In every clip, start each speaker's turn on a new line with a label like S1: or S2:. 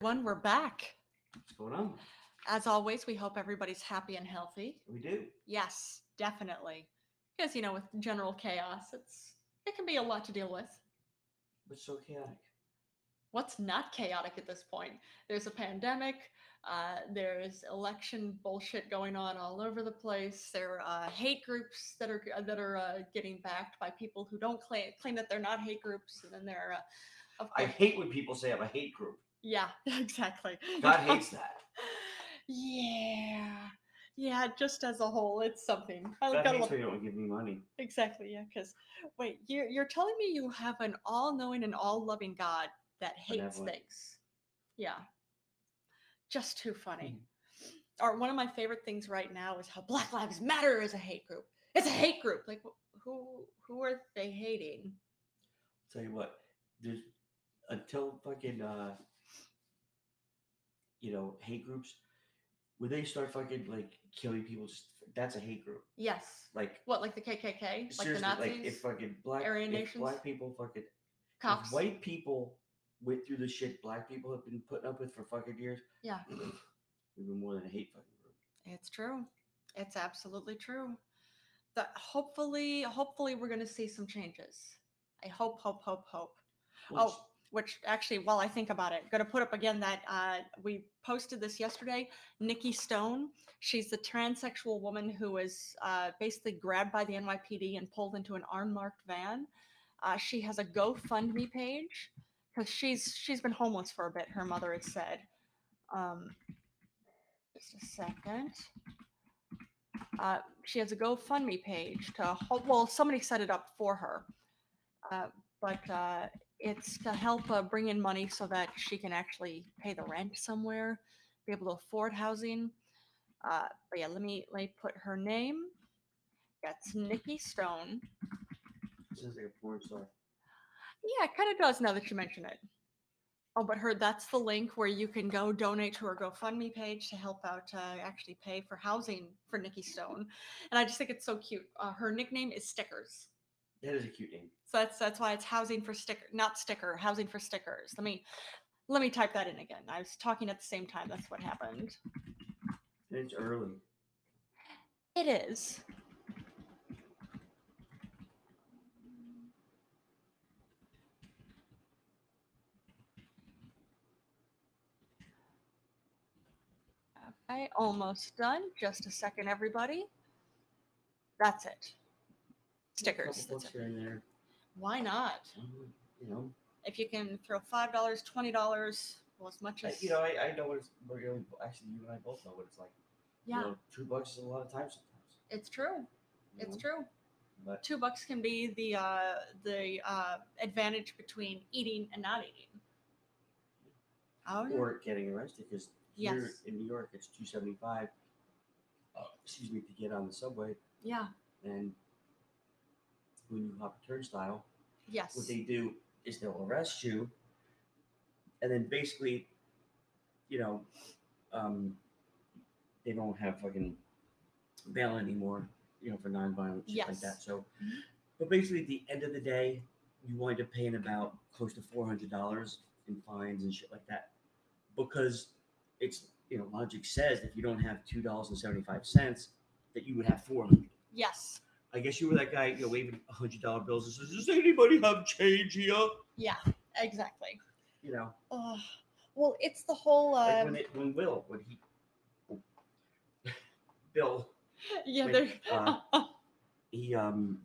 S1: One, we're back.
S2: What's going on?
S1: As always, we hope everybody's happy and healthy.
S2: We do.
S1: Yes, definitely. Because, you know, with general chaos, it's it can be a lot to deal with.
S2: It's so chaotic.
S1: What's not chaotic at this point? There's a pandemic. Uh, there's election bullshit going on all over the place. There are uh, hate groups that are that are uh, getting backed by people who don't claim claim that they're not hate groups, and then there are, uh, of
S2: I
S1: course-
S2: hate when people say I'm a hate group.
S1: yeah, exactly.
S2: God hates that.
S1: Yeah. Yeah, just as a whole, it's something. I
S2: God
S1: got a
S2: hates
S1: lot-
S2: when you don't give me money.
S1: exactly, yeah, because wait, you're you're telling me you have an all-knowing and all-loving God that hates
S2: Benevolent.
S1: things. Yeah. Just too
S2: Hmm.
S1: funny. Or one of my favorite things right now is how Black Lives Matter is a hate group. It's a hate group. Like wh- who who are they hating?
S2: Tell you what, there's until fucking uh you know, hate groups, when they start fucking like killing people, just that's a hate group.
S1: Yes.
S2: Like
S1: What, like the KKK? Like the
S2: seriously,
S1: Nazis?
S2: like if fucking black
S1: Aryan
S2: if
S1: nations?
S2: black people fucking if
S1: cops?
S2: white people went through the shit black people have been putting up with for fucking years.
S1: Yeah.
S2: We've been more than a hate fucking group.
S1: It's true. It's absolutely true. That hopefully, hopefully we're going to see some changes. I hope, hope, hope, hope.
S2: Well,
S1: Oh, Which actually, while I think about it, going to put up again that uh, we posted this yesterday. Nikki Stone, she's the transsexual woman who was uh, basically grabbed by the NYPD and pulled into an unmarked van. Uh, she has a GoFundMe page because she's she's been homeless for a bit. Her mother had said. Um, just a second. Uh, she has a GoFundMe page to help. Well, somebody set it up for her, uh, but uh, it's to help uh, bring in money so that she can actually pay the rent somewhere, be able to afford housing. Uh, but yeah, let me let me put her name. That's Nikki Stone.
S2: sounds like a porn star.
S1: Yeah, it kind of does now that you mention it. Oh, but her, that's the link where you can go donate to her GoFundMe page to help out, uh, actually pay for housing for Nikki Stone. And I just think it's so cute. Uh, her nickname is Stickers.
S2: That is a cute name.
S1: So that's, that's why it's housing for sticker, not sticker, housing for stickers. Let me, let me type that in again. I was talking at the same time. That's what happened.
S2: And It's early.
S1: It is. Okay, almost done. Just a second, everybody. That's it. Stickers.
S2: Couple
S1: That's
S2: bucks
S1: it.
S2: here and there.
S1: Why not?
S2: Um, You know,
S1: If you can throw five dollars, twenty dollars, well, as much
S2: I,
S1: as
S2: you know, I, I know what it's. We're going actually, you and I both know what it's like.
S1: yeah,
S2: You know, two bucks is a lot of time sometimes.
S1: it's true.
S2: you
S1: It's
S2: know,
S1: true.
S2: But
S1: two bucks can be the uh, the uh, advantage between eating and not eating. Oh, yeah.
S2: or getting arrested because here
S1: Yes.
S2: in New York it's two seventy five. Uh, excuse me, to get on the subway
S1: yeah,
S2: and when you hop a turnstile,
S1: yes,
S2: what they do is they'll arrest you, and then basically, you know, um, they don't have fucking bail anymore, you know, for nonviolent shit like
S1: Yes.
S2: that. So,
S1: Mhm.
S2: but basically, at the end of the day, you wind up paying about close to four hundred dollars in fines and shit like that, because it's you know logic says if you don't have two dollars and seventy five cents, that you would have four hundred.
S1: yes,
S2: I guess you were that guy, you know, waving hundred dollar bills and says, "Does anybody have change here?"
S1: exactly.
S2: You know,
S1: Oh, well, it's the whole
S2: like
S1: uh,
S2: when it, when Will, when he, Bill,
S1: yeah.
S2: when,
S1: There,
S2: uh, he um,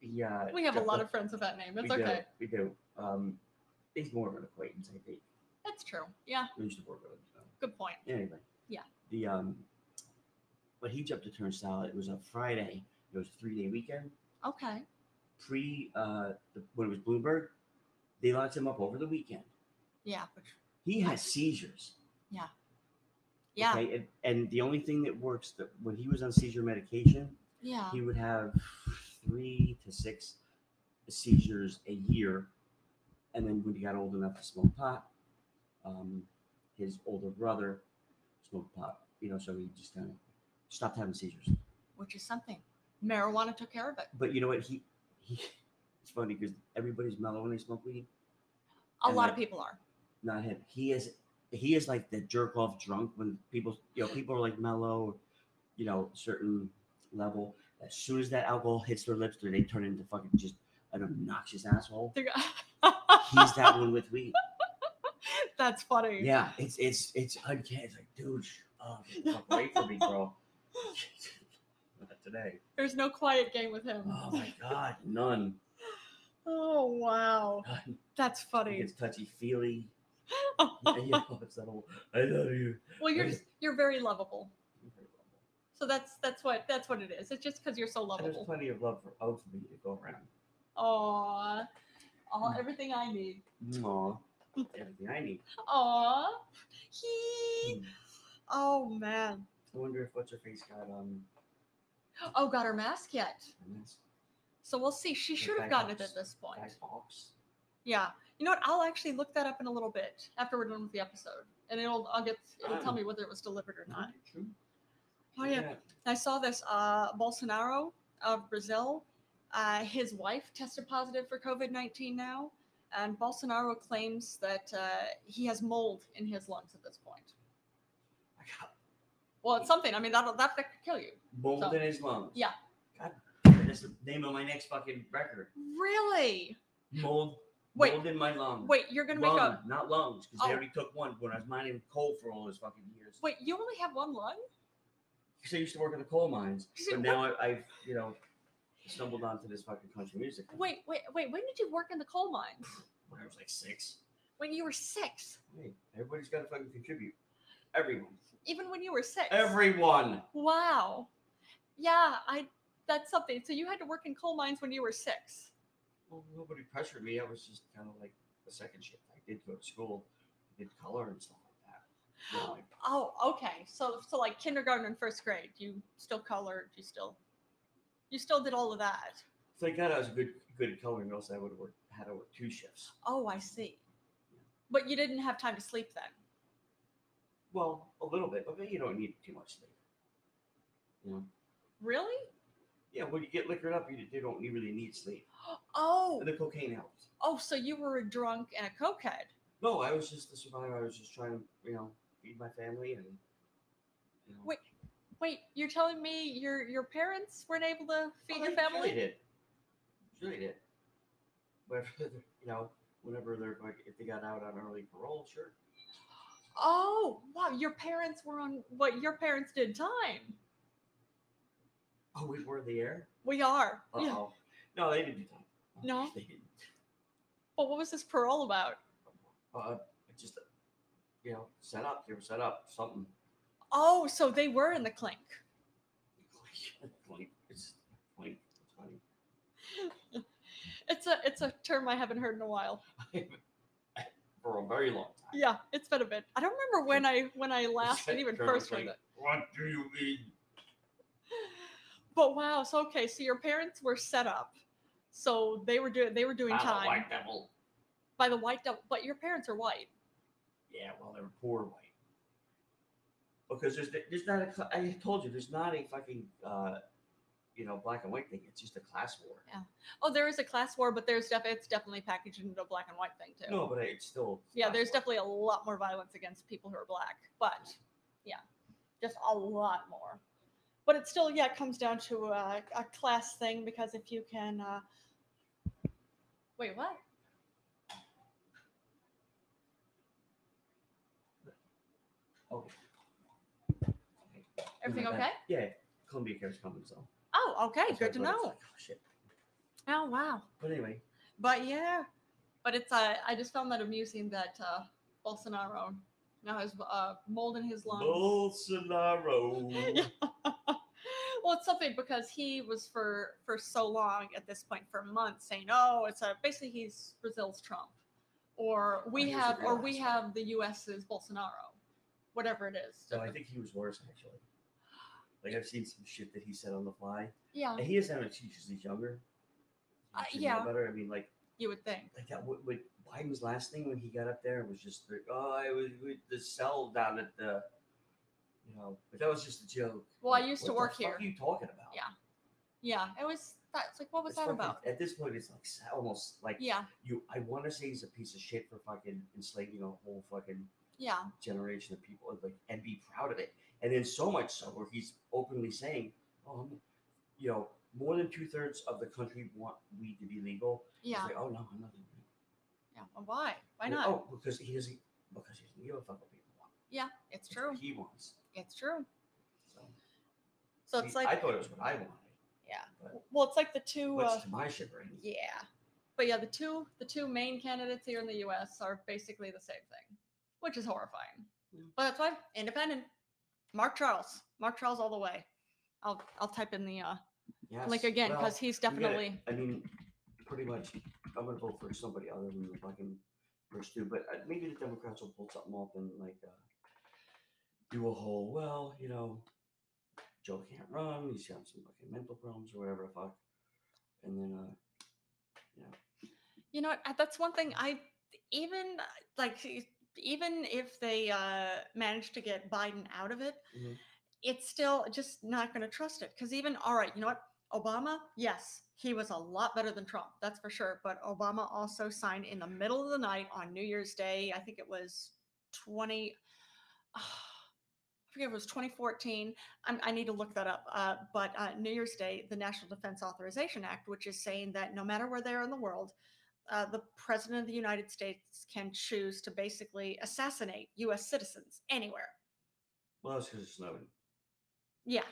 S2: he uh,
S1: we have a
S2: Jeff
S1: lot
S2: Wil-
S1: of friends with that name. It's
S2: we
S1: okay.
S2: Do, we do. Um, he's more of an acquaintance, I think.
S1: That's true. Yeah,
S2: We used to work with him. So.
S1: good point.
S2: anyway.
S1: Yeah.
S2: The um, but he jumped a turnstile. It was a Friday. It was a three day weekend.
S1: Okay.
S2: Pre uh, the, when it was Bloomberg, they locked him up over the weekend.
S1: Yeah. Which,
S2: He has seizures.
S1: yeah.
S2: Okay. And, and the only thing that works that when he was on seizure medication,
S1: Yeah.
S2: he would have three to six seizures a year. And then when he got old enough to smoke pot, um, his older brother smoked pot, you know, so he just kind of stopped having seizures.
S1: Which is something. Marijuana took care of it.
S2: But you know what? He, he it's funny because everybody's mellow when they smoke weed.
S1: A
S2: And
S1: lot
S2: like-
S1: of people are.
S2: not him. He is he is like the jerk off drunk when people you know people are like mellow, you know, certain level. As soon as that alcohol hits their lips, they turn into fucking just an obnoxious asshole.
S1: They're-
S2: He's that one with weed.
S1: That's funny.
S2: Yeah, it's it's it's uncanny. It's like, dude, sh- oh, get the fuck away from me, bro. Not today.
S1: There's no quiet game with him.
S2: Oh my god, none.
S1: Oh, wow.
S2: none.
S1: That's
S2: He
S1: funny.
S2: gets touchy feely. Yeah, it's that whole, I love you.
S1: well, you're just, you're very lovable. So that's that's what that's what it is. It's just because you're so
S2: And there's
S1: lovable.
S2: plenty of love for both of you to go around.
S1: Aw, all
S2: Mm.
S1: everything I need.
S2: Aw. Everything I need.
S1: Aw, he.
S2: Hmm.
S1: Oh man.
S2: I wonder if what's her face got um
S1: Oh, got her mask yet?
S2: and that's
S1: So we'll see. She
S2: The
S1: should have
S2: guy
S1: gotten it
S2: helps.
S1: at this point.
S2: guy Fox.
S1: Yeah. You know what? I'll actually look that up in a little bit after we're done with the episode, and it'll I'll get
S2: Ah.
S1: it'll tell me whether it was delivered or not.
S2: True.
S1: Oh yeah. I saw this uh, Bolsonaro of Brazil. Uh, his wife tested positive for COVID 19 now. And Bolsonaro claims that uh, he has mold in his lungs at this point.
S2: I got
S1: Well, it's something. I mean, that'll, that could kill you.
S2: mold
S1: So-
S2: in his lungs.
S1: Yeah.
S2: God that's the name of my next fucking record.
S1: Really?
S2: Mold
S1: Hmm. Wait.
S2: mold in my lungs.
S1: Wait, you're going to make
S2: Lung,
S1: a.
S2: not lungs, because
S1: Oh.
S2: they already took one when I was mining coal for all those fucking years.
S1: Wait, you only have one lung?
S2: Because I used to work in the coal mines,
S1: You see,
S2: but now I, I've you know stumbled onto this fucking country music.
S1: Wait, wait, wait. When did you work in the coal mines?
S2: when I was like six.
S1: When you were six.
S2: Hey, everybody's got to fucking contribute. Everyone.
S1: Even when you were six.
S2: Everyone.
S1: Wow. Yeah, I. That's something. So you had to work in coal mines when you were six.
S2: Well, nobody pressured me. I was just kind of like the second shift. I did go to school, I did color and stuff like that. You know, like,
S1: Oh, okay. So so like kindergarten and first grade, you still colored, you still you still did all of that.
S2: thank God I was good good at coloring, or else I would have worked had to work two shifts.
S1: Oh, I see. But you didn't have time to sleep then.
S2: Well, a little bit, but you don't need too much sleep. You know?
S1: Really?
S2: Yeah, when you get liquored up, you, you don't you really need sleep.
S1: Oh.
S2: And the cocaine helped.
S1: Oh, so you were a drunk and a cokehead.
S2: No, I was just a survivor. I was just trying to, you know, feed my family and. You know,
S1: Wait, Wait, you're telling me your your parents weren't able to feed your
S2: Well, they Really
S1: family?
S2: did. Really did. But you know, whenever they're like, if they got out on early parole, sure.
S1: Oh, wow, your parents were on what your parents did time.
S2: Oh, we were the air.
S1: We are.
S2: Uh oh.
S1: Yeah.
S2: No, they didn't do time.
S1: No?
S2: They didn't.
S1: But what was this parole about?
S2: Uh, it just, uh, you know, set up. They were set up. Something.
S1: Oh, so they were in the clink.
S2: Like, it's like, it's funny.
S1: It's a it's a term I haven't heard in a while.
S2: For a very long time.
S1: Yeah, it's been a bit. I don't remember when I when I last and even
S2: Trevor was
S1: first heard
S2: like,
S1: it.
S2: What do you mean?
S1: But wow, so okay, so your parents were set up, so they were doing they were doing
S2: I'm a
S1: time
S2: white devil.
S1: by the white devil. But your parents are white.
S2: Yeah, well, they were poor white. Because there's there's not a cl- I told you there's not a fucking uh, you know black and white thing. It's just a class war.
S1: Oh, there is a class war, but there's def- it's definitely packaged into a black and white thing too.
S2: No, but it's still
S1: yeah,
S2: class
S1: there's
S2: war.
S1: definitely a lot more violence against people who are black, but yeah, just a lot more. But it still, yeah, it comes down to a, a class thing because if you can, uh, wait, what? Everything
S2: Yeah,
S1: okay?
S2: yeah. Columbia Cares coming so.
S1: Oh, okay,
S2: That's why I
S1: good to
S2: thought it's
S1: know.
S2: like, oh, shit.
S1: Oh, wow.
S2: But anyway,
S1: But yeah, but it's uh, I just found that amusing that uh, Bolsonaro now has uh, mold in his lungs.
S2: Bolsonaro.
S1: Yeah. well, it's something because he was for for so long at this point for months saying, "Oh, it's a basically he's Brazil's Trump," or
S2: I
S1: we
S2: guess I
S1: have or we
S2: realized.
S1: have the U.S.'s Bolsonaro, whatever it is.
S2: So I think he was worse actually. Like I've seen some shit that he said on the fly.
S1: yeah,
S2: And he is having teachers. He's younger.
S1: Uh,
S2: He should know
S1: yeah.
S2: Better. I mean, like.
S1: you would think.
S2: like that with, with Biden's last thing when he got up there was just like, oh, I was with the cell down at the, you know, but that was just a joke.
S1: Well, I
S2: Like,
S1: used
S2: what
S1: to work
S2: the fuck
S1: here.
S2: are you talking about?
S1: Yeah. Yeah, it was that? It's like, what was
S2: It's
S1: that
S2: fucking-
S1: about?
S2: At this point, it's like s- almost like
S1: Yeah,
S2: you. I want to say he's a piece of shit for fucking enslaving a whole fucking
S1: yeah,
S2: generation of people, like, and be proud of it. And then so much so where he's openly saying, "Oh, I'm, you know, more than two thirds of the country want weed to be legal." He's
S1: yeah,
S2: like, "Oh no, I'm not." doing it."
S1: yeah. Well, Why? Why
S2: And,
S1: not?
S2: Oh, because he doesn't. Because he doesn't give a fuck what people want.
S1: Yeah, it's
S2: It's
S1: true.
S2: What he wants.
S1: It's true.
S2: So,
S1: So
S2: he-
S1: it's like,
S2: I thought it was what I wanted.
S1: yeah.
S2: But
S1: Well, it's like the two. Uh,
S2: what's to my shivering?
S1: yeah, but yeah, the two the two main candidates here in the U.S. are basically the same thing, which is horrifying.
S2: Yeah.
S1: But that's why independent. Mark Charles, Mark Charles, all the way. I'll I'll type in the uh,
S2: Yes.
S1: link again
S2: well,
S1: because he's
S2: you get
S1: definitely.
S2: it. I mean, pretty much, I'm gonna vote for somebody other than the fucking first two, but uh, maybe the Democrats will pull something off and like, uh, do a whole, well, you know, Joe can't run, he's got some fucking mental problems or whatever the fuck. And then, uh,
S1: You know, what, that's one thing I even like e- even if they uh manage to get Biden out of it,
S2: Mhm.
S1: it's still just not going to trust it cuz even all right, you know what? Obama, yes, he was a lot better than Trump. That's for sure, but Obama also signed in the middle of the night on New Year's Day. I think it was 20 I forget if it was 2014. I'm, I need to look that up. Uh, but uh, New Year's Day, the National Defense Authorization Act, which is saying that no matter where they are in the world, uh, the president of the United States can choose to basically assassinate U.S. citizens anywhere.
S2: well, that's because it's snowing.
S1: Yeah,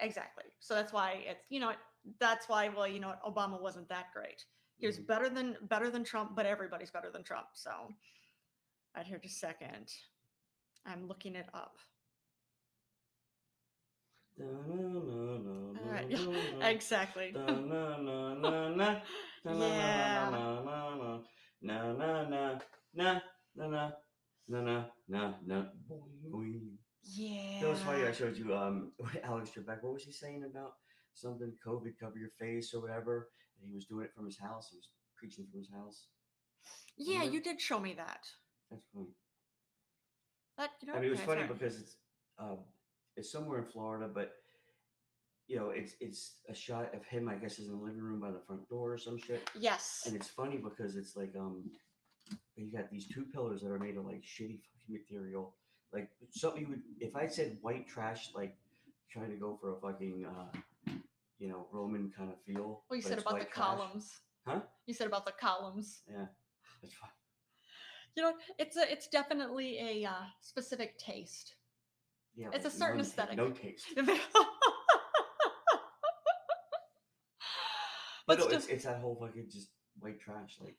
S1: exactly. So that's why it's you know what, that's why well you know what, Obama wasn't that great. He was
S2: Mhm.
S1: better than better than Trump, but everybody's better than Trump. So, right here, just a second. I'm looking it up. All right, yeah,
S2: Da-na-na-na-na-na.
S1: exactly.
S2: Uh, Da-na-na-na-na.
S1: Yeah.
S2: That
S1: Yeah.
S2: was funny. I showed you um Alex Trebek. What was he saying about something COVID cover your face or whatever? And he was doing it from his house. He was preaching from his house.
S1: yeah,
S2: remember?
S1: you did show me that.
S2: That's funny.
S1: That you know.
S2: I mean, it was
S1: okay,
S2: funny
S1: sorry.
S2: because it's um it's somewhere in Florida, but you know, it's it's a shot of him. I guess is in the living room by the front door or some shit.
S1: Yes.
S2: And it's funny because it's like um you got these two pillars that are made of like shitty fucking material. Like something you would if I said white trash, like trying to go for a fucking uh you know, Roman kind of feel.
S1: Well, you
S2: but
S1: said
S2: it's
S1: about the
S2: white trash.
S1: columns.
S2: Huh?
S1: You said about the columns.
S2: That's fine.
S1: You know, it's a, it's definitely a uh, specific taste.
S2: Yeah,
S1: It's
S2: like
S1: a certain
S2: none-
S1: aesthetic.
S2: No taste.
S1: but
S2: But no,
S1: still,
S2: it's, it's that whole fucking just white trash, like,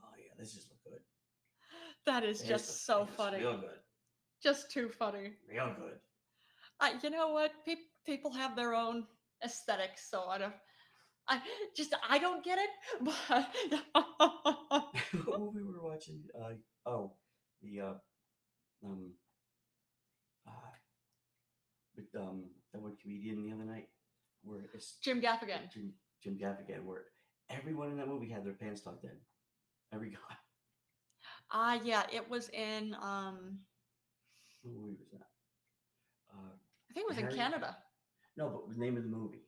S2: oh yeah, this just look good.
S1: that is
S2: This looks-
S1: just so
S2: this looks
S1: funny.
S2: Real good.
S1: Just too funny.
S2: Real good.
S1: Uh, you know what? Peop people have their own aesthetics, so I don't. I just I don't get it, but
S2: what movie we were watching? Uh, oh, the uh, um, uh, with um, that one comedian the other night, where it's
S1: Jim Gaffigan.
S2: Jim, Jim Gaffigan, where everyone in that movie had their pants tucked in. Every guy.
S1: Ah, yeah, it was in. um
S2: What movie was that? Uh,
S1: I think it was in
S2: Harry-
S1: Canada.
S2: no, but the name of the movie.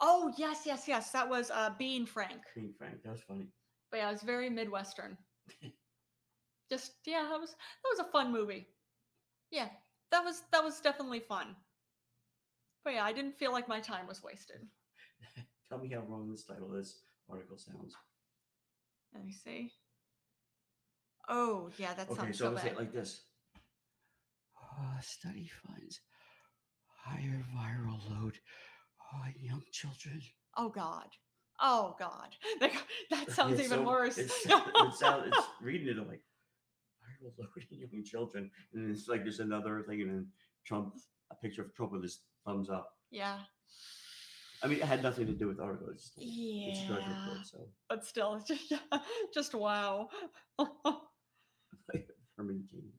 S1: Oh yes, yes, yes. That was uh, Being Frank.
S2: Being Frank, that was funny.
S1: But yeah, it was very Midwestern. Just yeah, that was that was a fun movie. Yeah, that was that was definitely fun. But yeah, I didn't feel like my time was wasted.
S2: Tell me how wrong this title of this article sounds.
S1: Let me see. Oh yeah, that
S2: okay,
S1: sounds
S2: so,
S1: so,
S2: let's say
S1: bad.
S2: it like this. Uh, study finds higher viral load on young children.
S1: oh god. Oh god. That sounds
S2: It's
S1: even
S2: so-
S1: worse.
S2: It's, it sounds, it's reading it, I'm like, viral load in young children. And it's like there's another thing, and then Trump, a picture of Trump with his thumbs up.
S1: yeah.
S2: I mean, it had nothing to do with the article. It's just,
S1: Yeah.
S2: it's a drudge report, so
S1: But still, it's just, just wow.
S2: Herman King.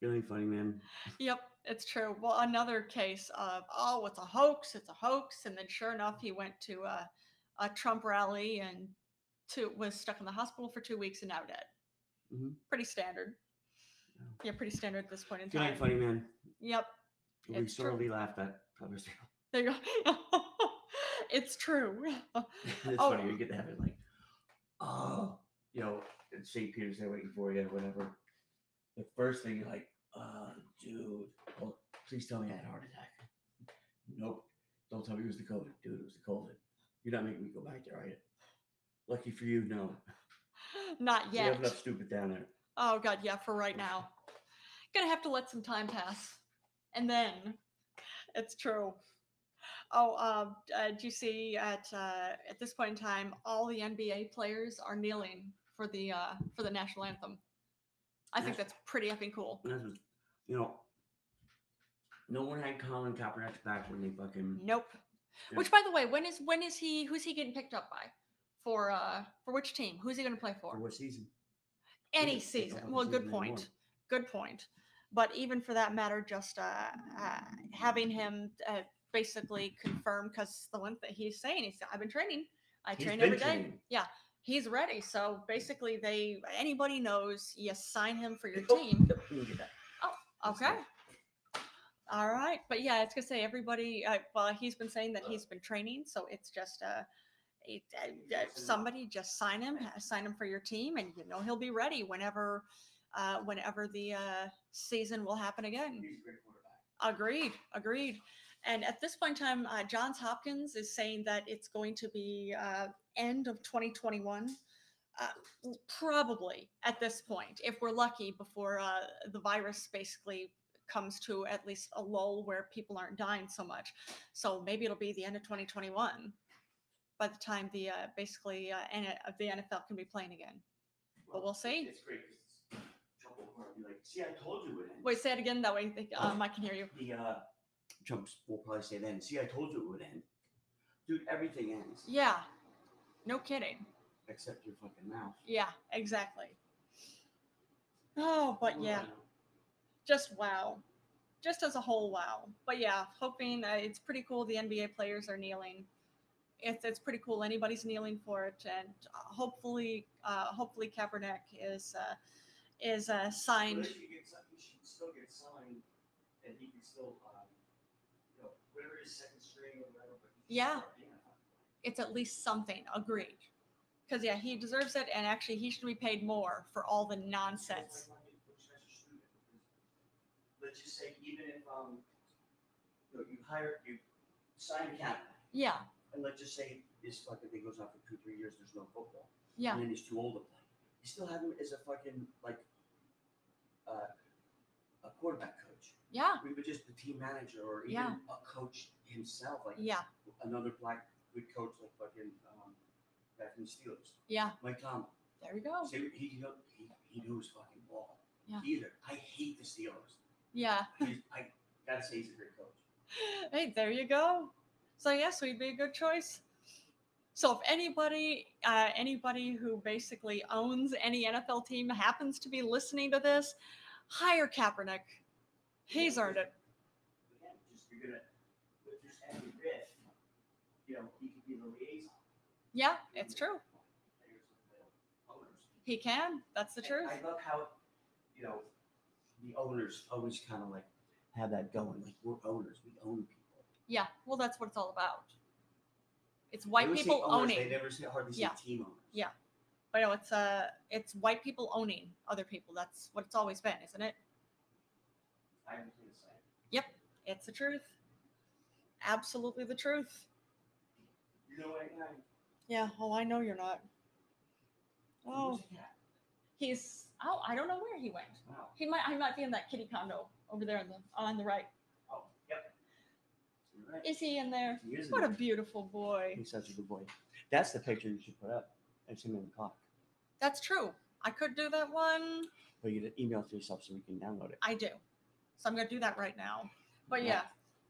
S2: You know, funny man.
S1: Yep, it's true. Well, another case of oh, it's a hoax, it's a hoax, and then sure enough, he went to a, a Trump rally and two was stuck in the hospital for two weeks and now dead.
S2: Mhm.
S1: Pretty standard.
S2: Yeah.
S1: Yeah, pretty standard at this point in
S2: You
S1: time.
S2: funny man.
S1: Yep,
S2: We
S1: It's true.
S2: sorely laughed at. Travis Bickle.
S1: there you go. It's true.
S2: it's
S1: Oh.
S2: funny. You get to have it like, oh, you know, and St. Peter's there waiting for you, whatever. The first thing you're like, oh, dude, well, please tell me I had a heart attack. Nope. Don't tell me it was the COVID. Dude, it was the COVID. You're not making me go back there, are you? Lucky for you, no.
S1: Not
S2: We
S1: yet.
S2: have enough stupid down there.
S1: Oh god, yeah, for right now. Gonna have to let some time pass. And then it's true. Oh, um, uh, do you see at uh, at this point in time, all the NBA players are kneeling for the uh, for the national anthem. I think that's pretty effing cool.
S2: And that's what- you know, no one had Colin Kaepernick's back when they fucking.
S1: Nope. Which, by the way, when is when is he? Who's he getting picked up by? For uh, for which team? Who's he going to play
S2: For
S1: for?
S2: what season?
S1: Any
S2: They don't
S1: season.
S2: have a
S1: Well, good
S2: season anymore.
S1: point. good point. But even for that matter, just uh, uh, having him uh, basically confirm because the one that he's saying is, "I've been training. I
S2: He's
S1: train
S2: been
S1: every day.
S2: training.
S1: Yeah, he's ready." So basically, they anybody knows you sign him for your
S2: Oh,
S1: team.
S2: yep, we can get that. That's
S1: Okay. All right, but yeah, it's gonna say everybody. Uh, well, he's been saying that he's been training, so it's just uh, it, uh, uh, somebody just sign him, ha- sign him for your team, and you know he'll be ready whenever, uh, whenever the uh, season will happen again.
S2: He's a great quarterback.
S1: Agreed, agreed. And at this point in time, uh, Johns Hopkins is saying that it's going to be uh, end of 2021, uh, probably at this point, if we're lucky, before uh, the virus basically comes to at least a lull where people aren't dying so much. So maybe it'll be the end of 2021 by the time the uh, basically uh, N- uh, the NFL can be playing again. But we'll see.
S2: It's great because Trump will probably be like, see, I told you it would end.
S1: Wait, say it again. That way, they- um, I can hear you.
S2: The uh, Trump will probably say then, see, I told you it would end. Dude, everything ends
S1: Yeah, no kidding.
S2: except your fucking mouth.
S1: Yeah, exactly. Oh, but yeah, just wow. Just as a whole, wow. But yeah, hoping uh, it's pretty cool. The NBA players are kneeling. It's, it's pretty cool. Anybody's kneeling for it, and uh, hopefully, uh, hopefully Kaepernick is uh, is uh,
S2: But
S1: signed.
S2: if you get some- you should still get signed and he can still, um, you know, whatever his second string or whatever. But he should
S1: Yeah.
S2: start being a fucking
S1: It's at least something. Agreed. Because yeah, he deserves it, and actually, he should be paid more for all the nonsense.
S2: Let's just say even if, um, you know, you hire, you sign a cap,
S1: Yeah,
S2: and let's just say this fucking thing goes on for two, three years, there's no football.
S1: yeah,
S2: And then he's too old to play. You still have him as a fucking, like, uh, a quarterback coach.
S1: yeah,
S2: We would just the team manager or even
S1: Yeah.
S2: a coach himself, like
S1: yeah,
S2: another black good coach, like fucking, um, back in the Steelers,
S1: yeah.
S2: Mike Tomlin.
S1: There we go.
S2: So he, he, know- he, he knows fucking ball.
S1: Oh. Yeah.
S2: Either. I hate the Steelers.
S1: Yeah.
S2: He's, I gotta say he's a great coach.
S1: hey, there you go. So yes, we'd be a good choice. So if anybody, uh, anybody who basically owns any NFL team happens to be listening to this, hire Kaepernick. He's earned it.
S2: But then just you're gonna with just any riff, you know, he could be the liaison.
S1: Yeah, it's true. He can. That's the truth.
S2: I love how, you know, the owners always kind of like have that going. Like we're owners, we own people.
S1: Yeah. Well, that's what it's all about. It's
S2: They
S1: white
S2: always say
S1: people
S2: owners, They
S1: owning.
S2: never say hardly say
S1: Yeah.
S2: team owners.
S1: Yeah. But no, it's uh, it's white people owning other people. That's what it's always been, isn't it?
S2: I haven't seen a sign.
S1: It's the truth. Absolutely the truth.
S2: You know what? I-
S1: Yeah. Oh, I know you're not.
S2: Where's
S1: Oh,
S2: the cat?
S1: he's. Oh, I don't know where he went.
S2: Wow.
S1: He might. I might be in that kitty condo over there on the on the right.
S2: Oh, yep. You're right.
S1: Is he in there?
S2: He is in
S1: What a
S2: there.
S1: beautiful boy.
S2: He's such a good boy. That's the picture you should put up. It's him in the clock.
S1: That's true. I could do that one.
S2: But you get an email to yourself so we can download it.
S1: I do. So I'm gonna do that right now. But
S2: Yeah.
S1: yeah,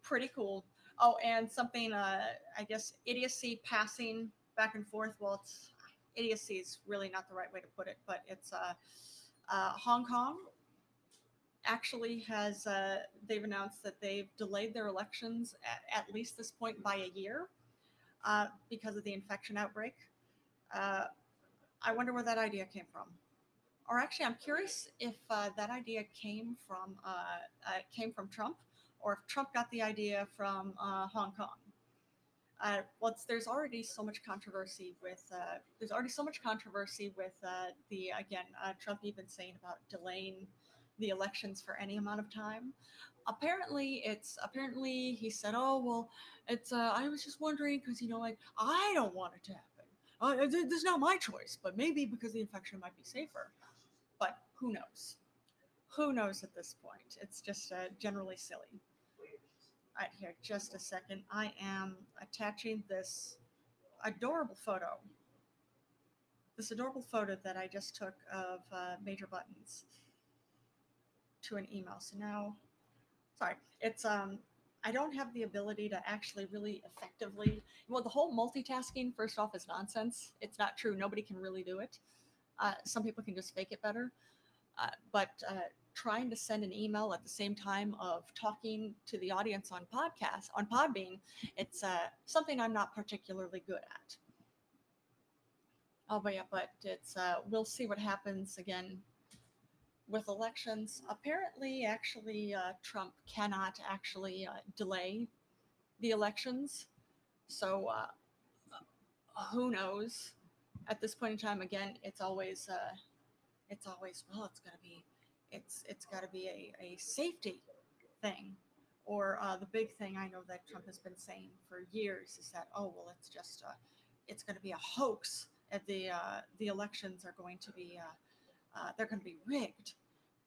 S1: pretty cool. Oh, and something. Uh, I guess idiocy passing back and forth. Well, it's idiocy is really not the right way to put it, but it's uh, uh, Hong Kong actually has uh, they've announced that they've delayed their elections at, at least this point by a year uh, because of the infection outbreak. Uh, I wonder where that idea came from. Or actually, I'm curious if uh, that idea came from uh, uh, came from Trump, or if Trump got the idea from uh, Hong Kong. uh, well, it's- there's already so much controversy with uh, there's already so much controversy with uh, the again uh, Trump even saying about delaying the elections for any amount of time. Apparently, it's apparently he said, "Oh well, it's uh, I was just wondering because you know like I don't want it to happen. Uh, it- it's not my choice, but maybe because the infection might be safer. But who knows? Who knows at this point? It's just uh, generally silly." All right, here, just a second. I am attaching this adorable photo. This adorable photo that I just took of uh, Major Buttons to an email. So now, sorry, it's um, I don't have the ability to actually really effectively. Well, the whole multitasking, first off, is nonsense. It's not true. Nobody can really do it. Uh, some people can just fake it better, uh, but uh, trying to send an email at the same time of talking to the audience on podcast on Podbean, it's uh, something I'm not particularly good at. Oh, but yeah, but it's uh, we'll see what happens again with elections. Apparently, actually, uh, Trump cannot actually uh, delay the elections, so uh, who knows? At this point in time, again, it's always uh, it's always well, it's going to be it's it's got to be a, a safety thing or uh, the big thing i know that trump has been saying for years is that oh well it's just uh, it's going to be a hoax and the uh, the elections are going to be uh, uh, they're going to be rigged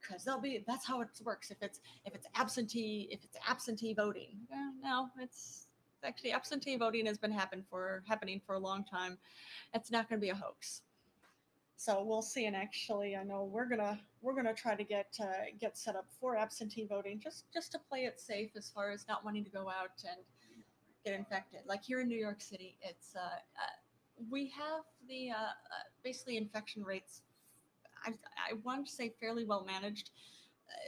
S1: because they'll be that's how it works if it's if it's absentee if it's absentee voting Eh, no it's actually absentee voting has been happen for happening for a long time it's not going to be a hoax so we'll see. And actually, I know we're gonna we're gonna try to get uh, get set up for absentee voting, just just to play it safe as far as not wanting to go out and get infected. Like here in New York City, it's uh, uh, we have the uh, uh, basically infection rates. I, I want to say fairly well managed.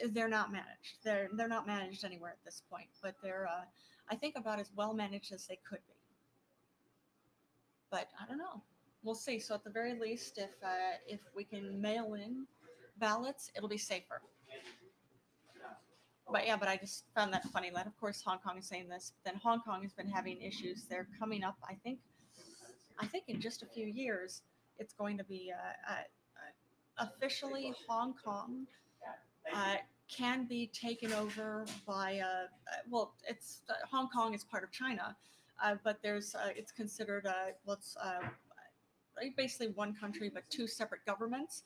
S1: Uh, They're not managed. They're they're not managed anywhere at this point, but they're uh, I think about as well managed as they could be. But I don't know we'll see. So at the very least, if uh, if we can mail in ballots, it'll be safer. But yeah, but I just found that funny. That of course Hong Kong is saying this. But then Hong Kong has been having issues. They're coming up. I think, I think in just a few years, it's going to be uh, uh, uh, officially Hong Kong uh, can be taken over by. Uh, uh, well, it's uh, Hong Kong is part of China, uh, but there's uh, it's considered uh, what's uh, right, basically one country but two separate governments.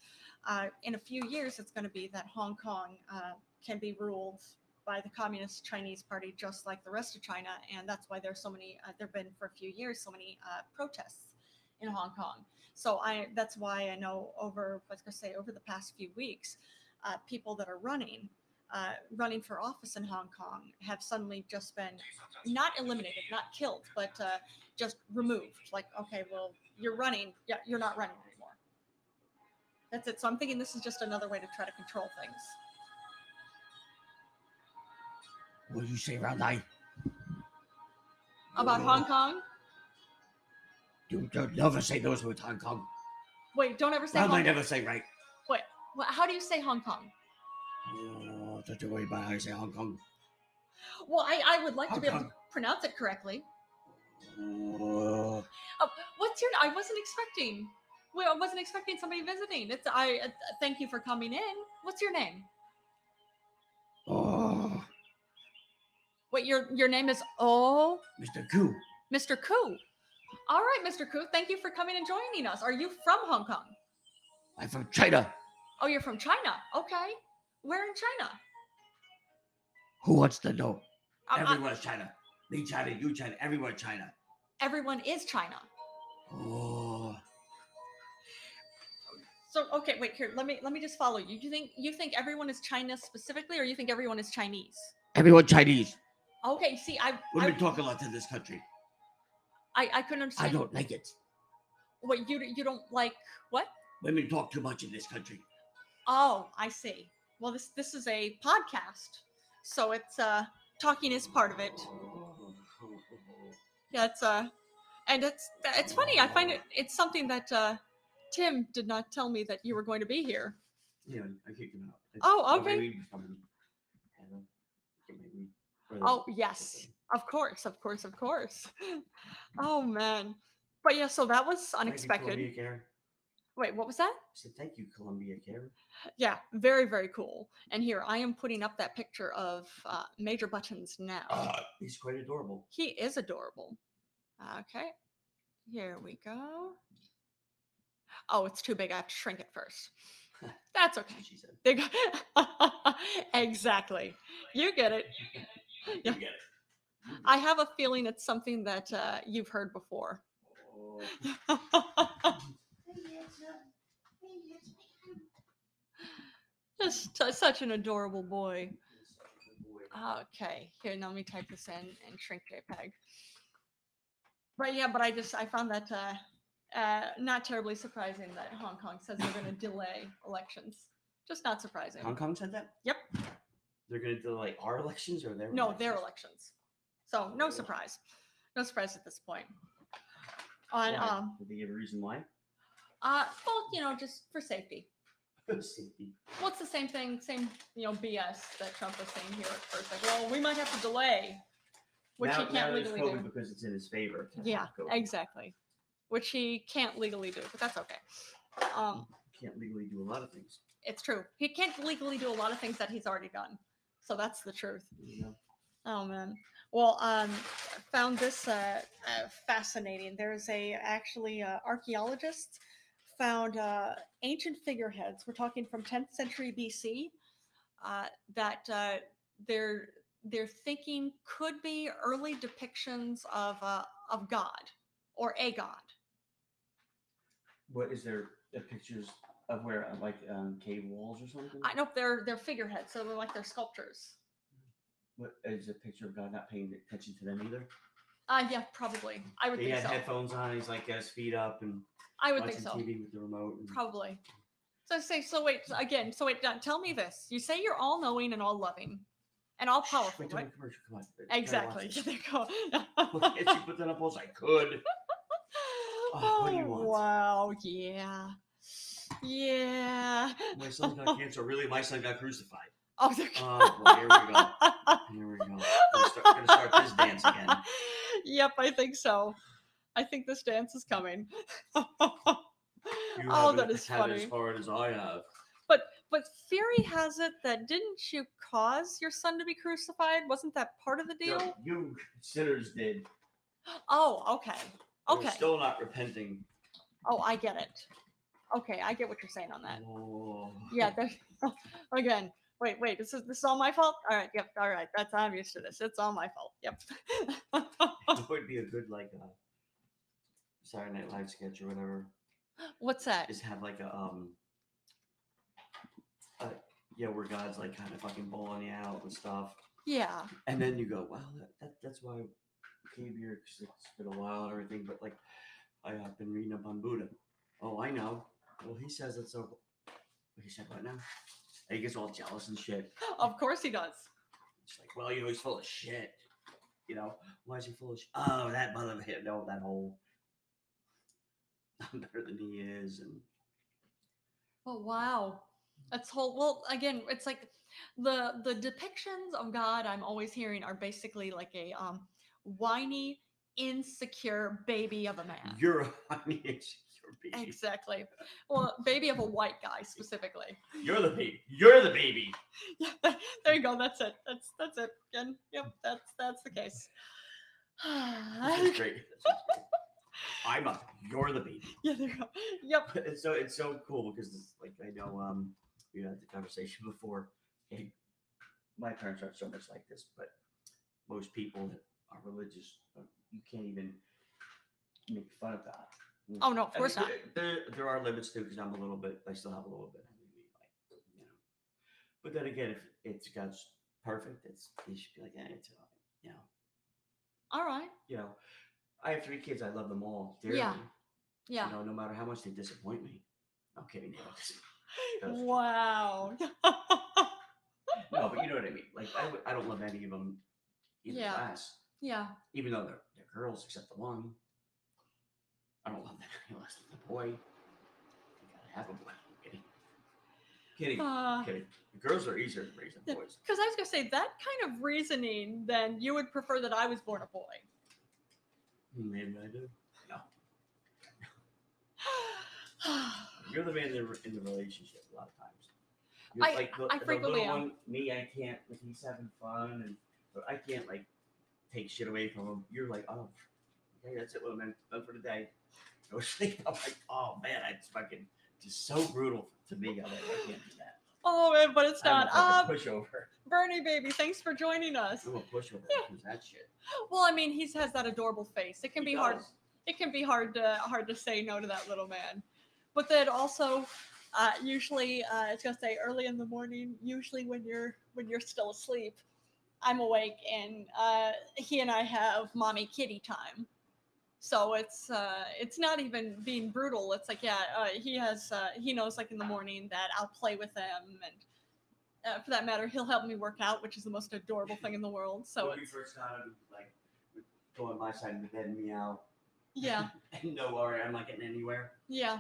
S1: Uh, in a few years, it's going to be that Hong Kong uh, can be ruled by the Communist Chinese Party just like the rest of China, and that's why there's so many. Uh, there've been for a few years so many uh, protests in Hong Kong. So I that's why I know over I was going to say over the past few weeks, uh, people that are running. Uh, running for office in Hong Kong have suddenly just been not eliminated, not killed, but uh, just removed. Like, okay, well, you're running, yeah, you're not running anymore. That's it. So I'm thinking this is just another way to try to control things.
S2: What do you say, Round Nine?
S1: About Hong Kong?
S2: You don't never say those words, Hong Kong.
S1: Wait, don't ever say
S2: Round
S1: Hong
S2: Nine
S1: Kong.
S2: never say right.
S1: Wha- How do you say Hong Kong?
S2: Oh, don't you worry about how you say Hong Kong.
S1: Well, I, I would like to
S2: Hong
S1: be able to
S2: Kong.
S1: pronounce it correctly.
S2: Oh,
S1: Uh, what's your? I wasn't expecting. Well, I wasn't expecting somebody visiting. It's I. Uh, thank you for coming in. What's your name?
S2: oh,
S1: Wait, your your name is Oh
S2: Mr. Goo.
S1: Mr. Koo. All right, Mr. Koo. Thank you for coming and joining us. Are you from Hong Kong?
S2: I'm from China.
S1: Oh, you're from China. Okay. Where in China?
S2: Who wants to know?
S1: Um, uh,
S2: Everyone's China. Me China, you China, everyone China.
S1: everyone is China.
S2: Oh,
S1: So okay, wait here. Let me let me just follow you. You think you think everyone is China specifically, or you think everyone is Chinese?
S2: everyone Chinese.
S1: Okay. See, I
S2: Women
S1: I,
S2: talk a lot in this country.
S1: I, I couldn't
S2: I
S1: understand.
S2: don't like it.
S1: What you you don't like? What?
S2: Women talk too much in this country.
S1: Oh, I see. Well, this this is a podcast, so it's uh talking is part of it.
S2: Oh,
S1: Yeah, it's uh, and it's it's funny. I find it it's something that uh, Tim did not tell me that you were going to be here.
S2: Yeah, I kicked him out.
S1: Oh,
S2: My
S1: okay.
S2: weed was coming. I don't get my weed. Or the-
S1: Oh yes, Of course, of course, of course. Oh man. But yeah, so that was
S2: Thank
S1: unexpected.
S2: you, Columbia Care.
S1: Wait, what was that?
S2: I said, thank you, Columbia Care.
S1: Yeah, very, very cool. And here I am putting up that picture of uh, Major Buttons now.
S2: Uh, He's quite adorable.
S1: He is adorable. Okay, here we go. Oh, it's too big. I have to shrink it first. That's okay.
S2: She said,
S1: They go- exactly. You get it. Yeah.
S2: you get it. You get
S1: I
S2: it."
S1: have a feeling it's something that uh, you've heard before.
S2: Oh,
S1: Just su- such an adorable boy.
S2: he's such a good boy.
S1: Okay, here, now let me type this in and shrink JPEG. But yeah, but I just I found that uh, uh, not terribly surprising that Hong Kong says they're going to delay elections. Just not surprising.
S2: Hong Kong said that?
S1: Yep.
S2: They're going to delay our elections or their
S1: No, their
S2: elections?
S1: elections. So no surprise, no surprise at this point. On
S2: Why?
S1: um,
S2: Did they give a reason why?
S1: uh, well, you know, just for safety.
S2: Safety.
S1: Well, it's the same thing, same you know BS that Trump was saying here at first. Like, well, we might have to delay, which
S2: now,
S1: he
S2: now
S1: can't
S2: there's
S1: legally
S2: COVID
S1: do.
S2: because it's in his favor. to
S1: Yeah,
S2: have COVID.
S1: exactly. Which he can't legally do, but that's okay. Um,
S2: Can't legally do a lot of things.
S1: it's true. He can't legally do a lot of things that he's already done. So that's the truth.
S2: You know?
S1: Oh man. Well, um, found this uh, uh, fascinating. There's a actually uh, archaeologists found uh, ancient figureheads. We're talking from 10th century BC. Uh, that uh, their their thinking could be early depictions of uh, of God or a God.
S2: What is there uh, pictures of where uh, like um, cave walls or something?
S1: I know they're they're figureheads, so they're like they're sculptures.
S2: What is a picture of God not paying attention to them either?
S1: Uh, yeah, probably. I would
S2: He
S1: think
S2: had
S1: so.
S2: headphones on. He's like got his feet up and
S1: I would
S2: watching
S1: think so.
S2: TV with the remote. And
S1: Probably. So say so wait so again. So wait, now tell me this. You say you're all knowing and all loving and all
S2: Shh,
S1: powerful,
S2: Wait till
S1: right?
S2: the commercial. Come on. I gotta watch
S1: Exactly.
S2: this. Oh,
S1: There you go.
S2: if she put that up, I was like, could. Oh, what do you want?
S1: wow, yeah. Yeah.
S2: My son got cancer. Really, my son got crucified.
S1: Oh, there
S2: Oh, boy, here we go. Here we go. We're gonna start, gonna start this dance again.
S1: Yep, I think so. I think this dance is coming.
S2: You
S1: oh,
S2: haven't
S1: that is
S2: had It
S1: funny.
S2: as hard as I have.
S1: But theory has it that didn't you cause your son to be crucified? Wasn't that part of the
S2: No,
S1: deal?
S2: you sinners did.
S1: Oh, okay.
S2: You're
S1: Okay.
S2: still not repenting.
S1: Oh, I get it. Okay, I get what you're saying on that.
S2: Oh.
S1: Yeah, there's again. Wait, wait. This is this is all my fault. All right. Yep. All right. That's I'm used to this. It's all my fault. Yep.
S2: It would be a good like uh, Saturday Night Live sketch or whatever.
S1: What's that?
S2: Just have like a um, uh, yeah, where God's like kind of fucking bowling you out and stuff,
S1: Yeah.
S2: and then you go, wow, that, that that's why I came here 'cause it's been a while and everything. But like, I have been reading up on Buddha. Oh, I know. Well, he says it's over. He said what now? And he gets all jealous and shit.
S1: Of course he does.
S2: It's like, well, you know, he's full of shit. You know, why is he full of shit? Oh, that mother him. No, that whole. I'm better than he is. And
S1: Oh wow. That's whole well again, it's like the the depictions of God I'm always hearing are basically like a um whiny, insecure baby of a man.
S2: you're a honey insecure baby.
S1: Exactly. Well, baby of a white guy specifically.
S2: You're the baby. You're the baby.
S1: yeah, there you go. That's it. That's that's it. Again, yep, that's that's the case.
S2: This is great. This is great. I'm a. You're the baby.
S1: yeah, there you go. Yep.
S2: It's so it's so cool because it's like I know um we had the conversation before. and my parents aren't so much like this, but most people that are religious, uh, you can't even make fun of God.
S1: Oh no, of
S2: I
S1: course
S2: mean,
S1: not.
S2: There, there are limits too, because I'm a little bit. I still have a little bit. I mean, like, you know. But then again, if it's God's perfect, it's you should be like, yeah, it's all right," you know,
S1: All right.
S2: you know. I have three kids. I love them all dearly.
S1: Yeah, Yeah.
S2: You know, no matter how much they disappoint me. I'm kidding. They don't disappoint those-
S1: Wow.
S2: No, but you know what I mean. Like I, w- I don't love any of them in
S1: Yeah.
S2: class,
S1: yeah.
S2: even though they're, they're girls, except the one. I don't love that any less than the boy. You gotta have a boy. I'm kidding. Kidding.
S1: Uh,
S2: Kidding. The girls are easier to raise than boys.
S1: Because I was going to say that kind of reasoning, then you would prefer that I was born a boy.
S2: Hmm, Maybe I do. You're the man in the, in the relationship a lot of times. You're
S1: I-
S2: like the,
S1: I
S2: the
S1: frequently
S2: little
S1: am.
S2: One, me, I can't. Like, he's having fun, and but I can't like take shit away from him. You're like, oh, okay, that's it, woman. Done for the day. I was like, I'm like, oh man, it's fucking just so brutal to me. I'm like, I can't do that.
S1: oh, man, but it's
S2: I'm
S1: not.
S2: a
S1: Uh,
S2: fucking pushover.
S1: Bernie, baby, thanks for joining us.
S2: I'm a pushover. Who's that shit?
S1: Well, I mean, he has that adorable face. It can
S2: He
S1: be hard.
S2: does.
S1: It can be hard to hard to say no to that little man. But then also, uh, usually uh, it's gonna say early in the morning. Usually when you're when you're still asleep, I'm awake and uh, he and I have mommy kitty time. So it's uh, it's not even being brutal. It's like yeah, uh, he has uh, he knows like in the morning that I'll play with him and. Uh, for that matter, he'll help me work out, which is the most adorable thing in the world. So
S2: when we
S1: it's
S2: first got him, like, would go on my side of the bed and meow,
S1: yeah,
S2: and no worry, I'm not getting anywhere.
S1: yeah.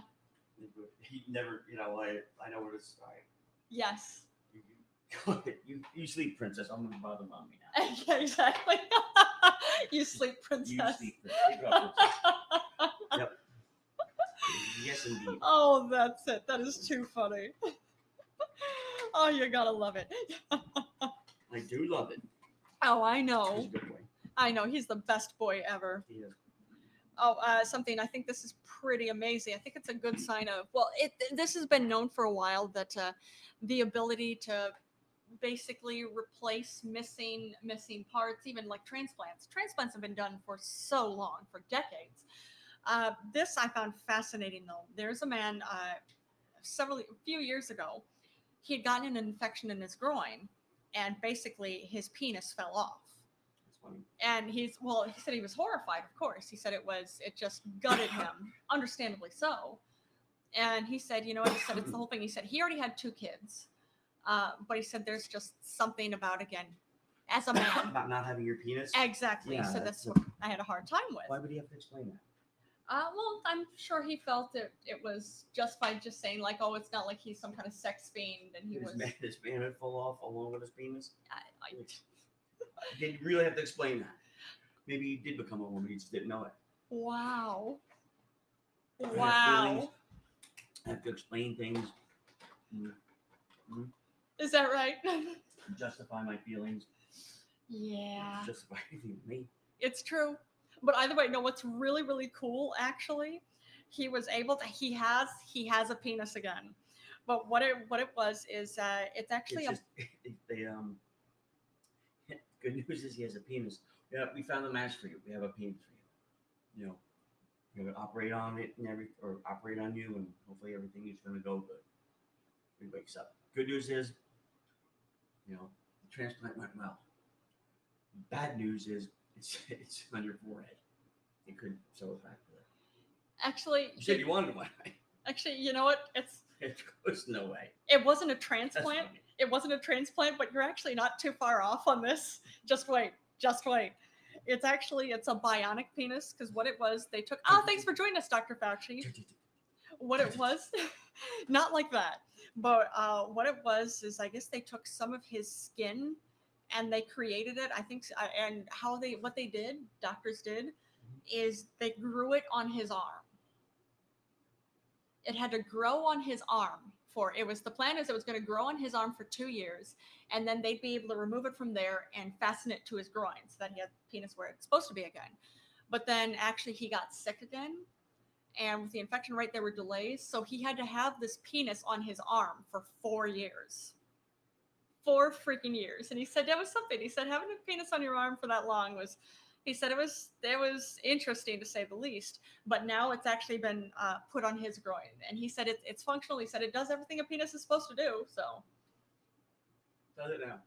S2: He never, you know, I I know where to start.
S1: Yes.
S2: You, you, you, you sleep, princess. I'm gonna bother mommy now.
S1: Yeah, exactly. you sleep,
S2: You
S1: princess.
S2: sleep, princess. You go, princess. yep. Yes, indeed.
S1: oh, that's it. That is too funny. oh, you gotta love it.
S2: I do love it.
S1: Oh, I
S2: He's a
S1: know.
S2: good boy.
S1: I know. He's the best boy ever.
S2: He is.
S1: Oh, uh, something. I think this is pretty amazing. I think it's a good sign of. Well, it. This has been known for a while that uh, the ability to basically replace missing missing parts, even like transplants. Transplants have been done for so long, for decades. Uh, this I found fascinating though. There's a man uh, several a few years ago. He had gotten an infection in his groin, and basically his penis fell off
S2: That's funny.
S1: and he's well he said he was horrified of course he said it was it just gutted him understandably so and he said you know what he said it's the whole thing he said he already had two kids uh, but he said there's just something about again as a man
S2: About not having your penis.
S1: exactly
S2: Yeah,
S1: so
S2: that's
S1: that's
S2: a-
S1: what i had a hard time
S2: Why
S1: with
S2: would he have to explain that?
S1: uh, well i'm sure he felt it it was just by just saying like oh it's not like he's some kind of sex fiend and he
S2: His
S1: was
S2: man, his man would fall off along with his penis.
S1: I, I,
S2: Did you really have to explain that? Maybe he did become a woman. He just didn't know it.
S1: wow
S2: have
S1: wow
S2: feelings. I have to explain things,
S1: is that right
S2: justify my feelings,
S1: yeah
S2: justify anything to me.
S1: It's true. But either way, no, what's really, really cool actually, he was able to he has he has a penis again. But what it what it was is uh it's
S2: It's
S1: actually a
S2: just they um. Good news is he has a penis. Yeah, we found the match for you. We have a penis for you. You know, we're gonna operate on it and every or operate on you, and hopefully everything is gonna go good. He wakes up. Good news is, you know, the transplant went well. Bad news is it's it's on your forehead. It could so it back to that.
S1: actually
S2: You said you wanted one.
S1: actually, you know what? It's
S2: It goes no way.
S1: it wasn't a
S2: That's
S1: transplant.
S2: funny.
S1: It wasn't a transplant, but you're actually not too far off on this. Just wait. Just wait. It's actually it's a bionic penis because what it was they took oh thanks for joining us, Dr. Fauci. what it was not like that but uh, what it was is i guess they took some of his skin and they created it i think s- uh, and how they what they did doctors did is they grew it on his arm it had to grow on his arm for it was the plan is it was going to grow on his arm for two years and then they'd be able to remove it from there and fasten it to his groin so that he had penis where it's supposed to be again but then actually he got sick again and with the infection rate there were delays so he had to have this penis on his arm for four years four freaking years and he said that was something he said having a penis on your arm for that long was he said it was it was interesting to say the least but now it's actually been uh, put on his groin and he said it, it's functional he said it does everything a penis is supposed to do so
S2: Does it now?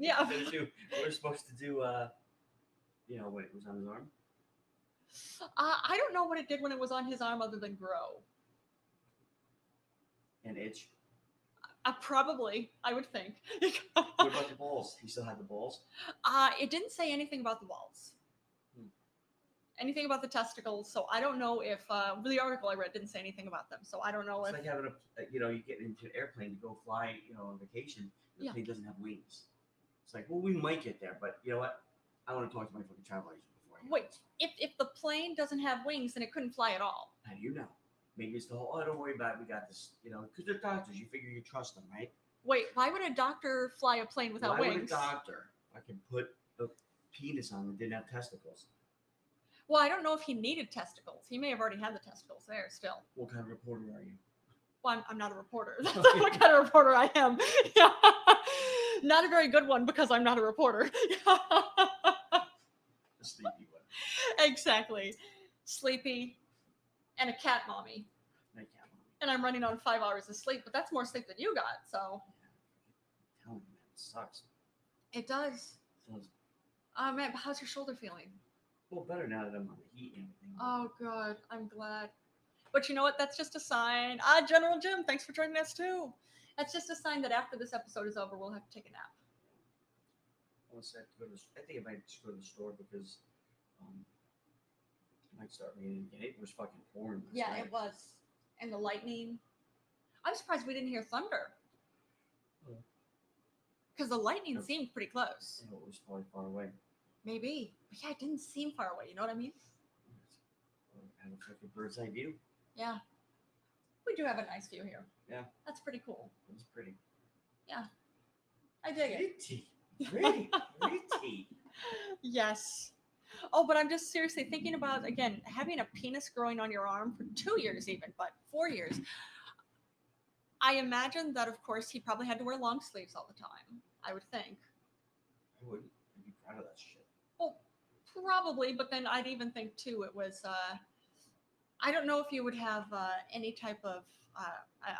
S1: yeah
S2: We're gonna do- we're supposed to do uh you know when it was on his arm
S1: uh, i don't know what it did when it was on his arm other than grow
S2: and itch
S1: uh, probably i would think
S2: what about the balls he still had the balls
S1: Uh, it didn't say anything about the balls.
S2: Hmm.
S1: anything about the testicles. So I don't know if uh, the article I read didn't say anything about them. So I don't know
S2: It's
S1: if
S2: like having a, uh, you know, you get into an airplane to go fly, you know, on vacation, and the
S1: Yeah.
S2: plane doesn't have wings. It's like, well, we might get there, but you know what? I want to talk to my fucking travel agent before. I
S1: Wait.
S2: Get
S1: if if the plane doesn't have wings, then it couldn't fly at all.
S2: there. How do you know? Maybe it's the whole. Oh, don't worry about it. We got this. You know, because they're doctors. You figure you trust them, right?
S1: Wait, why would a doctor fly a plane without
S2: Why would a
S1: wings?
S2: doctor fucking put a penis on that didn't have testicles?
S1: well, I don't know if he needed testicles. He may have already had the testicles there still.
S2: What kind of reporter are you?
S1: Well, I'm, I'm not a reporter. That's not what kind of reporter I am. Yeah. Not a very good one because I'm not a reporter.
S2: A sleepy one.
S1: exactly. Sleepy and a cat mommy.
S2: Like, yeah, well,
S1: And I'm running on five hours of sleep, but that's more sleep than you got. So
S2: I'm telling you, man, it sucks.
S1: it does.
S2: So it's
S1: Oh, man. but How's your shoulder feeling?
S2: well better now that I'm on the heat and everything.
S1: Oh, good. I'm glad. But you know what? That's just a sign. Ah, General Jim, thanks for joining us too. That's just a sign that after this episode is over, we'll have to take a nap.
S2: Unless I have to go to, the, I think I might just go to the store because um, I might start reading. again. It was fucking pouring. last
S1: Yeah,
S2: night.
S1: it was. And the lightning. I'm surprised we didn't hear thunder.
S2: Oh.
S1: Because the lightning
S2: Yep.
S1: seemed pretty close.
S2: Yeah, it was probably far away.
S1: Maybe. But yeah, it didn't seem far away. You know what I mean?
S2: I had a fucking bird's eye view.
S1: Yeah. We do have a nice view here.
S2: Yeah.
S1: That's pretty cool.
S2: It was pretty.
S1: I dig it.
S2: Pretty, pretty, pretty.
S1: Yes. Oh, but I'm just seriously thinking about again having a penis growing on your arm for two years, even, but four years. I imagine that, of course, he probably had to wear long sleeves all the time. I would think,
S2: I wouldn't. I'd be proud of that shit.
S1: probably, but then I'd even think too. It was. Uh, I don't know if you would have uh, any type of. Uh,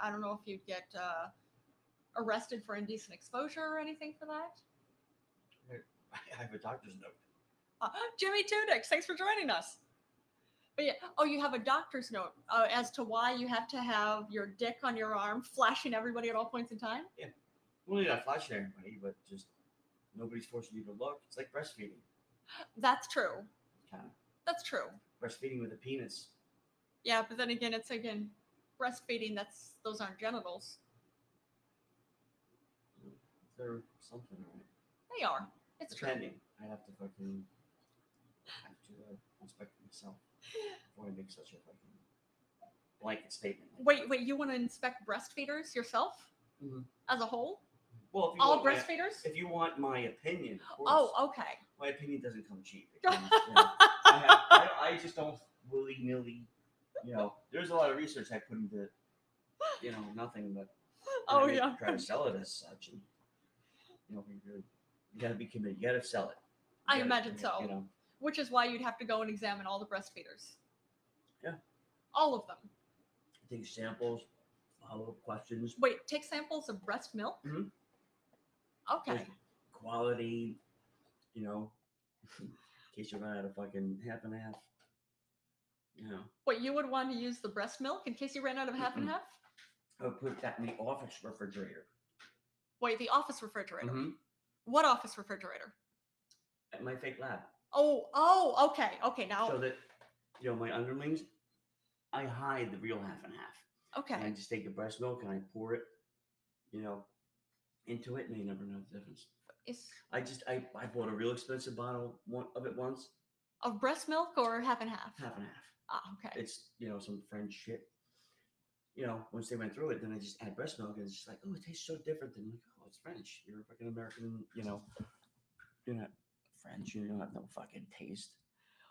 S1: I, I don't know if you'd get uh, arrested for indecent exposure or anything for that.
S2: I have a doctor's note.
S1: Uh, Jimmy Tudyk, thanks for joining us. But yeah, oh, you have a doctor's note uh, as to why you have to have your dick on your arm, flashing everybody at all points in time.
S2: Well, you're not flashing everybody, but just nobody's forcing you to look. It's like breastfeeding,
S1: That's true.
S2: kind of
S1: That's true.
S2: breastfeeding with a penis.
S1: Yeah, but then again, it's again breastfeeding. That's those aren't genitals.
S2: They're something, all right?
S1: They are. It's true.
S2: Depending, I have to fucking have to uh, inspect myself before I make such a fucking blanket statement.
S1: Wait, wait. You want to inspect breastfeeders yourself
S2: Mhm.
S1: as a whole?
S2: Well, if you
S1: All
S2: want my-
S1: breastfeaters?
S2: if you want my opinion, of course.
S1: Oh, okay.
S2: my opinion doesn't come cheap. It comes, you know, I, have, I, I just don't willy nilly. You know, there's a lot of research I put into, you know, nothing but and I
S1: Oh
S2: didn't
S1: yeah.
S2: try to sell it as such. And, you know, we really, you gotta be committed. You gotta sell it. You
S1: I
S2: gotta-
S1: imagine so.
S2: You know,
S1: Which is why you'd have to go and examine all the breastfeeders.
S2: Yeah.
S1: All of them.
S2: take samples, follow up questions,
S1: Wait, take samples of breast milk?
S2: Mhm. Mm-hmm.
S1: Okay.
S2: There's quality, you know, in case you run out of fucking half and half. You know,
S1: Wait, you would want to use the breast milk in case you ran out of half and
S2: Mhm.
S1: half?
S2: I would put that in the office refrigerator.
S1: Wait, the office refrigerator.
S2: Mhm.
S1: What office refrigerator?
S2: At my fake lab.
S1: Oh, oh, okay. Okay, now,
S2: So that, you know, my underlings, I hide the real half and half. And I
S1: okay.
S2: just take the breast milk and I pour it, you know, into it and they never know the difference.
S1: Is
S2: I just, I, I bought a real expensive bottle one, of it once,
S1: of breast milk or half and half?
S2: half and half.
S1: Ah, okay.
S2: it's you know some French shit. You know, once they went through it, then I just add breast milk, and it's just like, oh, it tastes so different than like, oh, it's French. You're a fucking American. You know, you're not French. You don't have no fucking taste.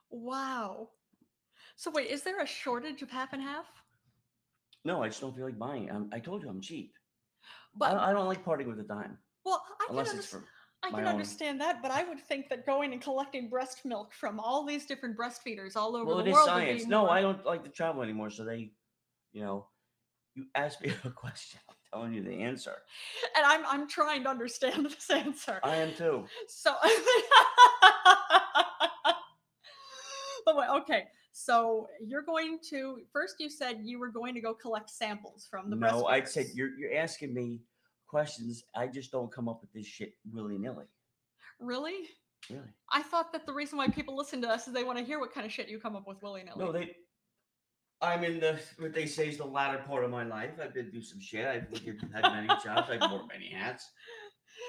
S1: Wow. So wait, is there a shortage of half and half?
S2: No, I just don't feel like buying. it. I'm, I told you I'm cheap. I,
S1: But
S2: I don't like parting with a dime
S1: well, I can,
S2: Uh, unless
S1: under-
S2: it's for.
S1: I
S2: my
S1: can
S2: own.
S1: understand that, but I would think that going and collecting breast milk from all these different breastfeeders all over
S2: Well, it
S1: the
S2: is
S1: world would be
S2: science. No,
S1: more-
S2: I don't like to travel anymore. So they, you know, you ask me a question, I'm telling you the answer.
S1: and I'm I'm trying to understand this answer.
S2: I am too.
S1: So, but wait, okay. So you're going to first. You said you were going to go collect samples from the.
S2: No, I
S1: breastfeeders.
S2: said you're you're asking me questions. I just don't come up with this shit willy nilly.
S1: Really?
S2: Really?
S1: I thought that the reason why people listen to us is they want to hear what kind of shit you come up with willy nilly.
S2: No, they. I'm in the what they say is the latter part of my life. I've been through some shit. I've lived here- had many jobs. I've worn many hats.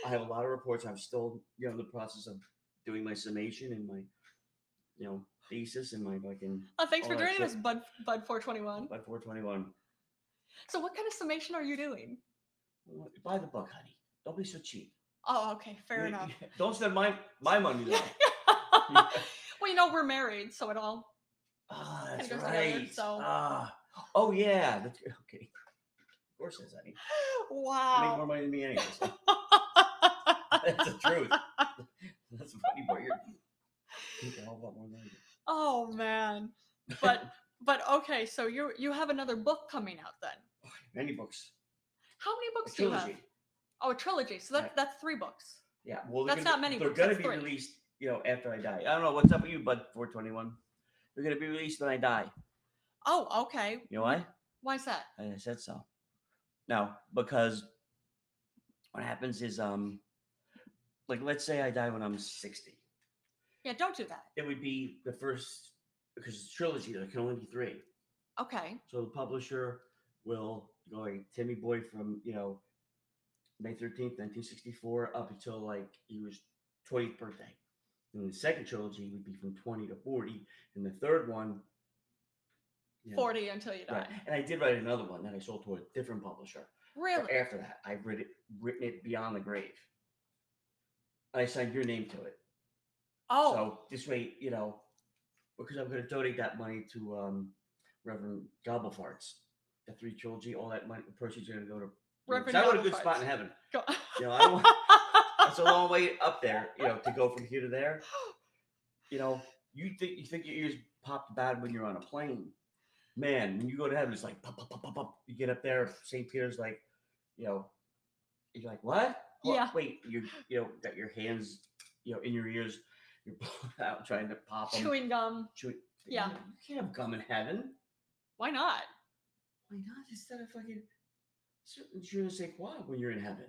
S2: I have a lot of reports. I'm still, you know, in the process of doing my summation and my, you know, thesis and my fucking
S1: oh, thanks for
S2: all that
S1: joining
S2: shit.
S1: us, Bud Bud Four Twenty One.
S2: by 421.
S1: So, what kind of summation are you doing?
S2: Buy the book, honey. Don't be so cheap.
S1: Oh, okay, fair
S2: You-
S1: enough.
S2: Don't spend my my money though.
S1: well, you know we're married, so it all.
S2: Ah,
S1: Kinda
S2: that's
S1: goes
S2: right.
S1: together, so-
S2: Ah. oh yeah. That's okay. Of course, it's honey. You make more
S1: Wow.
S2: money than me anyway. so that's the truth. That's the funny part. You're making a whole lot more than I do.
S1: oh man. But but okay, so you you have another book coming out then.
S2: Many books.
S1: How many
S2: A
S1: books do you have?
S2: trilogy.
S1: Oh, a trilogy. So that's
S2: Right.
S1: that's three books.
S2: Yeah. Well,
S1: That's
S2: they're
S1: not
S2: gonna,
S1: many
S2: They're
S1: books,
S2: gonna
S1: that's
S2: be
S1: three.
S2: released. You know, after I die. I don't know what's up with you, bud. 421. They're gonna be released when I die.
S1: Oh, okay.
S2: You know why?
S1: Why's that?
S2: And I said so. No, because what happens is, um, like let's say I die when I'm 60.
S1: Yeah, don't do that.
S2: It would be the first because it's a trilogy. There can only be three.
S1: Okay.
S2: So the publisher will go like Timmy Boy from you know May 13th, 1964, up until like he was 20th birthday. And the second trilogy would be from 20 to 40, and the third one. you know,
S1: Forty until you die.
S2: Right. And I did write another one that I sold to a different publisher. But
S1: Really?
S2: after that, I've written it, written it beyond the grave. I signed your name to it.
S1: Oh,
S2: So this way, you know, because I'm going to donate that money to um, Reverend Gobblefarts, the three trilogy, all that money, the proceeds are going to go to.
S1: Reverend
S2: So I want a good spot
S1: Gobblefarts.
S2: in heaven.
S1: go-
S2: You know, I don't want, it's a long way up there, you know, to go from here to there. You know, you think you think your ears popped bad when you're on a plane. Man, when you go to heaven, it's like pop, pop, pop, pop, pop. You get up there, St. Peter's like, you know, you're like, what? What?
S1: Yeah.
S2: Wait, you you know, got your hands, you know, in your ears, you're pulling out trying to pop them.
S1: Chewing gum. yeah.
S2: You can't have gum in heaven.
S1: Why not?
S2: Why not? Instead of fucking, je ne sais quoi when you're in heaven.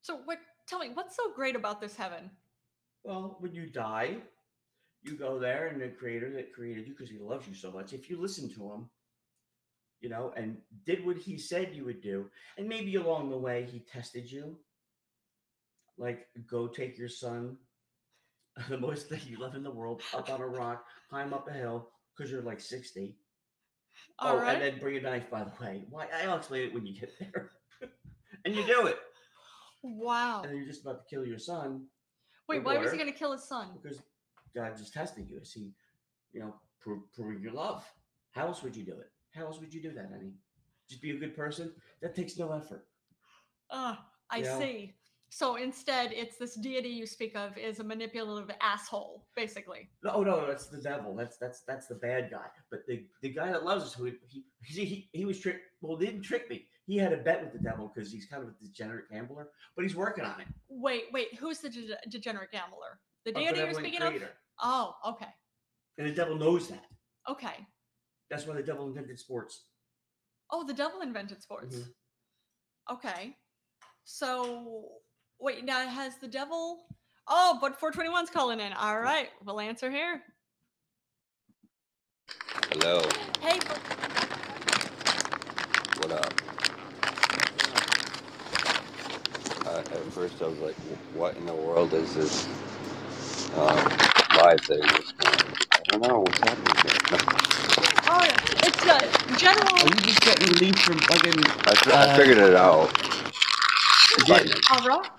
S1: So what? Tell me, what's so great about this heaven?
S2: Well, when you die, you go there, and the creator that created you, because he loves you so much, if you listen to him, you know, and did what he said you would do, and maybe along the way he tested you, like go take your son, the most thing you love in the world, up on a rock, climb up a hill, because you're like 60.
S1: All
S2: oh,
S1: right.
S2: and then bring a knife, by the way. Why? I'll explain it when you get there. and you do it.
S1: wow.
S2: And then you're just about to kill your son.
S1: Wait, why was he
S2: daughter-
S1: going to kill his son?
S2: because God just testing you. Is he, you know, pro- proving your love? How else would you do it? How else would you do that, honey? Just be a good person. That takes no effort.
S1: Ah, I
S2: Yeah.
S1: see. So instead, it's this deity you speak of is a manipulative asshole, basically.
S2: No, oh no, that's the devil. That's that's that's the bad guy. But the the guy that loves us, who he he he, he was tricked. Well, he didn't trick me. He had a bet with the devil because he's kind of a degenerate gambler, but he's working on it.
S1: Wait, wait, who's the de- degenerate gambler? The
S2: Our
S1: deity you're
S2: benevolent
S1: speaking of?
S2: Oh, creator.
S1: Oh, okay,
S2: and the devil knows that.
S1: okay.
S2: That's why the devil invented sports.
S1: Oh, the devil invented sports.
S2: Mhm.
S1: Okay. So wait, now has the devil? Oh, but 421's calling in. All right, we'll answer here.
S3: Hello,
S1: Hey, but-
S3: what up? Uh, at first, I was like, "Wh- "What in the world is this um, live thing?" That's going on? I don't know what's happening here. No,
S1: oh yeah, it's the general.
S2: you just getting relief from fucking?
S3: I, fi- I figured it out.
S2: Uh, did.
S3: It
S1: All right.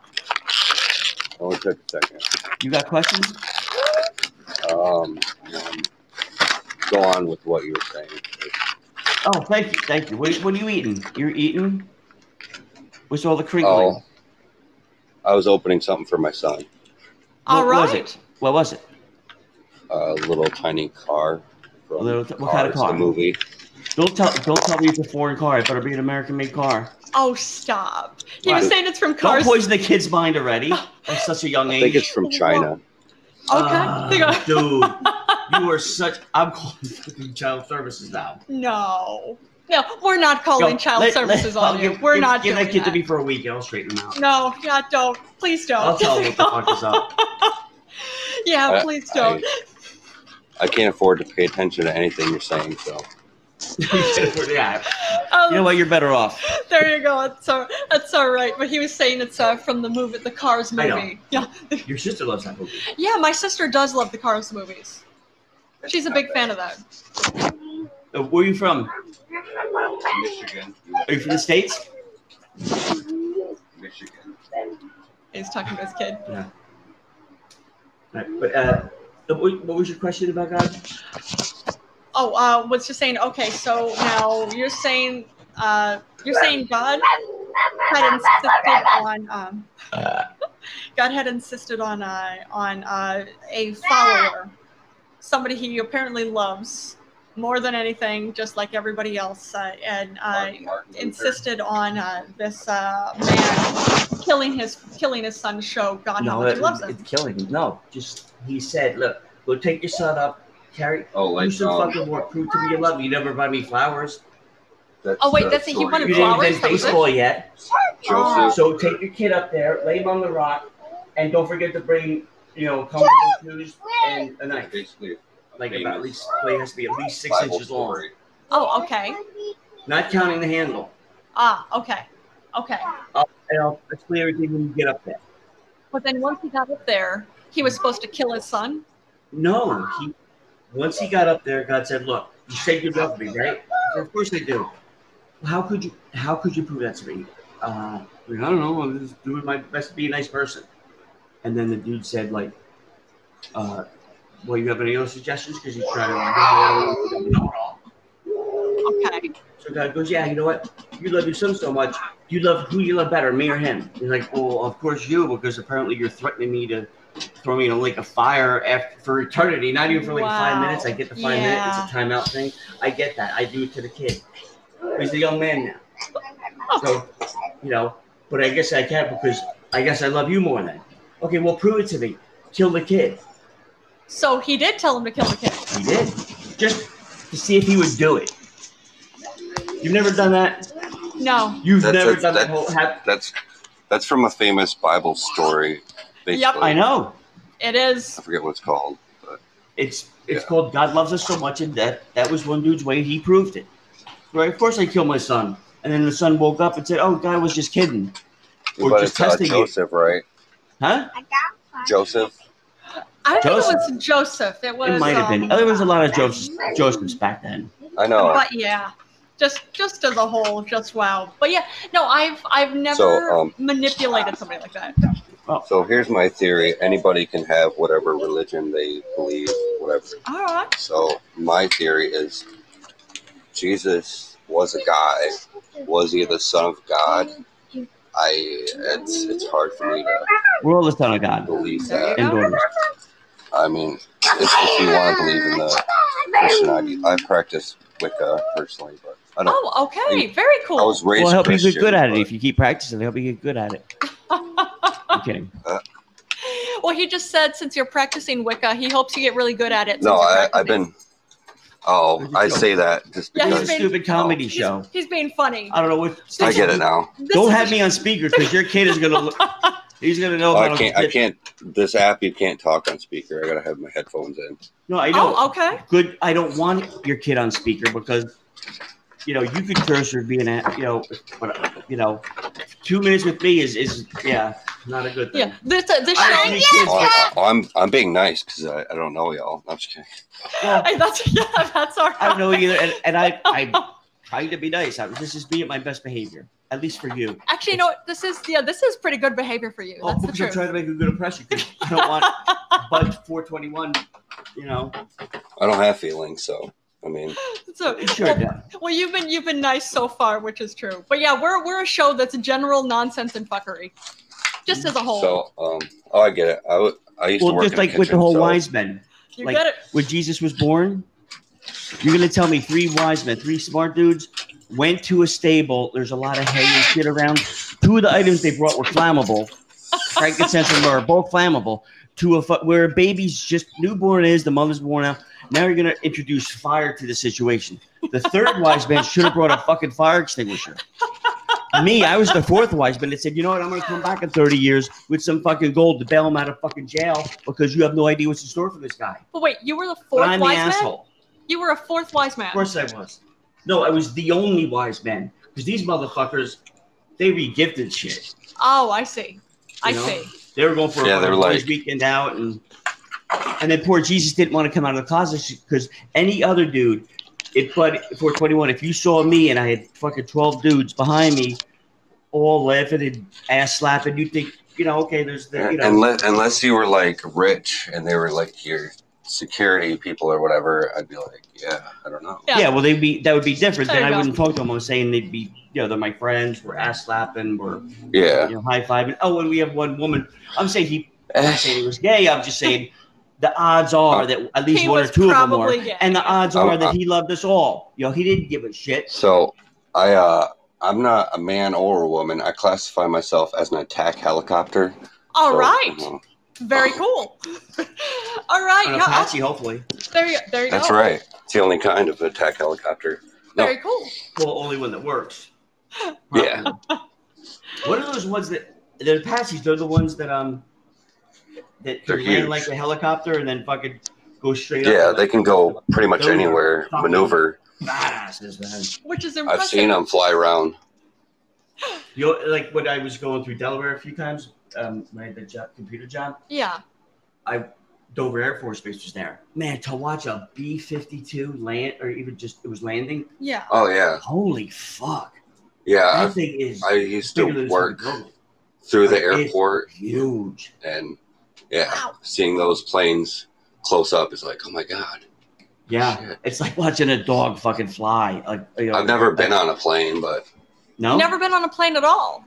S3: only oh, took a second.
S2: You got questions?
S3: Um, um, go on with what you were saying.
S2: Oh, thank you, thank you. What, what are you eating? You're eating? What's all the crinkling?
S3: Oh, I was opening something for my son.
S1: All
S2: what
S1: right.
S2: was it? What was it?
S3: A little tiny car. From
S2: A little t- what kind of
S3: Cars,
S2: car?
S3: The movie.
S2: Don't tell, don't tell me it's a foreign car. It better be an American-made car.
S1: Oh, stop. He was
S3: Right.
S1: saying it's from
S2: Don't
S1: Cars.
S2: poison the kid's mind already. At such a young
S3: I
S2: age.
S3: think it's from China.
S1: Okay.
S2: Ah,
S1: They go-
S2: dude, you are such. I'm calling fucking child services now.
S1: no. No, we're not calling
S2: Go,
S1: child
S2: let- let-
S1: services on
S2: I'll
S1: you.
S2: give-
S1: We're
S2: give-
S1: not
S2: Give
S1: doing
S2: that kid to
S1: that.
S2: me for a week and I'll straighten him out.
S1: No, yeah, don't. Please don't.
S2: I'll tell him what the fuck is up.
S1: Yeah,
S3: I-
S1: please
S3: I,
S1: don't.
S3: I can't afford to pay attention to anything you're saying, so.
S2: yeah.
S1: Um,
S2: You know what? You're better off.
S1: There you go. It's all, that's all right. But he was saying it's uh, from the movie, the Cars
S2: I know.
S1: movie. Yeah,
S2: Your sister loves that movie.
S1: yeah. My sister does love the Cars movies. She's a big fan of that.
S2: Uh, where are you from?
S3: Michigan.
S2: Are you from the States?
S3: Michigan.
S1: He's talking to his kid.
S2: Right, but uh, what what was your question about God?
S1: Oh, uh, was just saying. Okay, so now you're saying, uh, you're saying God had insisted on, um,
S2: Uh,
S1: God had insisted on, uh, on uh, a follower, somebody he apparently loves more than anything, just like everybody else, uh, and uh, insisted on uh, this uh, man killing his killing his son to show God how much he loves him.
S2: it's killing. No, just he said, look, go take your son up, carry,
S3: Oh,
S2: do
S3: like,
S2: some
S3: um,
S2: fucking work, prove to me you love me. You never buy me flowers.
S1: Oh, wait, that's it. He
S3: story
S1: wanted
S2: You
S3: about
S1: Flowers,
S2: didn't play
S1: that was it?
S2: baseball yet,
S1: Oh.
S3: Joseph.
S2: so take your kid up there, lay him on the rock, and don't forget to bring, you know, comfort and shoes and a knife.
S3: Basically,
S2: Like
S3: famous
S2: about at least, play has to be at least six
S3: Bible
S2: inches long,
S3: story.
S1: Oh, okay.
S2: not counting the handle.
S1: Ah, okay, okay.
S2: And I'll explain everything when you get up there.
S1: But then once he got up there, he was supposed to kill his son.
S2: No, he once he got up there, God said, "Look, you said you love me, right?" I said, of course I do. "Well, how could you? How could you prove that to me? Uh, I, mean, I don't know. I'm just doing my best to be a nice person. And then the dude said, like, uh, "Well, you have any other suggestions?" Because he's trying to know it all.
S1: Okay.
S2: So God goes, "Yeah, you know what? You love your son so much. You love who you love better, me or him?" He's like, "Well, of course you, because apparently you're threatening me to." Throw me in a lake of fire after, for eternity, not even for like five
S1: Wow.
S2: minutes. I get the five minutes, it's a timeout thing. I get that. I do it to the kid. He's a young man now. So, you know, but I guess I can't because I guess I love you more then. Okay, well, prove it to me. Kill the kid.
S1: So he did tell him to kill the kid.
S2: He did. Just to see if he would do it. You've never done that?
S1: No.
S2: You've
S3: That's-
S2: never
S3: that's-
S2: done that
S3: that's-
S2: whole. Have,
S3: That's that's from a famous Bible story.
S1: Yep.
S3: basically.
S2: I know.
S1: It is.
S3: I forget what it's called.
S2: It's it's
S3: Yeah.
S2: called God loves us so much, and that that was one dude's way. He proved it. Right? Of course, I killed my son, and then the son woke up and said, "Oh, God was just kidding," or
S3: but
S2: just
S3: it's uh,
S2: testing it,
S3: Joseph, right?
S2: huh?
S3: Joseph.
S1: I think
S2: Joseph.
S1: it was Joseph. It was.
S2: It might have been.
S1: um,
S2: There was a lot of Josephs, Josephs back then.
S3: I know.
S1: But yeah, just just as a whole, just wow. But yeah, no, I've I've never
S3: um,
S1: manipulated somebody like that.
S3: So here's my theory: anybody can have whatever religion they believe, whatever.
S1: All right.
S3: So my theory is Jesus was a guy. Was he the son of God? I it's it's hard for me to
S2: We're all the son of God
S3: believe
S1: There you
S3: that.
S2: and
S1: go.
S2: daughters.
S3: I mean, if, if you want to believe in the Christian idea, I practice Wicca personally, but I don't.
S1: Oh, okay. Very
S3: I
S1: cool.
S3: was raised.
S2: Well, I hope you
S3: Christian,
S2: get good at it
S3: but-
S2: if you keep practicing. I hope you get good at it. I'm kidding.
S1: well, he just said since you're practicing Wicca, he hopes you get really good at it.
S3: No,
S1: since you're
S3: I, I've
S1: practicing.
S3: been. Oh, I say that just
S1: Yeah,
S2: It
S1: he's
S2: was a
S3: because
S1: been-
S2: stupid comedy
S1: He's-
S2: show.
S1: He's, being funny.
S2: I don't know what.
S3: I get it now.
S1: This
S2: Don't
S1: is-
S2: have me on speaker because your kid is gonna. Look, he's gonna know.
S3: Oh,
S2: About
S3: I can't. I can't. This app, you can't talk on speaker. I gotta have my headphones in.
S2: No, I know.
S1: Oh, okay.
S2: Good. I don't want your kid on speaker because, you know, you could curse or be an, a- you know, but you know, two minutes with me is is yeah, not a good thing.
S1: Yeah. This uh, this
S2: I don't
S1: show.
S2: want any kids
S3: Oh, I- I- I'm. I'm being nice because I, I don't know y'all. I'm just kidding.
S2: Well,
S1: Hey, that's yeah, that's all right.
S2: I don't know either, and, and I I trying to be nice. I'm just just being at my best behavior, at least for you.
S1: Actually, you know what? This is yeah, this is pretty good behavior for you.
S2: Oh,
S1: That's the
S2: because I'm
S1: truth.
S2: trying to make a good impression. 'cause I don't want Bud 421. You know,
S3: I don't have feelings, so I mean,
S1: so
S2: sure.
S1: well,
S2: yeah.
S1: well, you've been you've been nice so far, which is true. But yeah, we're we're a show that's general nonsense and fuckery, just as a whole.
S3: so um. Oh, I get it. I would. I used to
S2: Well,
S3: work
S2: just
S3: in a
S2: like with the
S3: kitchen,
S2: whole
S3: so-
S2: wise men.
S1: you
S2: like-
S1: got it.
S2: when Jesus was born? You're gonna tell me three wise men, three smart dudes, went to a stable. There's a lot of hay and shit around. Two of the items they brought were flammable. Frankincense and myrrh, both flammable. To a fu- where a baby's just newborn is, the mother's worn out, Now you're gonna introduce fire to the situation. The third wise man should have brought a fucking fire extinguisher. Me, I was the fourth wise man that said, you know what, I'm gonna come back in 30 years with some fucking gold to bail him out of fucking jail because you have no idea what's in store for this guy.
S1: But wait, you were the
S2: But
S1: fourth
S2: I'm the
S1: wise man.
S2: asshole.
S1: You were a fourth wise man.
S2: Of course I was. No, I was the only wise man because these motherfuckers, they regifted shit.
S1: Oh, I see. I
S2: You know?
S1: see.
S2: They were going for
S3: Yeah,
S2: a
S3: they were
S2: fucking boys'
S3: like-
S2: weekend out, and and then poor Jesus didn't want to come out of the closet because any other dude, if but for twenty one, if you saw me and I had fucking twelve dudes behind me, all laughing and ass slapping, you think you know, okay, there's the you know,
S3: Unless, unless you were like rich and they were like your security people or whatever, I'd be like, yeah, I don't know.
S1: Yeah.
S2: yeah. well, they'd be that would be different.
S1: There
S2: Then
S1: you
S2: I
S1: go.
S2: wouldn't talk to them. I'm saying they'd be, you know, they're my friends. We're ass slapping. We're
S3: Yeah.
S2: you know, high fiving. Oh, and we have one woman. I'm saying he I'm
S3: Eh.
S2: not saying he was gay. I'm just saying the odds are that at least
S1: He
S2: one or
S1: was
S2: two of them were,
S1: probably gay.
S2: and the odds
S3: Oh,
S2: are
S3: uh,
S2: that he loved us all. You know, he didn't give a shit.
S3: So I uh I'm not a man or a woman. I classify myself as an attack helicopter.
S1: All
S3: So, uh,
S1: right.
S3: you know,
S1: Very cool. All right.
S2: An
S1: Yeah,
S2: Apache, hopefully.
S1: awesome. there you, there you
S3: that's
S1: go.
S3: right. It's the only kind of attack helicopter. no.
S1: Very cool.
S2: Well, only one that works.
S3: Yeah.
S2: What are those ones that the Apaches? They're the ones that um that
S3: They're
S2: can land
S3: huge.
S2: like a helicopter and then fucking go straight up.
S3: Yeah,
S2: and,
S3: they
S2: like,
S3: can go pretty much
S2: Those are
S3: anywhere,
S2: fucking-
S3: maneuver.
S2: badasses, man.
S1: Which is impressive.
S3: I've seen them fly around.
S2: You know, like when I was going through Delaware a few times, um, when I had the job, computer job.
S1: Yeah.
S2: Dover Air Force Base was there. Man, to watch a B fifty two land or even just it was landing.
S1: Yeah.
S3: Oh yeah.
S2: Holy fuck!
S3: Yeah.
S2: that thing is
S3: Uh, I, I used
S2: bigger
S3: to
S2: than
S3: work
S2: this whole
S3: through the
S2: It's
S3: airport
S2: Huge.
S3: and yeah,
S1: Wow.
S3: seeing those planes close up is like, oh my god.
S2: Yeah,
S3: Shit.
S2: it's like watching a dog fucking fly. Like you know,
S3: I've never
S2: like-
S3: been on a plane, but
S2: No,
S1: Never been on a plane at all.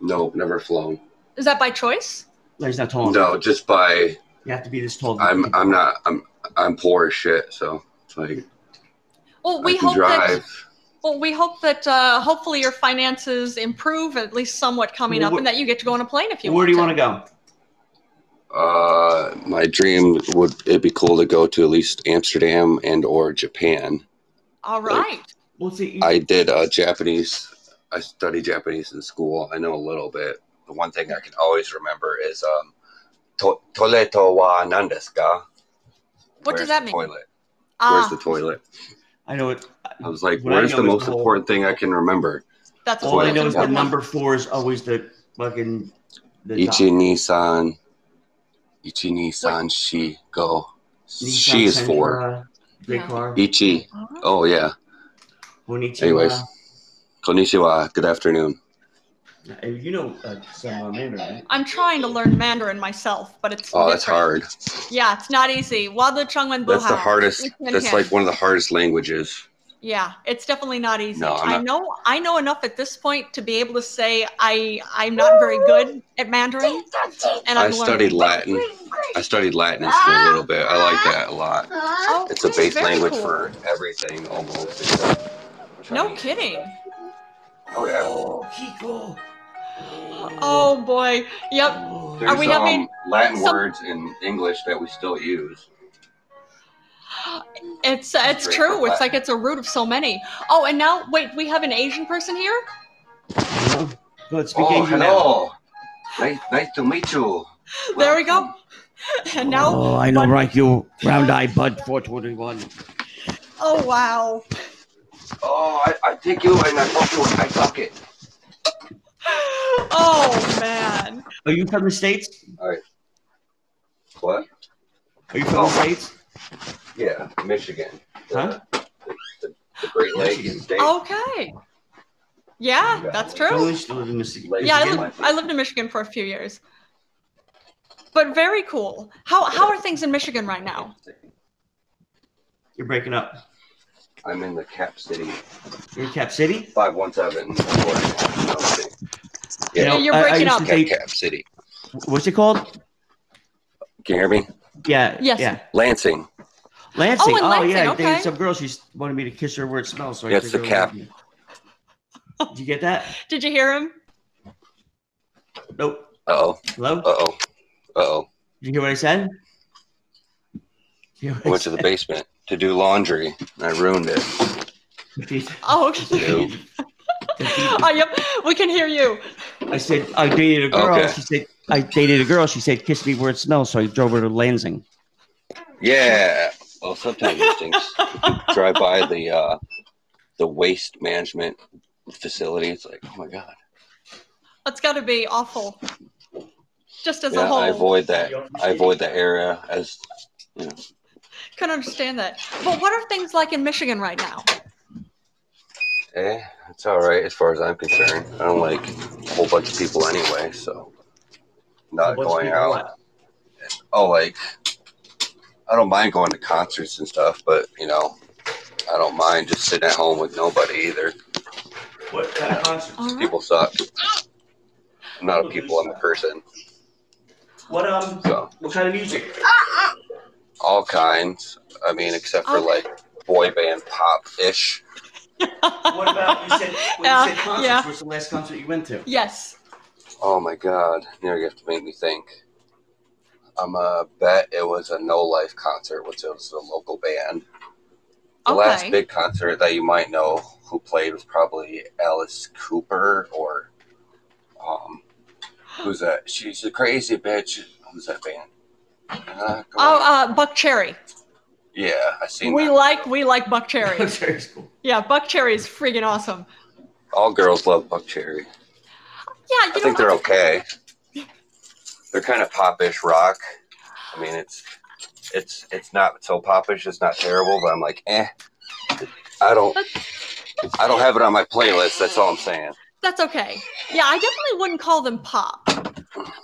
S3: no, never flown.
S1: Is that by choice?
S2: No, he's not tall enough.
S3: No, just by
S2: You have to be this tall. to-
S3: I'm uh, I'm not I'm I'm poor as shit, so it's like
S1: Well,
S3: I
S1: we
S3: can
S1: hope that.
S3: drive.
S1: Well, we hope that uh, hopefully your finances improve at least somewhat coming
S2: Well,
S1: up,
S2: where-
S1: and that you get to go on a plane if you
S2: Where
S1: want.
S2: do you want to go?
S3: Uh, my dream would it'd be cool to go to at least Amsterdam and or Japan.
S1: All right.
S2: Well, see,
S3: I did uh, Japanese. I studied Japanese in school. I know a little bit. The one thing I can always remember is um, to- toilet wa nandesu ka?
S1: What
S3: Where's
S1: does that
S3: the
S1: mean?
S3: Toilet. Where's
S1: Ah,
S3: the toilet?
S2: I know it.
S3: I was like,
S2: What I
S3: where's
S2: know
S3: the
S2: is
S3: most
S2: the whole-
S3: important thing I can remember?
S1: that's
S2: All I know is
S1: that's important.
S2: the number four is always the fucking. The top.
S3: Ichi Nissan, Ichi Nissan Shi Go.
S2: Nissan
S3: She is four.
S2: Sentra, Great
S1: Yeah.
S2: car.
S3: Ichi.
S1: Ah.
S3: Oh yeah.
S2: Konnichiwa.
S3: Anyways, Konnichiwa. Good afternoon.
S2: Uh, You know uh, some uh, Mandarin, right?
S1: I'm trying to learn Mandarin myself, but it's
S3: Oh, that's
S1: different.
S3: hard.
S1: Yeah, it's not easy. Wadu Changwen
S3: That's the
S1: Buhao.
S3: hardest.
S1: We can
S3: That's
S1: hear.
S3: like one of the hardest languages.
S1: Yeah, it's definitely not easy.
S3: No, I'm
S1: I
S3: not-
S1: know I know enough at this point to be able to say I I'm not very good at Mandarin, and I'm
S3: I studied
S1: learning.
S3: Latin. I studied Latin in school a little bit. I like that a lot.
S1: Oh,
S3: It's a
S1: that's
S3: base
S1: very
S3: language
S1: cool.
S3: for everything almost. except
S1: No
S3: Chinese.
S1: kidding.
S3: Oh yeah.
S2: Oh, Kiko.
S1: Oh boy. Yep.
S3: There's
S1: we having
S3: um, Latin
S1: some-
S3: words in English that we still use.
S1: It's it's
S3: Great
S1: true.
S3: for
S1: It's
S3: Latin.
S1: like it's a root of so many. Oh, and now wait, we have an Asian person here?
S2: No. Good. Speak
S3: Oh
S2: Asian now.
S3: hello. Nice, nice to meet you.
S1: There we go. And now
S2: Oh, I know,
S1: Bud-
S2: right? You round eye bud 421.
S1: oh wow.
S3: Oh, I, I take you and I fuck you and I fuck it.
S1: Oh man.
S2: Are you from the States?
S3: What?
S2: Are you from
S3: Oh.
S2: the States?
S3: Yeah, Michigan.
S2: Huh?
S3: The Great
S2: Michigan.
S3: Lakes state.
S1: Oh, Okay. Yeah, that's
S2: I
S1: true.
S2: always live in Michigan.
S3: Lake-
S1: yeah, I,
S3: Michigan?
S1: lived, I lived in Michigan for a few years. But very cool. How how are things in Michigan right now?
S2: You're breaking up.
S3: I'm in the Cap City,
S2: You're in Cap City?
S3: five one seven.
S2: You
S3: Yeah,
S1: Yeah, you're
S2: I- I
S1: breaking
S2: used
S1: up.
S2: to
S3: Cap,
S2: think-
S3: Cap City.
S2: what's it called?
S3: Can you hear me?
S2: Yeah.
S1: Yes.
S2: Yeah.
S3: Lansing.
S2: Lansing.
S1: Oh, in Lansing,
S2: yeah. I
S1: okay.
S2: dated some girl. She wanted me to kiss her where it smells. So I
S3: That's
S2: took
S3: the
S2: her
S3: cap.
S2: with me. Did you get that?
S1: Did you hear him?
S2: Nope.
S3: Uh oh.
S2: Hello?
S3: Uh oh. Uh oh.
S2: Did you hear what I said? You hear what
S3: I
S2: I
S3: went to the
S2: said?
S3: basement to do laundry. And I ruined it.
S1: Oh,
S3: Ew.
S1: okay. oh, yep. We can hear you.
S2: I said I dated a girl.
S3: Okay.
S2: She said I dated a girl. She said kiss me where it smells. So I drove her to Lansing.
S3: Yeah. Well, sometimes it stinks. Drive by the uh, the waste management facility. It's like, oh my god.
S1: That's got to be awful. Just as a
S3: Yeah,
S1: whole.
S3: I avoid that. I avoid that area as
S1: can understand that. But what are things like in Michigan right now?
S3: eh. It's all right as far as I'm concerned. I don't like a whole bunch of people anyway, so not going out. Oh, like I don't mind going to concerts and stuff, but you know, I don't mind just sitting at home with nobody either.
S2: What kind of concert?
S1: All right.
S3: People suck. I'm not a people. I'm a person.
S2: What um?
S3: So
S2: What kind of music?
S3: all kinds. I mean, except for like boy band pop ish.
S2: What about you said? When
S1: Yeah,
S2: you said concerts,
S1: yeah.
S2: what's the last concert you went to?
S1: yes.
S3: Oh my god! Now you have to make me think. I'm a bet it was a No Life concert, which was a local band. The last
S1: Okay.
S3: big concert that you might know who played was probably Alice Cooper or um, who's that? She's a crazy bitch. Who's that band? Uh, go on.
S1: Oh, uh, Buck Cherry.
S3: yeah, I seen
S1: We
S3: that.
S1: like we like Buck Cherry.
S2: Concert's cool.
S1: yeah, Buck Cherry is freaking awesome.
S3: All girls love Buck Cherry.
S1: Yeah,
S3: I
S1: you
S3: think
S1: know,
S3: they're okay. They're kind of popish rock. I mean, it's it's it's not so popish. It's not terrible, but I'm like, eh. I don't I don't have it on my playlist. That's all I'm saying.
S1: that's okay. Yeah, I definitely wouldn't call them pop,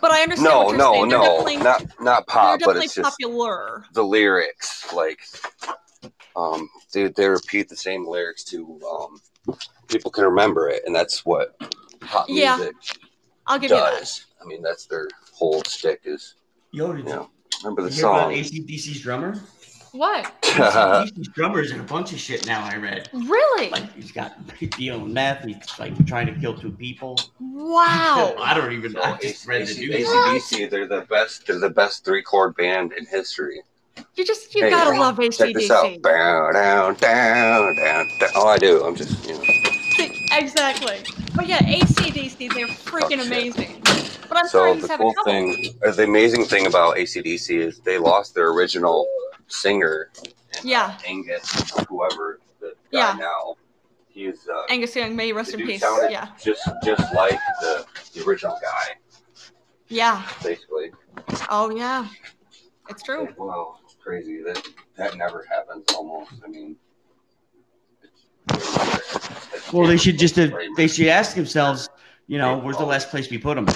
S1: but I understand.
S3: No,
S1: what you're
S3: no,
S1: saying. They're
S3: no,
S1: definitely,
S3: not not
S1: they're
S3: pop, but
S1: definitely
S3: it's just
S1: popular.
S3: the lyrics. Like, um, they they repeat the same lyrics to um, people can remember it, and that's what pop
S1: Yeah,
S3: music
S1: I'll give
S3: does. I mean, that's their whole stick is
S2: Yo, did
S3: you know remember
S2: you
S3: the
S2: hear about
S3: song.
S2: ACDC's drummer?
S1: you that. What?
S2: ACDC's drummer's in a bunch of shit now. I read.
S1: Really?
S2: Like he's got he's dealing meth. He's like trying to kill two people.
S1: Wow.
S2: I don't even. know. I just read the news.
S3: ACDC, they're the best. They're the best three chord band in history.
S1: You just you
S3: Hey,
S1: gotta love
S3: Check this out.
S1: ACDC.
S3: Down, down, down, down, down. Oh, I do. I'm just, you know.
S1: See, Exactly. But yeah, ACDC, they're freaking
S3: shit.
S1: amazing. But I'm
S3: so
S1: sorry he's
S3: the
S1: having
S3: cool
S1: trouble.
S3: thing, or the amazing thing about ACDC is they lost their original singer, uh,
S1: Yeah,
S3: Angus, whoever the guy
S1: Yeah.
S3: now. He's uh,
S1: Angus Young, may you rest
S3: the
S1: in
S3: dude
S1: peace.
S3: sounded
S1: Yeah,
S3: just just like the, the original guy,
S1: yeah.
S3: basically.
S1: Oh yeah, it's true.
S3: Like, wow, it's crazy that that never happens. Almost, I mean. it's-
S2: Well, they should just they should ask themselves, you know, where's the last place we put them?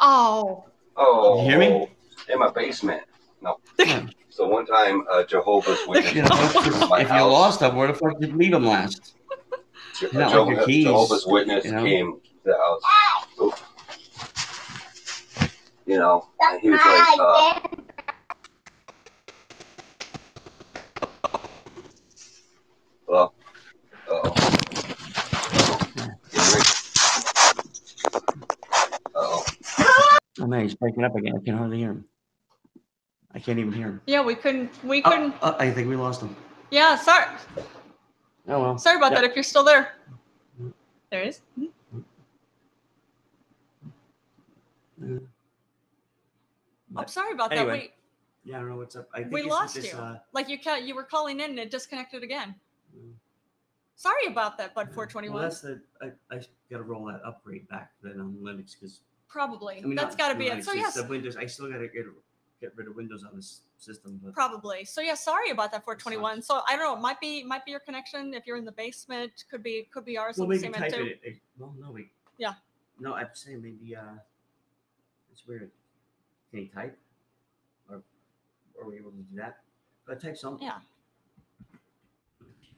S1: Oh,
S3: Oh,
S2: You hear me?
S3: In my basement. No.
S2: Yeah.
S3: so one time, uh, Jehovah's Witness.
S2: You know, if,
S3: my
S2: if you
S3: house.
S2: lost them, where the fuck did you leave them last?
S3: Je-
S2: not like your
S3: Jehovah-
S2: keys,
S3: Jehovah's Witness
S2: you know?
S3: came to the house. Oop. You know, and he was like, uh, well, uh-oh. Uh-oh.
S2: Oh man, he's breaking up again. I can hardly hear him. I can't even hear him.
S1: yeah. We couldn't. We couldn't.
S2: Oh, oh, I think we lost him.
S1: Yeah. Sorry.
S2: Oh well.
S1: Sorry about
S2: Yeah.
S1: that. If you're still there, there it is. Mhm.
S2: Yeah.
S1: I'm sorry about that.
S2: Mm-hmm. Anyway.
S1: We,
S2: Yeah, I don't know what's up. I think
S1: We
S2: it's
S1: lost
S2: this,
S1: you.
S2: Uh,
S1: like you can You were calling in and it disconnected again.
S2: Mm.
S1: Sorry about that, Bud.
S2: Well,
S1: 421.
S2: that's the I, I gotta roll that upgrade back then on Linux because
S1: probably.
S2: I mean
S1: That's
S2: not
S1: got to be it.
S2: Linux,
S1: So
S2: it's
S1: yes,
S2: the Windows. I still gotta get get rid of Windows on this system. But
S1: Probably. So yeah, sorry about that 421. So I don't know. Might be might be your connection if you're in the basement. Could be could be ours.
S2: Well,
S1: on the
S2: maybe
S1: same
S2: type
S1: end
S2: it.
S1: too.
S2: it- Well, no, wait.
S1: Yeah.
S2: No, I'm saying maybe. uh It's weird. Can you type? Or are we able to do that? But type something.
S1: Yeah.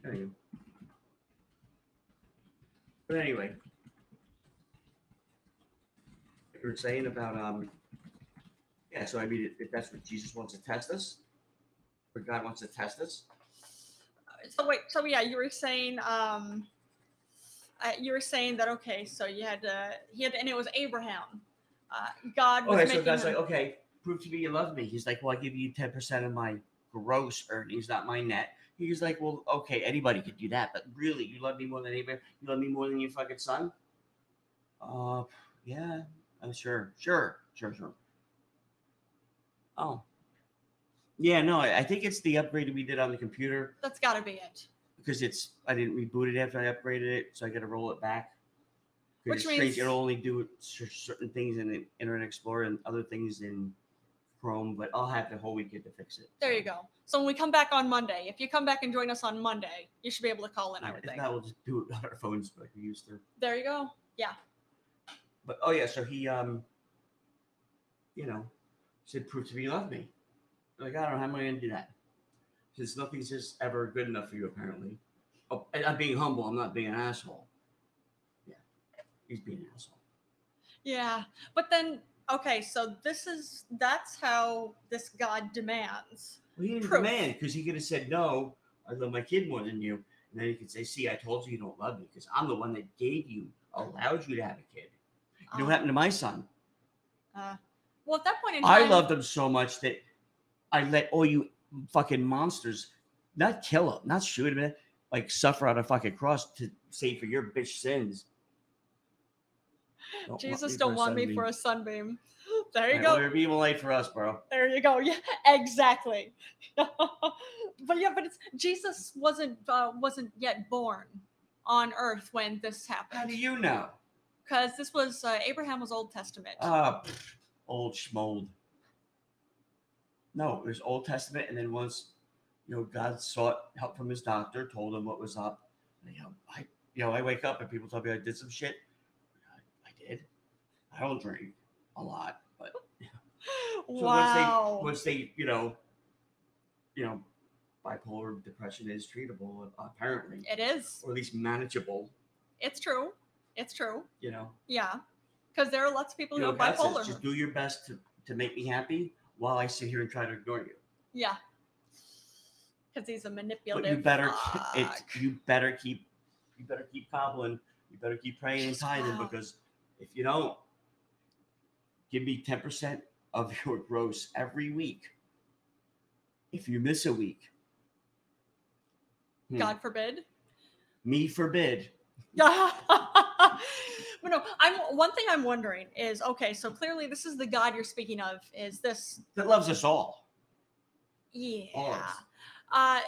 S2: There you go. But anyway, you were saying about um. Yeah, so I mean, if- if that's what Jesus wants to test us, or God wants to test us,
S1: So wait. So yeah, you were saying um, uh, you were saying that okay. So you had uh, he had and it was Abraham. Uh, God was
S2: okay, so
S1: making
S2: God's
S1: him-
S2: like, okay, prove to me you love me. He's like, well, I give you ten percent of my gross earnings, not my net. He was like, well, okay, anybody could do that, but really, you love me more than anybody. You love me more than your fucking son. Uh, yeah, I'm sure, sure, sure, sure. Oh, yeah, no, I I think it's the upgrade we did on the computer
S1: That's got to be it.
S2: because it's I didn't reboot it after I upgraded it, so I got to roll it back. 'Cause
S1: Which
S2: it's strange,
S1: means-
S2: it'll only do cer- certain things in the Internet Explorer and other things in Chrome, but I'll have the whole weekend to fix it.
S1: There you go. So when we come back on Monday, if you come back and join us on Monday, you should be able to call in, I would
S2: If
S1: think.
S2: not, we'll just do it on our phones like we used to.
S1: There you go.
S2: But oh yeah, so he um, you know, said prove to me you love me. I'm like I don't know how am I gonna do that? Since nothing's just ever good enough for you apparently. Oh, and I'm being humble. I'm not being an asshole. Yeah, he's being an asshole.
S1: Yeah. But then, okay, so this is, that's how this God demands.
S2: Well, he didn't
S1: Proof.
S2: demand because he could have said no. I love my kid more than you, and then he could say, "See, I told you you don't love me because I'm the one that gave you, allowed you to have a kid." You know
S1: Um,
S2: what happened to my son?
S1: Well, at that point in time,
S2: I loved him so much that I let all you fucking monsters not kill him, not shoot him, like suffer on a fucking cross to save for your bitch sins. Don't want
S1: Jesus
S2: me
S1: don't
S2: a
S1: want me
S2: sunbeam.
S1: for a sunbeam. There you
S2: Yeah,
S1: go.
S2: well, You're evil light for us, bro.
S1: There you go. Yeah, exactly. but yeah, but it's Jesus wasn't uh, wasn't yet born on earth when this
S2: How do
S1: happened
S2: you know?
S1: because this was uh, Abraham was Old Testament.
S2: Ah, pff, old schmold. No, it was Old Testament, and then once you know God sought help from his doctor, told him what was up. and, you know, I you know I wake up and people tell me I did some shit. I, I did. I don't drink a lot, but so
S1: wow.
S2: once they once they you know you know bipolar depression is treatable apparently,
S1: it is.
S2: or at least manageable.
S1: It's true. It's true.
S2: You know,
S1: Yeah, because there are lots of people
S2: you
S1: who
S2: know
S1: are
S2: God says,
S1: bipolar.
S2: just do your best to to make me happy while I sit here and try to ignore you.
S1: yeah, because he's a manipulative.
S2: But you better
S1: fuck.
S2: it, you better keep you better keep cobbling. You better keep praying and
S1: Just
S2: tithing
S1: wow.
S2: because if you don't, give me ten percent of your gross every week. If you miss a week, Hmm.
S1: God forbid.
S2: me forbid.
S1: Yeah. but no, I'm one thing I'm wondering is okay, so clearly this is the God you're speaking of. Is this
S2: That loves us all.
S1: yeah.
S2: All of us.
S1: Uh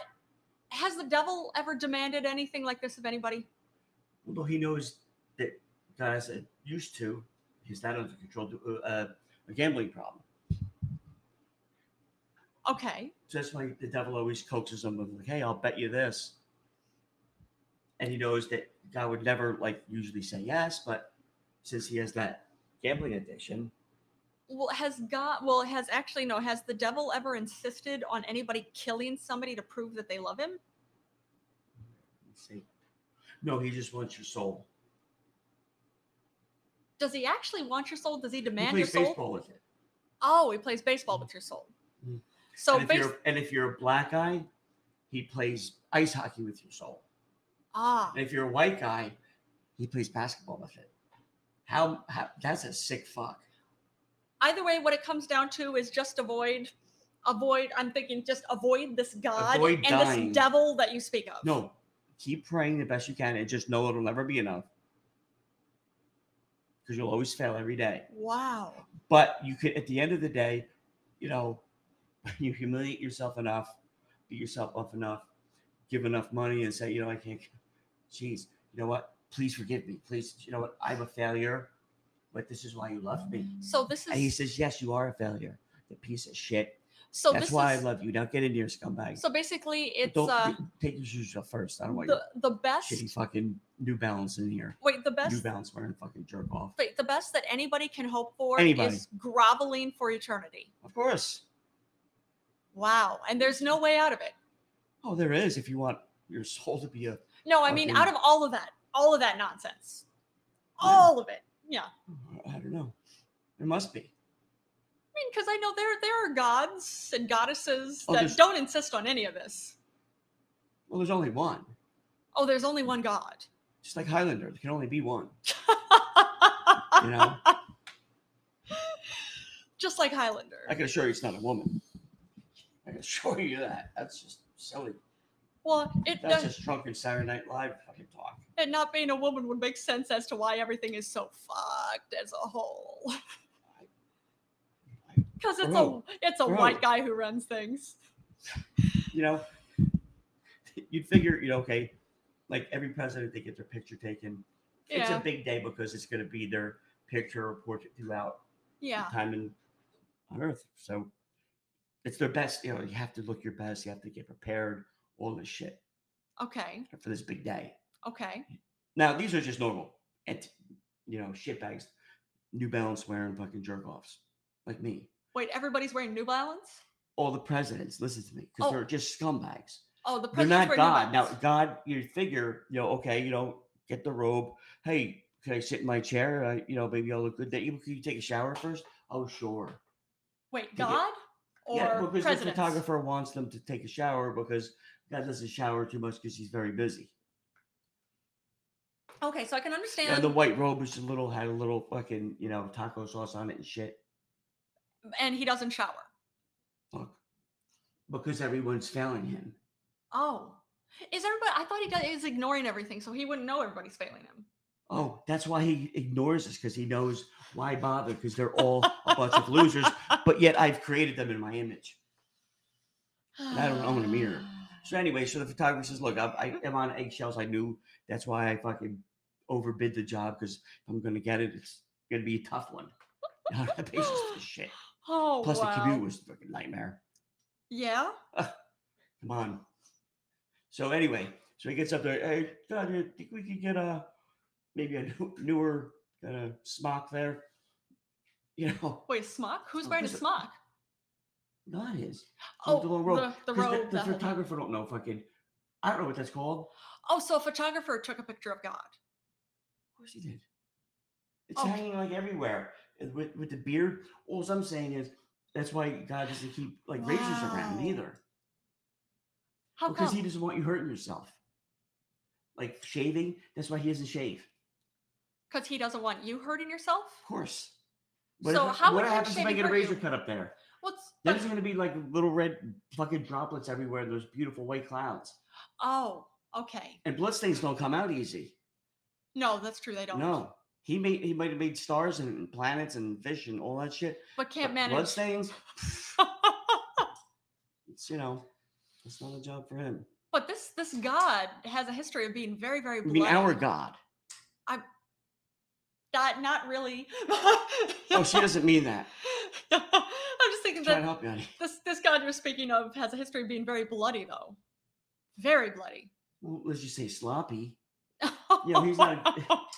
S1: has the devil ever demanded anything like this of anybody?
S2: Although he knows that God has a used to, he's not under control to uh, a gambling problem.
S1: Okay.
S2: So that's why the devil always coaxes him with like, "Hey, I'll bet you this," and he knows that God would never like usually say yes, but since he has that gambling addiction,
S1: Well, has God well, has actually no, has the devil ever insisted on anybody killing somebody to prove that they love him?
S2: let's see, no, he just wants your soul.
S1: Does he actually want your soul? Does he
S2: he
S1: demand your
S2: plays
S1: soul?
S2: baseball with it,
S1: Oh, he plays baseball with your soul.
S2: Mm.
S1: So
S2: and, if
S1: base-
S2: you're, and if you're a black guy, he plays ice hockey with your soul.
S1: ah,
S2: And if you're a white guy, he plays basketball with it. How, how that's a sick fuck.
S1: either way, what it comes down to is just avoid, avoid. I'm thinking just avoid this God
S2: Avoid
S1: and
S2: dying.
S1: this devil that you speak of.
S2: No, keep praying the best you can and just know it'll never be enough. Because you'll always fail every day.
S1: Wow.
S2: But you could, at the end of the day, you know, you humiliate yourself enough, beat yourself up enough, give enough money and say, you know, I can't, geez, you know what? Please forgive me. Please, you know what? I'm a failure, but this is why you love me.
S1: Mm-hmm. So this
S2: And he
S1: is
S2: says, yes, you are a failure. The piece of shit.
S1: so
S2: That's
S1: this
S2: why
S1: is
S2: I love you. Now get in here, scumbag.
S1: so basically
S2: But
S1: it's
S2: don't
S1: uh
S2: take your shoes off first. I don't want you
S1: the the best
S2: shitty fucking New Balance in here.
S1: wait the best
S2: New Balance wearing fucking jerk off.
S1: wait, the best that anybody can hope for
S2: Anybody.
S1: is groveling for eternity.
S2: Of course.
S1: Wow, and there's no way out of it.
S2: Oh, there is. If you want your soul to be a
S1: No, I mean
S2: Okay.
S1: out of all of that, all of that nonsense, all of it. Yeah, I
S2: I don't know. There must be.
S1: mean because I know there there are gods and goddesses
S2: Oh,
S1: that
S2: there's-
S1: don't insist on any of this.
S2: Well, there's only one.
S1: Oh, there's only one God.
S2: Just like Highlander, there can only be one. You know?
S1: Just like Highlander.
S2: I can assure you it's not a woman. I can show you that. That's just silly.
S1: Well, it
S2: That's
S1: does,
S2: just drunken Saturday Night Live fucking talk.
S1: and not being a woman would make sense as to why everything is so fucked as a whole. Because it's
S2: Bro,
S1: a it's a
S2: bro.
S1: white guy who runs things.
S2: You know, you'd figure, you know, okay, like every president, they get their picture taken. It's
S1: Yeah.
S2: a big day because it's going to be their picture or portrait throughout
S1: Yeah.
S2: time in, on Earth. So it's their best. You know, you have to look your best. You have to get prepared. All this shit
S1: Okay.
S2: for this big day.
S1: Okay.
S2: Now these are just normal, and you know, shitbags, New Balance wearing fucking jerk offs like me.
S1: Wait, everybody's wearing New Balance.
S2: All the presidents, listen to me, because
S1: Oh.
S2: they're just scumbags.
S1: Oh, the
S2: They're
S1: president's wearing
S2: not God.
S1: New
S2: Now,
S1: Balance.
S2: God, you figure, you know, okay, you know, get the robe. Hey, can I sit in my chair? I, you know, maybe I'll look good. That you can you take a shower first? Oh, sure.
S1: Wait,
S2: get-
S1: God or
S2: yeah, because the
S1: presidents?
S2: photographer wants them to take a shower because God doesn't shower too much because he's very busy.
S1: Okay, so I can understand.
S2: And the white robe was a little had a little fucking you know taco sauce on it and shit.
S1: and he doesn't shower.
S2: Look, because everyone's failing him.
S1: Oh, is everybody? I thought he does, is ignoring everything, so he wouldn't know everybody's failing him.
S2: Oh, that's why he ignores us because he knows why bother because they're all a bunch of losers. But yet I've created them in my image. I don't own a mirror. So anyway, so the photographer says, "Look, I, I am on eggshells. I knew that's why I fucking overbid the job because if I'm gonna get it, it's gonna be a tough one. I don't have patience for this shit.
S1: Oh,
S2: Plus
S1: wow.
S2: the commute was a fucking nightmare.
S1: Yeah.
S2: Come on. So anyway, so he gets up there. Hey, God, you think we could get a maybe a new, newer kind of smock there? You know,
S1: Wait, a smock? Who's
S2: Oh,
S1: wearing a
S2: is it-
S1: smock?
S2: not his.
S1: Oh,
S2: the little robe.
S1: the, the
S2: 'Cause
S1: robe.
S2: The,
S1: that whole thing.
S2: photographer don't know fucking. I don't know what that's called.
S1: Oh, so a photographer took a picture of God.
S2: Of course he did. It's
S1: Oh.
S2: hanging like everywhere and with, with the beard. All I'm saying is that's why God doesn't keep like razors around
S1: Wow.
S2: either
S1: How
S2: because
S1: come?
S2: Oh, he doesn't want you hurting yourself. Like shaving, that's why he doesn't shave.
S1: Because he doesn't want you hurting yourself.
S2: Of course.
S1: So
S2: if-
S1: how
S2: what
S1: would that
S2: happens if I
S1: shaving
S2: get a
S1: hurt you?
S2: razor cut up there?
S1: What's but-
S2: There's going to be like little red fucking droplets everywhere. and Those beautiful white clouds
S1: oh, okay.
S2: and bloodstains don't come out easy.
S1: No, that's true. They don't.
S2: No, he made he might have made stars and planets and fish and all that shit.
S1: but can't
S2: but
S1: manage.
S2: bloodstains. it's you know, it's not a job for him.
S1: but this this God has a history of being very very
S2: I
S1: bloody.
S2: mean, our God.
S1: not, not really.
S2: Oh, she doesn't mean that.
S1: I'm just thinking
S2: Try to
S1: that
S2: help you, honey.
S1: this this God you're speaking of has a history of being very bloody though, very bloody.
S2: Well, let's just say sloppy. Yeah, he's not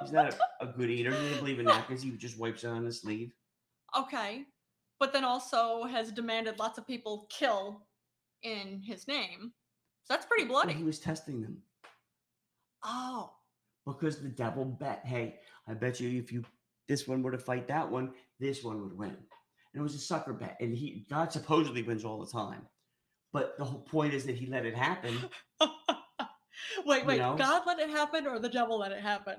S2: He's not a, a good eater. He doesn't believe in napkins. He just wipes it on his sleeve.
S1: okay, but then also has demanded lots of people kill in his name. So that's pretty
S2: But he
S1: bloody.
S2: was testing them
S1: Oh,
S2: because the devil bet. Hey, I bet you if you this one were to fight that one, this one would win. And it was a sucker bet. And he God supposedly wins all the time. But the whole point is that he let it happen.
S1: wait,
S2: You
S1: wait.
S2: know?
S1: God let it happen, or the devil let it happen?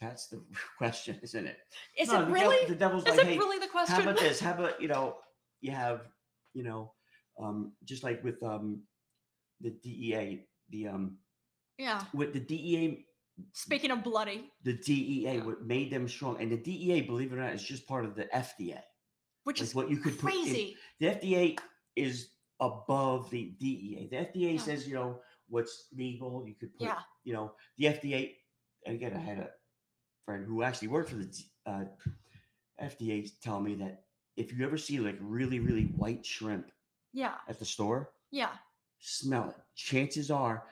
S2: That's the question, isn't it?
S1: Is
S2: No,
S1: it
S2: the dev-
S1: really?
S2: the devil's
S1: Is
S2: like,
S1: it
S2: hey,
S1: really the
S2: how
S1: question?
S2: about this? How about you know, you have, you know, um, just like with um, the DEA, the um,
S1: Yeah.
S2: with the DEA,
S1: Speaking of bloody,
S2: the DEA what made them strong, and the DEA, believe it or not, is just part of the FDA.
S1: which
S2: Like
S1: is
S2: what you could put in-
S1: crazy.
S2: The FDA is above the DEA. The FDA
S1: Yeah.
S2: says you know what's legal. You could put,
S1: Yeah.
S2: you know, the FDA. And again, I had a friend who actually worked for the D- uh, FDA tell me that if you ever see like really really white shrimp
S1: Yeah.
S2: at the store,
S1: Yeah.
S2: smell it. Chances are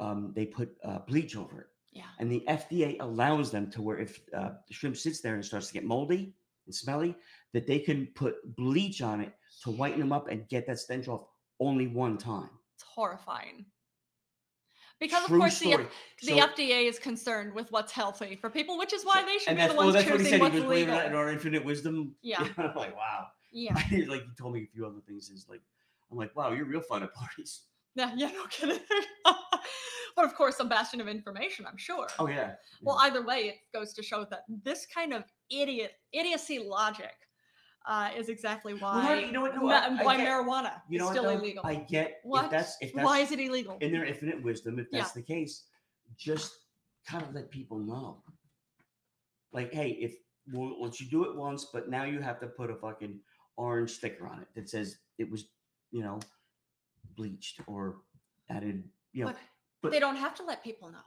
S2: um, they put uh, bleach over it.
S1: Yeah.
S2: And the FDA allows them to where if uh, the shrimp sits there and starts to get moldy and smelly, that they can put bleach on it to whiten them up and get that stench off only one time.
S1: It's horrifying. Because
S2: True
S1: of course
S2: story.
S1: the, the
S2: So-
S1: FDA is concerned with what's healthy for people, which is why they should
S2: and
S1: be
S2: that's,
S1: the
S2: well,
S1: ones
S2: that's what he
S1: choosing
S2: said. He
S1: what's
S2: was believing
S1: legal.
S2: in our infinite wisdom.
S1: Yeah.
S2: I'm like, wow.
S1: Yeah.
S2: like he told me a few other things. Is like, I'm like, wow, you're real fun at parties.
S1: Yeah, yeah, no kidding. but of course, a bastion of information, I'm sure.
S2: Oh yeah.
S1: Well, either way, it goes to show that this kind of idiot idiocy logic uh, is exactly
S2: Well, no, you
S1: why
S2: know what? No,
S1: ma-
S2: I, I
S1: why
S2: get-
S1: marijuana
S2: you know
S1: is
S2: what,
S1: still
S2: though?
S1: illegal.
S2: I get
S1: What?
S2: if that's if that's
S1: why is it illegal?
S2: in their infinite wisdom, if that's the case, just kind of let people know. Like, hey, if we'll let you do it once, but now you have to put a fucking orange sticker on it that says it was, you know, bleached or added, you know,
S1: But
S2: but-
S1: they don't have to let people know.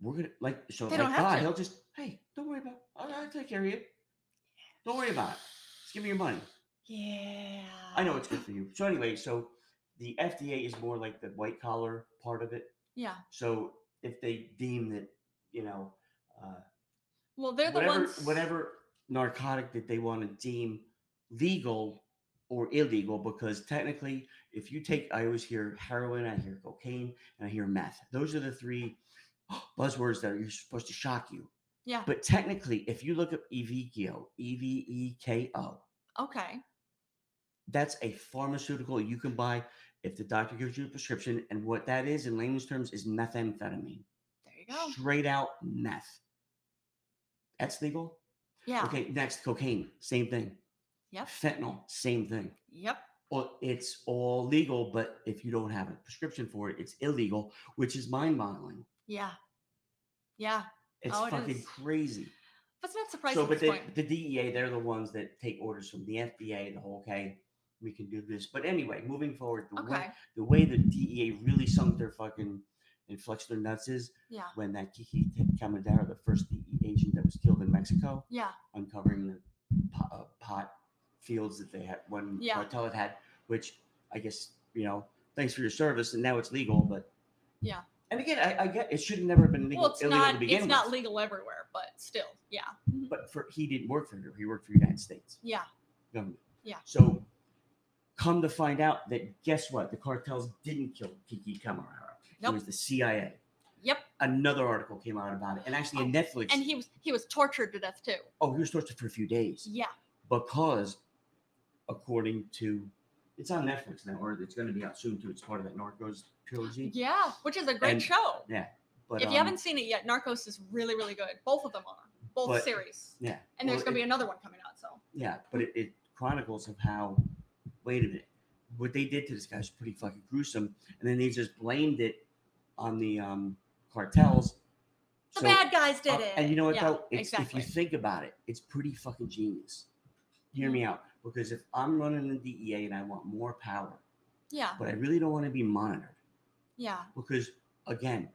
S2: we're gonna like so
S1: They
S2: like
S1: don't have
S2: God,
S1: to.
S2: he'll just hey, don't worry about it. I'll, I'll take care of you. Don't worry about it. Just give me your money.
S1: Yeah.
S2: I know it's good for you. So anyway, so the FDA is more like the white collar part of it.
S1: Yeah.
S2: So if they deem that, you know, uh,
S1: Well, they're the
S2: whatever,
S1: ones.
S2: whatever narcotic that they want to deem legal or illegal, because technically, if you take, I always hear heroin, I hear cocaine, and I hear meth. Those are the three buzzwords that are supposed to shock you.
S1: Yeah.
S2: But technically, if you look up Eviko, E V E K O,
S1: Okay.
S2: that's a pharmaceutical you can buy if the doctor gives you a prescription. And what that is in layman's terms is methamphetamine,
S1: There you go.
S2: straight out meth. That's legal.
S1: Yeah.
S2: Okay, next cocaine, same thing.
S1: Yep.
S2: Fentanyl, same thing.
S1: Yep.
S2: Or it's all legal, but if you don't have a prescription for it, it's illegal, which is mind boggling.
S1: Yeah. Yeah.
S2: It's
S1: Oh, it
S2: fucking
S1: is.
S2: crazy.
S1: But it's not surprising.
S2: So,
S1: at
S2: but
S1: this
S2: the,
S1: point.
S2: the DEA, they're the ones that take orders from the FDA, the whole, okay, we can do this. But anyway, moving forward, the,
S1: okay.
S2: way, the way the DEA really sunk their fucking and flexed their nuts is
S1: Yeah.
S2: when that Kiki Camadero, the first DEA agent that was killed in Mexico,
S1: Yeah.
S2: uncovering the pot, uh, pot fields that they had one
S1: Yeah.
S2: cartel had, had, which I guess you know, thanks for your service, and now it's legal. But
S1: Yeah.
S2: and again, I, I get it should have never been legal,
S1: Well, it's
S2: illegal to
S1: not.
S2: begin
S1: It's not
S2: with.
S1: legal everywhere, but still. Yeah.
S2: but for he didn't work for her; he worked for the United States
S1: Yeah.
S2: government.
S1: Yeah.
S2: So come to find out that guess what? The cartels didn't kill Kiki Camarero. It
S1: Nope.
S2: was the CIA.
S1: Yep.
S2: Another article came out about it, and actually, a Netflix.
S1: Oh, And he was he was tortured to death too.
S2: oh, he was tortured for a few days.
S1: Yeah.
S2: because according to it's on Netflix now, or it's going to be out soon too. It's part of that Narcos trilogy.
S1: Yeah. Which is a great
S2: And-
S1: show.
S2: But
S1: if you
S2: um,
S1: haven't seen it yet, Narcos is really really good. Both of them are. Both
S2: But-
S1: series.
S2: yeah,
S1: And there's
S2: well,
S1: going to be
S2: it-
S1: another one coming out. So.
S2: yeah, but it, it chronicles of how. Wait a minute, what they did to this guy is pretty fucking gruesome, and then they just blamed it on the um, cartels.
S1: The
S2: So-
S1: bad guys did
S2: Uh,
S1: it.
S2: And you know what
S1: Yeah,
S2: though? It's,
S1: exactly.
S2: If you think about it, it's pretty fucking genius. Hear
S1: Mm.
S2: me out, because if I'm running the DEA and I want more power,
S1: yeah.
S2: but I really don't want to be monitored.
S1: Yeah.
S2: because again,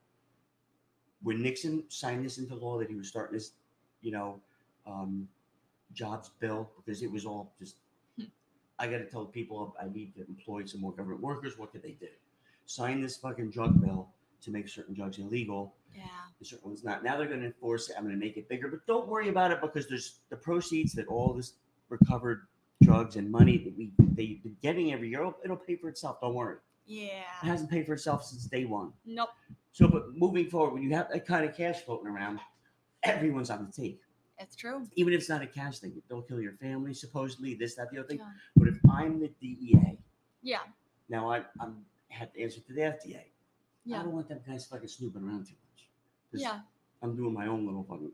S2: when Nixon signed this into law that he was starting this, you know, um, jobs bill because it was all just,
S1: Hmm.
S2: I got to tell people I need to employ some more government workers. What could they do? Sign this fucking drug bill to make certain drugs illegal
S1: Yeah.
S2: and certain ones not. Now they're going to enforce it. I'm going to make it bigger, but don't worry about it because there's the proceeds that all this recovered drugs and money that we they've been getting every year. It'll pay for itself. Don't worry. It
S1: Yeah.
S2: hasn't paid for itself since day one.
S1: Nope.
S2: So, but moving forward, when you have that kind of cash floating around, everyone's on the take.
S1: It's true.
S2: Even if it's not a cash thing, they'll kill your family, supposedly, this, that, the other thing.
S1: Yeah.
S2: But if I'm the DEA,
S1: Yeah.
S2: now I I'm, have to answer to the FDA. I
S1: Yeah.
S2: don't want them guys fucking snooping around too much. 'Cause
S1: Yeah.
S2: I'm doing my own little fucking,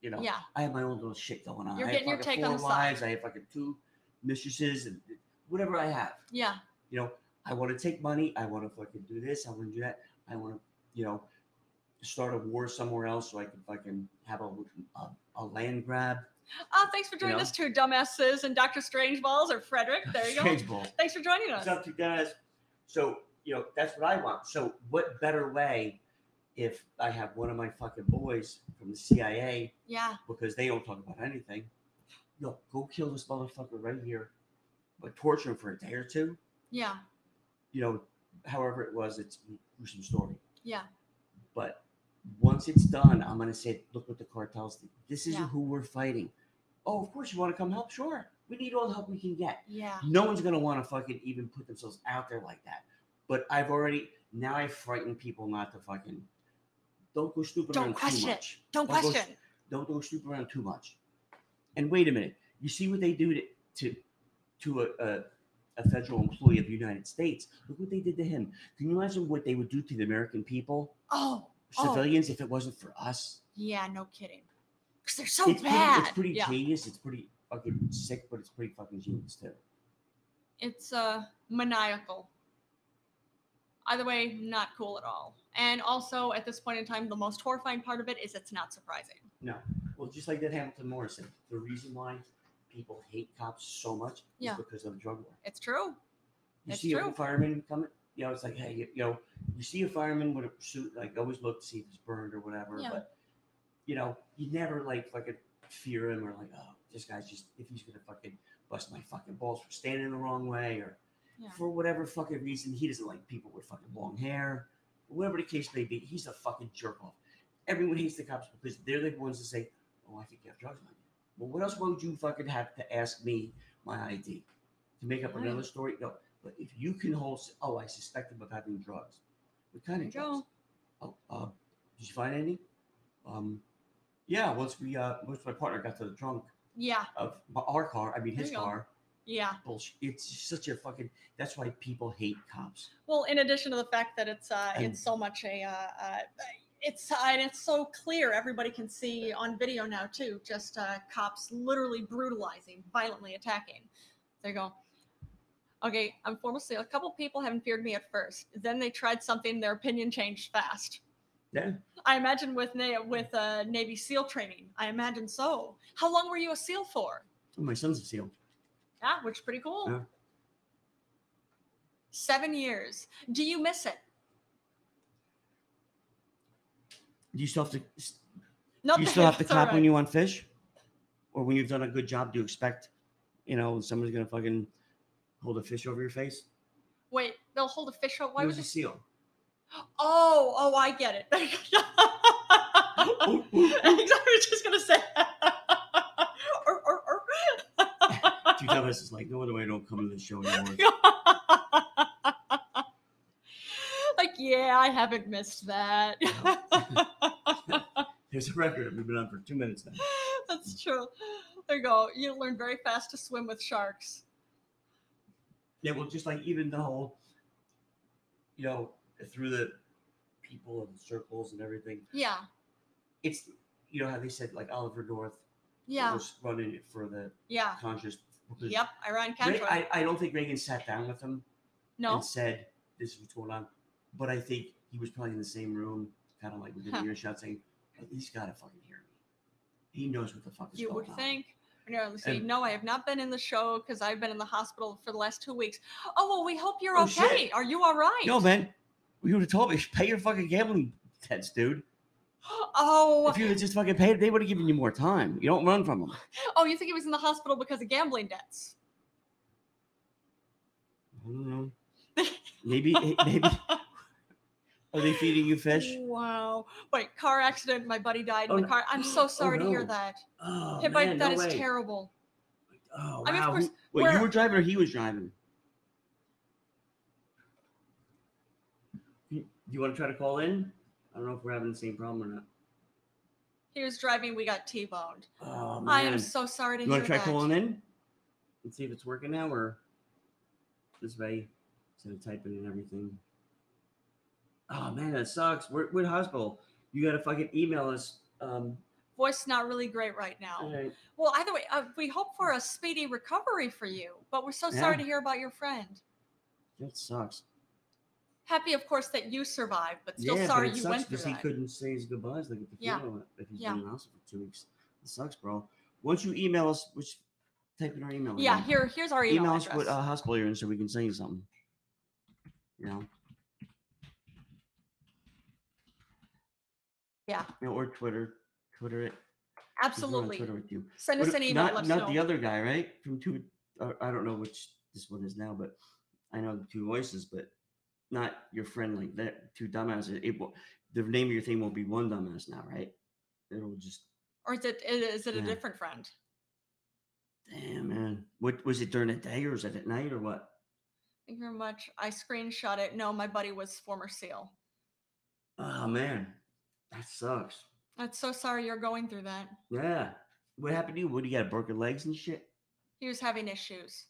S2: you know,
S1: Yeah.
S2: I have my own little shit going on.
S1: You're
S2: I
S1: getting your
S2: have fucking
S1: take on
S2: four
S1: the side.
S2: wives. I have fucking two mistresses and whatever I have.
S1: Yeah.
S2: you know, I want to take money. I want to fucking do this. I want to do that. I want to, you know, start a war somewhere else so I can fucking have a a, a land grab.
S1: Oh, thanks for joining
S2: know?
S1: us too, dumbasses and Dr. Strange Balls or Frederick. There you go.
S2: Strange ball.
S1: Thanks for joining us.
S2: What's up, you guys? So you know that's what I want. So what better way if I have one of my fucking boys from the CIA
S1: Yeah.
S2: because they don't talk about anything? Yo, go kill this motherfucker right here, but torture him for a day or two.
S1: Yeah.
S2: You know, however it was, it's a gruesome story.
S1: Yeah.
S2: But once it's done, I'm gonna say, look what the cartels did. This is
S1: Yeah.
S2: who we're fighting. Oh, of course you want to come help? Sure. We need all the help we can get.
S1: Yeah.
S2: No one's gonna want to fucking even put themselves out there like that. But I've already now I frighten people not to fucking don't go stupid
S1: Don't
S2: around
S1: question
S2: too
S1: it.
S2: much.
S1: Don't
S2: Well, those-
S1: question.
S2: Don't go stupid around too much. And wait a minute, you see what they do to to, to a, a a federal employee of the United States. Look what they did to him. Can you imagine what they would do to the American people?
S1: Oh. Oh.
S2: civilians if it wasn't for us.
S1: Yeah. No kidding. Because they're so
S2: it's pretty,
S1: bad.
S2: it's pretty
S1: yeah.
S2: genius. It's pretty fucking sick, but it's pretty fucking genius too.
S1: It's uh, maniacal. Either way, not cool at all. And also, at this point in time, the most horrifying part of it is it's not surprising.
S2: No. Well, just like that Hamilton Morrison, the reason why people hate cops so much
S1: Yeah.
S2: is because of the drug war.
S1: It's true.
S2: You
S1: It's
S2: see
S1: true.
S2: a fireman coming, you know, it's like, hey, you, you know, you see a fireman with a suit, like always look to see if it's burned or whatever,
S1: Yeah.
S2: but you know, you never like fucking fear him or like, oh, this guy's just if he's gonna fucking bust my fucking balls for standing the wrong way or
S1: Yeah.
S2: for whatever fucking reason, he doesn't like people with fucking long hair, whatever the case may be, he's a fucking jerk off. Everyone hates the cops because they're the ones that say, Oh, I think you have drugs on you. Well, what else would you fucking have to ask me my ID to make up
S1: Right.
S2: another story? No, but if you can hold, oh, I suspect him of having drugs. What kind of drugs?
S1: Joe.
S2: Oh, uh, did you find any? Um, yeah. Once we, uh, once my partner got to the trunk
S1: Yeah.
S2: of my, our car, I mean his
S1: There you go.
S2: car.
S1: Yeah.
S2: Bullshit. It's such a fucking. That's why people hate cops.
S1: Well, in addition to the fact that it's uh,
S2: And-
S1: it's so much a uh, uh, it's uh, and it's so clear everybody can see on video now too. Just uh, cops literally brutalizing, violently attacking. There you go. Okay, I'm formal. A couple people haven't feared me at first. Then they tried something. Their opinion changed fast.
S2: Yeah.
S1: I imagine with na- with uh, Navy SEAL training. I imagine so. How long were you a SEAL for?
S2: Oh, my son's a seal.
S1: Yeah, which is pretty cool.
S2: Yeah.
S1: Seven years. Do you miss it?
S2: Do you still have to?
S1: No,
S2: do you still have to
S1: it's all
S2: cop when
S1: right.
S2: you want fish, or when you've done a good job? Do you expect, you know, somebody's gonna fucking hold a fish over your face?
S1: Wait, they'll hold a fish hook. Why
S2: he
S1: would
S2: was
S1: they?
S2: a seal?
S1: Oh, oh, I get it.
S2: Oh,
S1: I was just gonna say. Or, or, or.
S2: Two Thomas is like, no wonder I don't come to the show anymore.
S1: like, yeah, I haven't missed that.
S2: There's a record. We've been on for two minutes now.
S1: That's true. There you go. You learn very fast to swim with sharks.
S2: Yeah, well, just like even the whole, you know, through the people and circles and everything.
S1: Yeah,
S2: It's you know how they said like Oliver North
S1: yeah,
S2: was running it for the
S1: yeah.
S2: conscious. because
S1: Yep, Iran
S2: Re-
S1: Contra.
S2: I, I don't think Reagan sat down with him
S1: no,
S2: and said this is what's going on, but I think he was probably in the same room, kind of like within
S1: Huh.
S2: earshot, saying he's got to fucking hear me. He knows what the fuck is
S1: you
S2: going
S1: would
S2: on.
S1: think. No, let's see,
S2: And-
S1: no, I have not been in the show because I've been in the hospital for the last two weeks. Oh well, we hope you're
S2: Oh,
S1: okay.
S2: shit.
S1: Are you all right?
S2: Yo, man, you would have told me pay your fucking gambling debts, dude.
S1: Oh,
S2: If you had just fucking paid, they would have given you more time. You don't run from them.
S1: oh, you think he was in the hospital because of gambling debts?
S2: I don't know. Maybe, eh, maybe. Are they feeding you fish?
S1: Wow. Wait, car accident. My buddy died in
S2: Oh,
S1: the
S2: no.
S1: car. I'm so
S2: Oh,
S1: sorry to hear
S2: no.
S1: that.
S2: Oh,
S1: Hey,
S2: man,
S1: Mike, that
S2: no
S1: is
S2: way.
S1: terrible.
S2: Oh, wow.
S1: I mean, of
S2: Who-
S1: course,
S2: Wait, you
S1: we're-
S2: were driving or he was driving? You you want to try to call in? I don't know if we're having the same problem or not.
S1: He was driving. We got T-boned.
S2: Oh,
S1: I am
S2: man.
S1: so sorry to
S2: You
S1: hear
S2: want to try
S1: that.
S2: calling in and see if it's working now, or this way instead of typing and everything? Oh man, that sucks. We're, we're in hospital. You gotta fucking email us. Um,
S1: Voice not really great right now.
S2: alright.
S1: Well, either way, uh, we hope for a speedy recovery for you. But we're so sorry
S2: Yeah.
S1: to hear about your friend.
S2: that sucks.
S1: Happy, of course, that you survived, but still
S2: yeah,
S1: sorry
S2: but it
S1: you
S2: sucks
S1: went through
S2: because he
S1: that.
S2: couldn't say his goodbyes like at the
S1: Yeah.
S2: funeral if he's
S1: Yeah.
S2: been in hospital for two weeks. It sucks, bro. Once you email us, which type in our email.
S1: Yeah,
S2: again.
S1: here, here's our email,
S2: email us
S1: address.
S2: what uh, hospital you're in so we can send you something. You know,
S1: yeah,
S2: You know, or Twitter, Twitter it. 'cause we're on
S1: absolutely.
S2: Twitter with you.
S1: Send us
S2: What-
S1: an email.
S2: Not,
S1: let us
S2: not
S1: know.
S2: the other guy, right? From two, uh, I don't know which this one is now, but I know the two voices, but not your friend like that. Two dumbasses. It will, the name of your thing won't be one dumbass now, right? It'll just
S1: Or is it is it a
S2: Yeah.
S1: different friend?
S2: damn man. What was it during the day or was it at night or what?
S1: Thank you very much. I screenshot it. No, my buddy was former SEAL.
S2: Oh man, that sucks.
S1: I'm so sorry you're going through that.
S2: Yeah. What happened to you? What do you got? Broken legs and shit.
S1: He was having issues.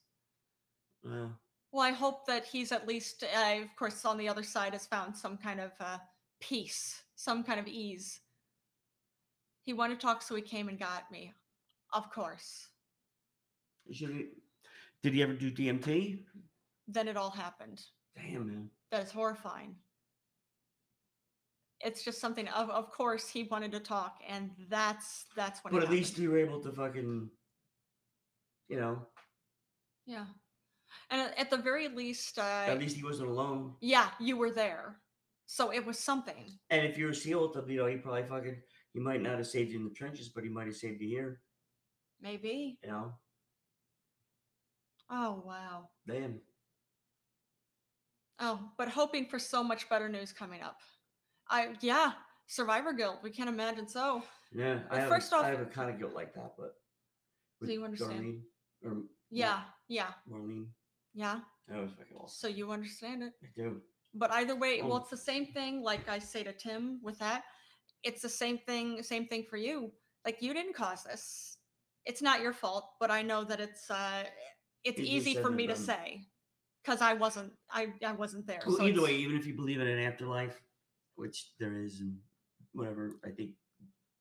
S2: Uh,
S1: Well, I hope that he's at least, uh, of course, on the other side has found some kind of uh, peace, some kind of ease. He wanted to talk, so he came and got me. Of course.
S2: Should he, did he ever do DMT?
S1: Then it all happened.
S2: Damn, man.
S1: That is horrifying. It's just something of of course he wanted to talk and that's that's when
S2: But
S1: it
S2: at least
S1: happened.
S2: you were able to fucking, you know,
S1: Yeah. And at- at the very least uh
S2: at least he wasn't alone.
S1: yeah, you were there. So it was something.
S2: And if you were sealed up, you know, he probably fucking, he might not have saved you in the trenches, but he might have saved you here.
S1: Maybe.
S2: You know,
S1: Oh wow.
S2: damn.
S1: Oh, but hoping for so much better news coming up. I yeah, survivor guilt. We can't imagine so.
S2: Yeah, I
S1: Well,
S2: have,
S1: first
S2: a,
S1: off-
S2: I have a kind of guilt like that, but with
S1: you understand?
S2: Darlene or
S1: Yeah, yeah,
S2: Marlene.
S1: yeah.
S2: That was fucking awesome.
S1: So you understand it.
S2: I do.
S1: But either way, well,
S2: Mm.
S1: it's the same thing. Like I say to Tim with that, it's the same thing. Same thing for you. Like you didn't cause this. It's not your fault. But I know that it's uh, it's
S2: Easier
S1: easy
S2: said
S1: for
S2: than
S1: me to
S2: done.
S1: say because I wasn't. I I wasn't there.
S2: Well,
S1: so
S2: either
S1: it's-
S2: way, even if you believe in an afterlife, which there is, and whatever, I think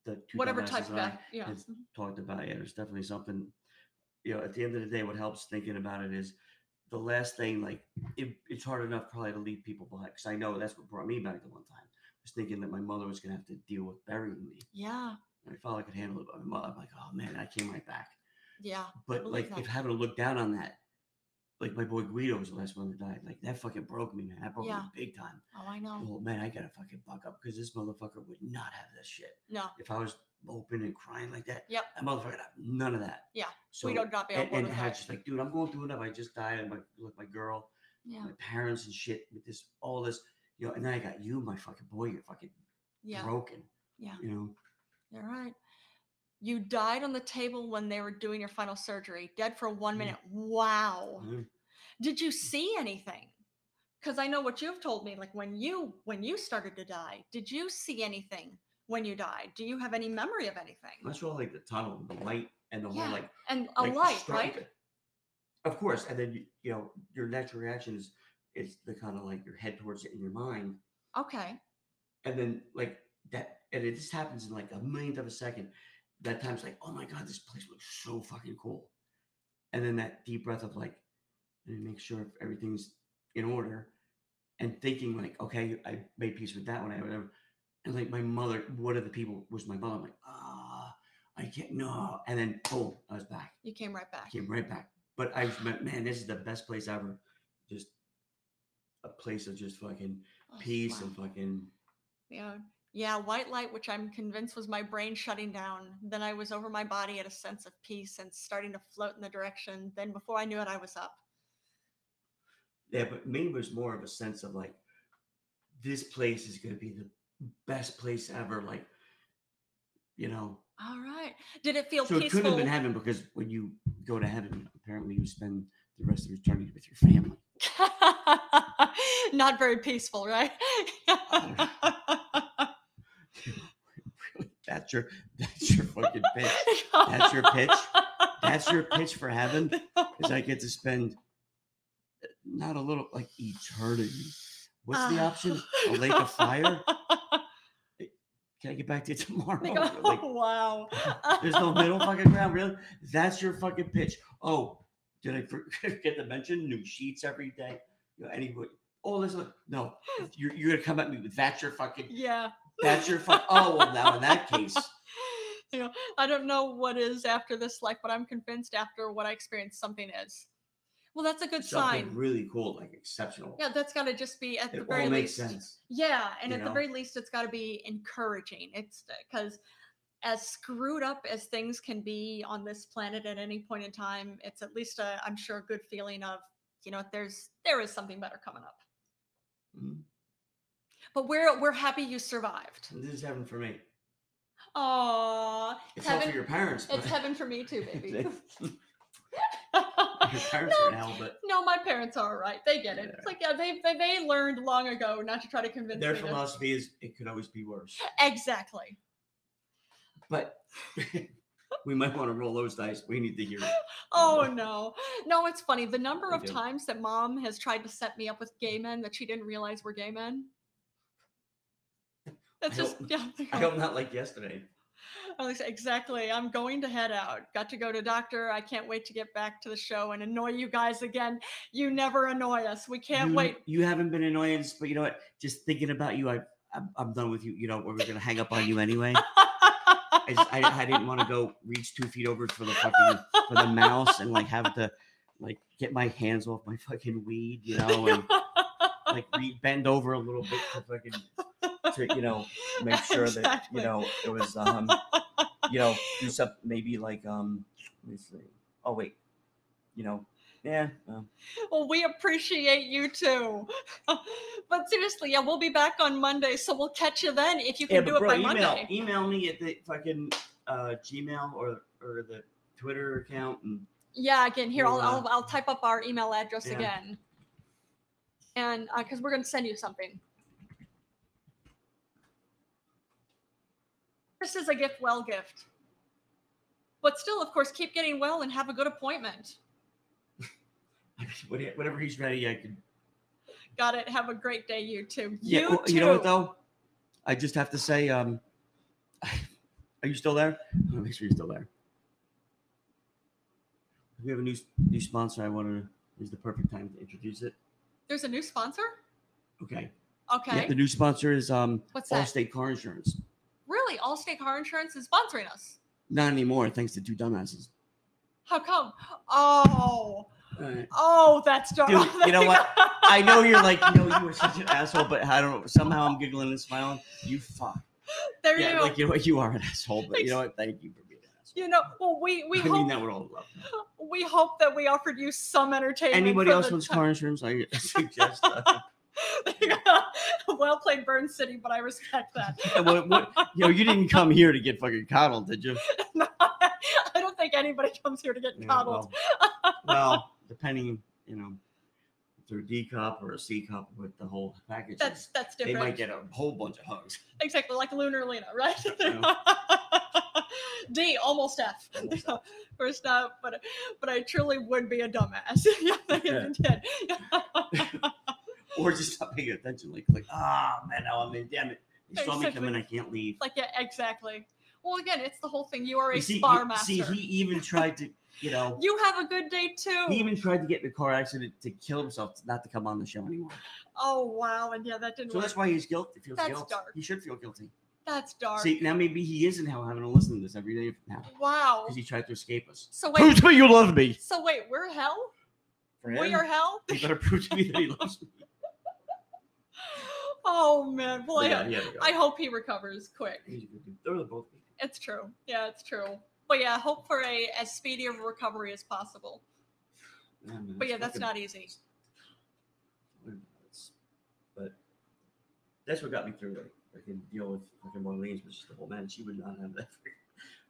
S2: the two
S1: whatever
S2: dumbasses
S1: type of
S2: that I
S1: act- yeah.
S2: it's- talked about, yeah, there's definitely something. You know, at the end of the day, what helps thinking about it is the last thing. Like, it, it's hard enough probably to leave people behind because I know that's what brought me back the one time. Was thinking that my mother was gonna have to deal with burying me.
S1: Yeah,
S2: And I felt I could handle it, but my mother, I'm like, oh man, I came right back.
S1: yeah.
S2: But
S1: believe
S2: like,
S1: that.
S2: if having to look down on that, like my boy Guido was the last one that died. Like that fucking broke me, man. That broke
S1: Yeah.
S2: me big time.
S1: Oh, I know.
S2: Oh man, I gotta fucking buck up because this motherfucker would not have this shit.
S1: No,
S2: If I was open and crying like that,
S1: Yep.
S2: that motherfucker would have none of that.
S1: Yeah,
S2: So
S1: we don't not be
S2: and,
S1: able
S2: and
S1: to.
S2: had just like, dude, I'm going through enough. I just died. and My with my girl,
S1: Yeah,
S2: my parents and shit with this all this, you know. And then I got you, my fucking boy. You're fucking
S1: yeah.
S2: broken.
S1: Yeah.
S2: You know.
S1: All right. You died on the table when they were doing your final surgery, dead for one
S2: Mm.
S1: minute. Wow.
S2: Mhm.
S1: Did you see anything? Because I know what you've told me. Like when you when you started to die, did you see anything when you died? Do you have any memory of anything?
S2: That's all like the tunnel, the light, and the
S1: Yeah.
S2: whole like
S1: And a
S2: like,
S1: light,
S2: start
S1: right?
S2: with it. Of course, and then you, you know your natural reaction is it's the kind of like your head towards it in your mind,
S1: Okay.
S2: and then like that, and it just happens in like a millionth of a second. That time's like, oh my god, this place looks so fucking cool, and then that deep breath of like, let me make sure if everything's in order, and thinking like, okay, I made peace with that one, I whatever, and like my mother, one of the people was my mother. I'm like, ah, I can't no, and then boom, I was back.
S1: You came right back.
S2: Came right back. But I just meant, man, this is the best place ever. Just a place of just fucking
S1: Oh,
S2: peace
S1: wow.
S2: and fucking
S1: Yeah. Yeah, white light, which I'm convinced was my brain shutting down. Then I was over my body at a sense of peace and starting to float in the direction. Then before I knew it, I was up.
S2: yeah. But me was more of a sense of like, this place is gonna be the best place ever. Like, you know.
S1: All right. Did it feel
S2: so it
S1: peaceful?
S2: couldn't have been heaven because when you go to heaven, apparently you spend the rest of eternity with your family.
S1: Not very peaceful, right?
S2: Oh, That's your that's your fucking pitch. That's your pitch? That's your pitch for heaven. is I get to spend uh, not a little like eternity. What's the
S1: Uh,
S2: option? A lake of fire?
S1: Oh
S2: Can I get back to you tomorrow?
S1: Like,
S2: Like,
S1: oh, wow.
S2: there's no middle fucking ground, really. That's your fucking pitch. Oh, did I forget to mention new sheets every day? You know, anybody? All this, like, no, you're, you're gonna come at me with that's your fucking,
S1: yeah.
S2: that's your fuck. Oh, well, now in that case,
S1: you know, I don't know what is after this life, but I'm convinced after what I experienced, something is. Well, that's a good
S2: something
S1: sign.
S2: really cool, like exceptional.
S1: yeah, that's got to just be at
S2: it
S1: the
S2: all
S1: very
S2: makes
S1: least.
S2: sense.
S1: Yeah, and
S2: you
S1: at
S2: know?
S1: the very least, it's got to be encouraging. It's because as screwed up as things can be on this planet at any point in time, it's at least a, I'm sure, a good feeling of you know there's there is something better coming up.
S2: Mhm.
S1: But we're we're happy you survived.
S2: This is heaven for me.
S1: Aww,
S2: It's not for
S1: heaven.
S2: your parents.
S1: It's
S2: but-
S1: heaven for me too, baby.
S2: your parents are in hell, but
S1: No, my parents are all right. They get it. It's like yeah, they they, they learned long ago not to try to convince
S2: their
S1: me. to-
S2: philosophy is it could always be worse.
S1: Exactly.
S2: But we might want to roll those dice. We need to hear it.
S1: Oh
S2: Mhm.
S1: no. No, it's funny. The number
S2: I
S1: of
S2: do.
S1: times that mom has tried to set me up with gay men that she didn't realize were gay men. That's
S2: I
S1: just
S2: don't-
S1: yeah. oh,
S2: I hope not like yesterday.
S1: I was exactly. I'm going to head out. Got to go to doctor. I can't wait to get back to the show and annoy you guys again. You never annoy us. We can't
S2: you,
S1: wait.
S2: You haven't been annoyance, but you know what? Just thinking about you, I, I'm, I'm done with you. You know, we we're gonna hang up on you anyway. I, just, I, I didn't want to go reach two feet over for the fucking for the mouse and like have to like get my hands off my fucking weed, you know, and like re- bend over a little bit to fucking to you know make sure that
S1: Exactly.
S2: you know it was um you know do some maybe like um let me see oh wait you know yeah uh,
S1: Well, we appreciate you too. but seriously, yeah, we'll be back on Monday, so we'll catch you then if you can
S2: yeah
S1: do
S2: but
S1: it
S2: bro
S1: by
S2: email
S1: Monday.
S2: email me at the fucking uh Gmail or or the Twitter account and
S1: Yeah, again, here I'll,
S2: We'll, uh,
S1: I'll I'll type up our email address
S2: Yeah.
S1: again, and because we're gonna send you something. This is a gift well gift, but still, of course, keep getting well and have a good appointment.
S2: what- whatever he's ready I can
S1: Got it. Have a great day, you too.
S2: yeah
S1: you
S2: well,
S1: too.
S2: you know what though I just have to say um are you still there I wanna make sure you're still there we have a new new sponsor I want to is the perfect time to introduce it
S1: There's a new sponsor.
S2: okay
S1: Okay.
S2: Yeah, the new sponsor is um
S1: What's that?
S2: Allstate Car Insurance.
S1: Really, Allstate Car Insurance is sponsoring us.
S2: Not anymore, thanks to two dumbasses.
S1: How come? Oh,
S2: All right.
S1: oh, that's dark.
S2: Dude, you know what? I know you're like, you know, you were such an asshole, but I don't know. Somehow I'm giggling and smiling. You fuck.
S1: there you
S2: Yeah,
S1: go.
S2: like you know what? You are an asshole, but you know what? Thank you for being an asshole.
S1: you know, well, we we
S2: I mean
S1: hope
S2: that with all love.
S1: we hope that we offered you some entertainment.
S2: Anybody
S1: for
S2: else
S1: the
S2: wants
S1: time-
S2: car insurance? I suggest. Uh,
S1: well played, Burn City, but I respect that.
S2: what, what, you know, you didn't come here to get fucking coddled, did you?
S1: I don't think anybody comes here to get
S2: Yeah,
S1: coddled.
S2: well, well, depending, you know, if they're a D cup or a C cup with the whole package. is.
S1: That's that's
S2: they
S1: different.
S2: might get a whole bunch of hugs.
S1: exactly like Lunar Lena, right?
S2: Yeah.
S1: D almost F.
S2: Almost
S1: Of course not, but but I truly would be a dumbass. yeah, if you did.
S2: Or just stop paying attention. Like, like, ah, man, now I'm in. Damn it. They saw me come in. I can't leave.
S1: Like, yeah, exactly. Well, again, it's the whole thing. You are a
S2: You see,
S1: bar
S2: you-
S1: master.
S2: see, he even tried to, you know,
S1: you have a good day too.
S2: he even tried to get in a car accident to kill himself, not to come on the show anymore.
S1: oh wow, and yeah, that didn't
S2: So
S1: work.
S2: that's why he's guilty. Feels
S1: That's
S2: guilt.
S1: dark.
S2: He should feel guilty.
S1: That's dark.
S2: See, now maybe he is in hell having to listen to this every day now
S1: wow.
S2: because he tried to escape us.
S1: So
S2: Prove
S1: wait,
S2: to me you love me.
S1: so wait, we're hell.
S2: For
S1: We
S2: him,
S1: are hell.
S2: he better prove to me that he loves me.
S1: Oh man, well,
S2: But yeah,
S1: I,
S2: yeah, they go.
S1: I hope he recovers quick.
S2: He's a good dude. They're both.
S1: It's true. Yeah, it's true. But yeah, hope for a as speedy of a recovery as possible.
S2: man,
S1: But yeah, that's
S2: fucking-
S1: not easy.
S2: It's- But that's what got me through it. I can deal with fucking one lanes, which is the whole man. She would not have that.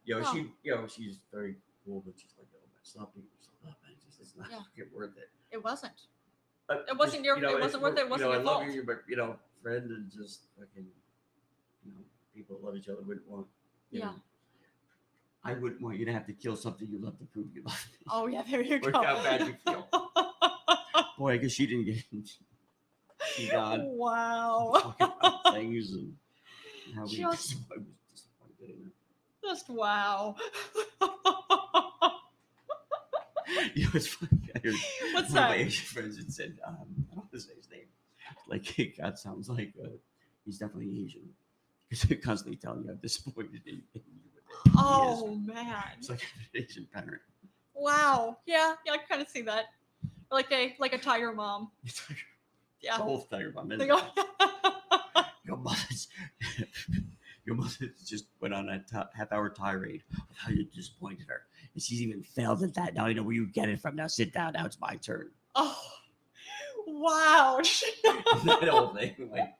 S2: Yo, know, she, yo, know, she's very cool, but she's like, oh, man, stop being yourself up, man. It's just, it's not
S1: Yeah.
S2: fucking worth it.
S1: It wasn't.
S2: Uh,
S1: It wasn't your- it
S2: it's
S1: wasn't worth it, it
S2: you
S1: wasn't
S2: know,
S1: your
S2: I love
S1: fault.
S2: you, but you know, friend and just fucking, you know, people that love each other wouldn't want. you
S1: Yeah.
S2: know. I wouldn't want you to have to kill something you love to prove you love. me.
S1: Oh yeah, there you
S2: Look
S1: go.
S2: how bad you feel. Boy, I guess she didn't get. She got.
S1: wow.
S2: fucking things and how we
S1: Just-
S2: I was disappointed in
S1: Just wow.
S2: her. You know, it's funny. I heard
S1: What's
S2: one of
S1: that?
S2: My Asian friends had said, um, I don't want to say his name. Like, it God sounds like uh, he's definitely Asian because they're constantly telling you how disappointed in, in you. with it.
S1: Oh man.
S2: It's like an Asian parent.
S1: Wow. Yeah, yeah, I kind of see that. Like a like a tiger mom.
S2: It's like
S1: Yeah.
S2: the whole thing about
S1: They
S2: men.
S1: go-
S2: Your mother's. Your mother just went on a t- half-hour tirade of how you disappointed her, and she's even failed at that. Now I know where you get it from. Now sit down. Now it's my turn.
S1: oh. Wow.
S2: that whole thing. Like,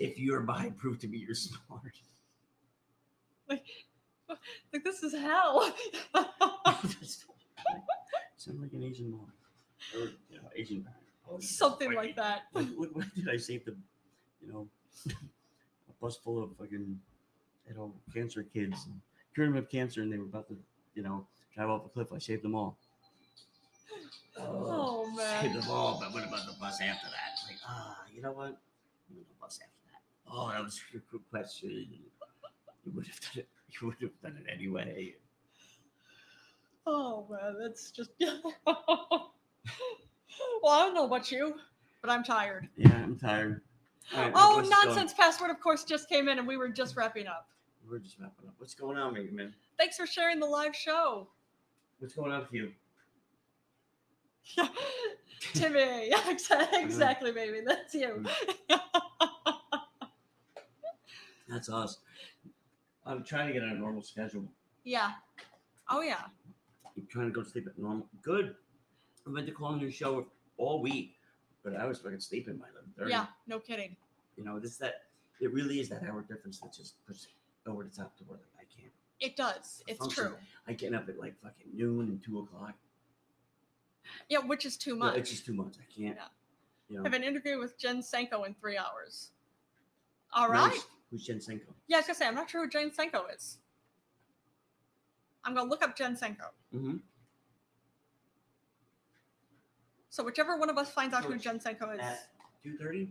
S2: if you're behind, prove to me you're smart.
S1: like this is hell.
S2: That's the whole thing. Sound like an Asian mom or you know, Asian parent. Oh, you're
S1: Something like
S2: disappointed.
S1: that.
S2: What, what, what did I say to, you know, a bus full of fucking, you know, cancer kids, and cured them of cancer, and they were about to, you know, drive off a cliff. I saved them all.
S1: Oh,
S2: Saved
S1: man.
S2: them all, but what about the bus after that? Like, ah, you know what? What about the bus after that. Oh, that was a good question. You would have done it. You would have done it anyway.
S1: Oh man, that's just. well, I don't know about you, but I'm tired.
S2: Yeah, I'm tired. All right,
S1: Oh,
S2: what's going-
S1: nonsense! Password, of course, just came in, and we were just wrapping up.
S2: We're just wrapping up. What's going on, Mega Man?
S1: Thanks for sharing the live show,
S2: What's going on with you?
S1: Timmy. Yeah,
S2: Uh-huh.
S1: exa- exactly, baby. That's you.
S2: Mm. That's us. I'm trying to get on a normal schedule.
S1: yeah. Oh yeah.
S2: I'm trying to go to sleep at normal. Good. I went to call a new show all week, but I was fucking sleeping by eleven thirty.
S1: Yeah. No kidding.
S2: You know, this that it really is that hour difference that just puts it over the top to where like, I can't.
S1: It does. It's
S2: function.
S1: true.
S2: I get up at like fucking noon and two o'clock.
S1: Yeah, which is too
S2: No,
S1: much.
S2: it's just too much. I can't.
S1: Yeah.
S2: You know,
S1: I have an interview with Jen Senko in three hours. All
S2: nice.
S1: right.
S2: Who's Jen Senko?
S1: Yeah, I was gonna say I'm not sure who Jen Senko is. I'm gonna look up Jen Senko.
S2: Mm-hmm.
S1: So whichever one of us finds out who
S2: Coach
S1: Jen Senko is.
S2: At two thirty.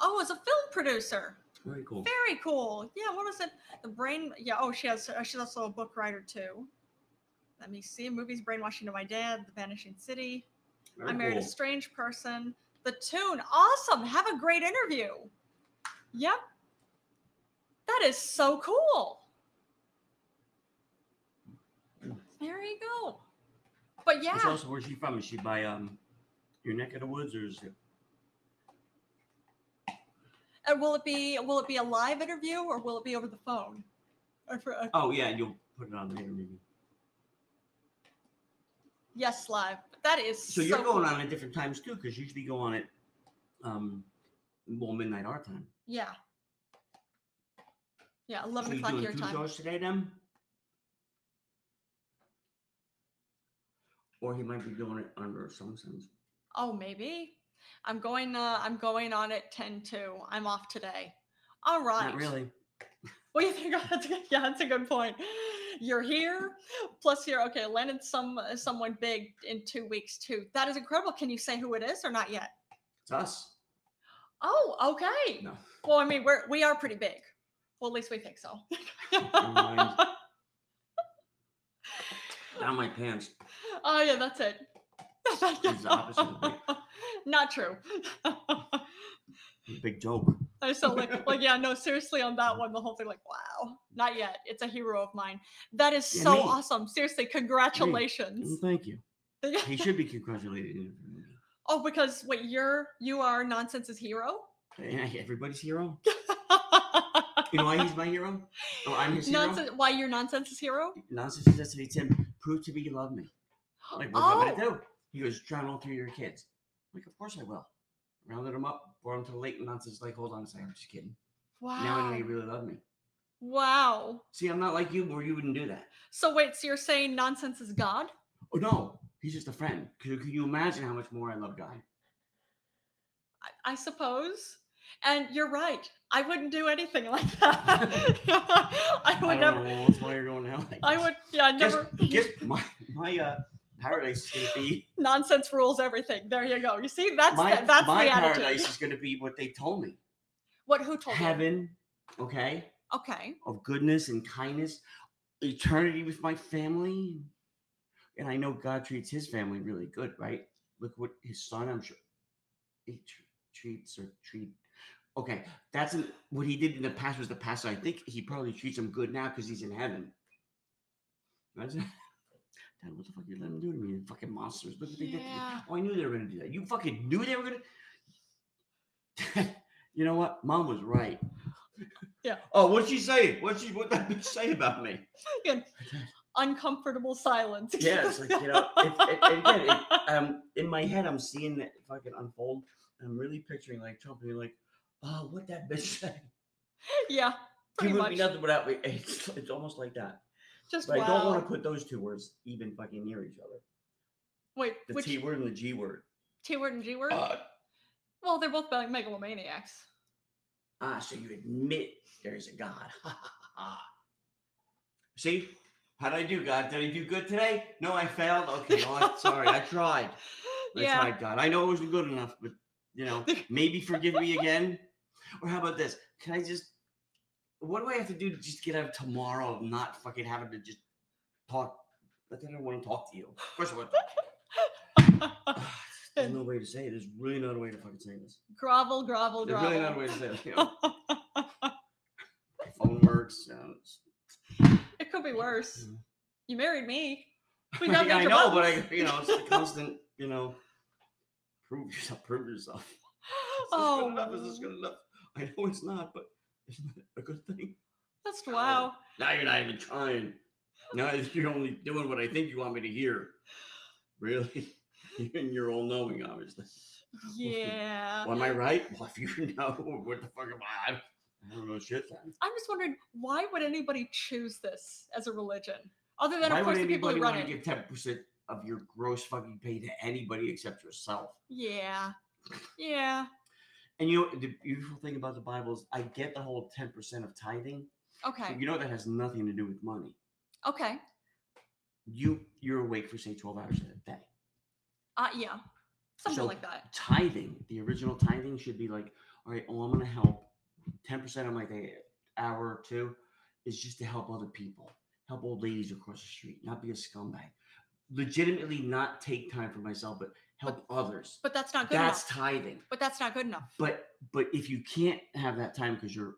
S1: Oh, as a film producer.
S2: Very cool.
S1: Very cool. Yeah, what was it? The brain. Yeah. Oh, she has. uh, She's also a book writer too. Let me see. Movies: Brainwashing to My Dad, The Vanishing City.
S2: Very
S1: I married
S2: cool.
S1: a strange person. The tune. Awesome. Have a great interview. Yep. That is so cool. There you go. But
S2: It's
S1: yeah,
S2: also where she from? Is she by um your neck of the woods or is it?
S1: uh, will it be will it be a live interview or will it be over the phone? Or for, uh,
S2: Oh yeah, you'll put it on the interview.
S1: yes, live. That is
S2: So you're
S1: cool.
S2: going on at different times too, because usually go on at um well midnight our time.
S1: Yeah. Yeah,
S2: So
S1: eleven
S2: you
S1: o'clock
S2: doing
S1: your
S2: two
S1: time.
S2: shows today then? Or he might be doing it under some sense.
S1: Oh, maybe. I'm going. Uh, I'm going on at ten two. I'm off today. All right.
S2: Not really.
S1: What do you think? That's a good- yeah, that's a good point. You're here, plus you're okay. Landed some uh, someone big in two weeks too. That is incredible. Can you say who it is or not yet?
S2: It's us.
S1: Oh, okay.
S2: No.
S1: Well, I mean, we're we are pretty big. Well, at least we think so.
S2: mind. Down my pants.
S1: Oh yeah, that's it.
S2: It's the opposite of big.
S1: Not true.
S2: Big joke.
S1: I so like like yeah, no, seriously on that one, the whole thing like wow, not yet. It's a hero of mine. That is
S2: Yeah,
S1: so
S2: me.
S1: awesome. Seriously,
S2: Mm,
S1: congratulations.
S2: Thank you. He should be congratulated.
S1: oh, because wait, you're you are nonsense's hero.
S2: Everybody's hero. You know why he's my hero? Oh, I'm his hero.
S1: Nonsense. Why you're nonsense's hero?
S2: Narcissisticity, Tim, prove to me you love me. I'm Like, what's oh. I
S1: Oh.
S2: gonna do? He goes, drown all three of your kids. I'm like, of course I will. Rounded him up, brought him to the lake, and Nonsense like, hold on a second, I'm just kidding. Now I know
S1: Wow.
S2: you really love me.
S1: Wow.
S2: See, I'm not like you, where you wouldn't do that.
S1: So wait, so you're saying nonsense is God?
S2: Oh no, he's just a friend. Can, can you imagine how much more I love God?
S1: I suppose. And you're right. I wouldn't do anything like that. I would
S2: don't
S1: never.
S2: know what's why you're going now. like
S1: I
S2: this.
S1: would. Yeah,
S2: Guess,
S1: never.
S2: guess my my uh paradise is gonna be
S1: Nonsense rules everything. There you go. You see, that's
S2: my
S1: the, that's
S2: my
S1: the attitude.
S2: paradise is gonna be what they told me.
S1: What? Who told you?
S2: Heaven, okay.
S1: Okay.
S2: of goodness and kindness, eternity with my family. And I know God treats his family really good, right? Look what his son, I'm sure, he tr- treats or treat. Okay, that's an, what he did in the past was the past. So I think he probably treats him good now because he's in heaven. Imagine. Dad, what the fuck you let him do to me? You fucking monsters. Look what they did to me.
S1: Yeah.
S2: Oh, I knew they were going to do that. You fucking knew they were going to. you know what? Mom was right.
S1: Yeah.
S2: Oh, what'd she say? What'd she, what that bitch say about me?
S1: Again, uncomfortable silence.
S2: Yeah, it's like, you know, it, it, it, again, it, um, in my head, I'm seeing that fucking unfold. and I'm really picturing like Trump being like, oh, what that bitch said.
S1: yeah.
S2: He
S1: Pretty
S2: would
S1: much.
S2: be nothing without me. It's, it's almost like that.
S1: Just
S2: But
S1: wow.
S2: I don't want to put those two words even fucking near each other.
S1: Wait,
S2: The
S1: which
S2: T
S1: T-,
S2: word and the G word.
S1: word and G word?
S2: Uh,
S1: well, they're both like megalomaniacs.
S2: Ah, so you admit there is a God. See? How did I do, God? Did I do good today? No, I failed. Okay, well, I'm sorry. I tried. I
S1: yeah.
S2: tried, God. I know it wasn't good enough, but You know, maybe forgive me again. Or how about this? Can I just? What do I have to do to just get out of tomorrow? Of not fucking having to just talk. I think I want to talk to you. Of course I want. To talk to you. There's no way to say it. There's really not a way to fucking say this.
S1: grovel, grovel,
S2: There's
S1: grovel.
S2: really not a way to say it. You know, phone works. You know, it's-
S1: it could be worse.
S2: Mhm.
S1: You married me. We
S2: Yeah,
S1: got
S2: I
S1: major
S2: know, but I,
S1: buttons.
S2: you know, it's the constant, you know, prove yourself, prove yourself. Is this
S1: oh,
S2: good enough? Is this good enough? I know it's not, but isn't it a good thing?
S1: that's wow.
S2: Now you're not even trying. Now you're only doing what I think you want me to hear. Really? And you're all knowing, obviously.
S1: Yeah.
S2: Well, am I right? Well, if you know, what the fuck am I? I don't know shit. Then.
S1: I'm just wondering why would anybody choose this as a religion? Other than,
S2: Why
S1: of course,
S2: would
S1: the people
S2: anybody
S1: who run
S2: want to
S1: it.
S2: give ten percent of your gross fucking pay to anybody except yourself?
S1: Yeah. Yeah.
S2: And you know, the beautiful thing about the Bible is I get the whole 10% of tithing. but
S1: Okay.
S2: You know, that has nothing to do with money.
S1: Okay.
S2: You you're awake for say 12 hours a day.
S1: Uh, yeah. Something
S2: So-
S1: like that.
S2: Tithing, the original tithing should be like, all right, well, I'm gonna help 10% of my day hour or two is just to help other people, help old ladies across the street, not be a scumbag. Legitimately not take time for myself, but help others.
S1: But that's not good
S2: That's
S1: enough.
S2: tithing.
S1: but that's not good enough.
S2: but but if you can't have that time because you're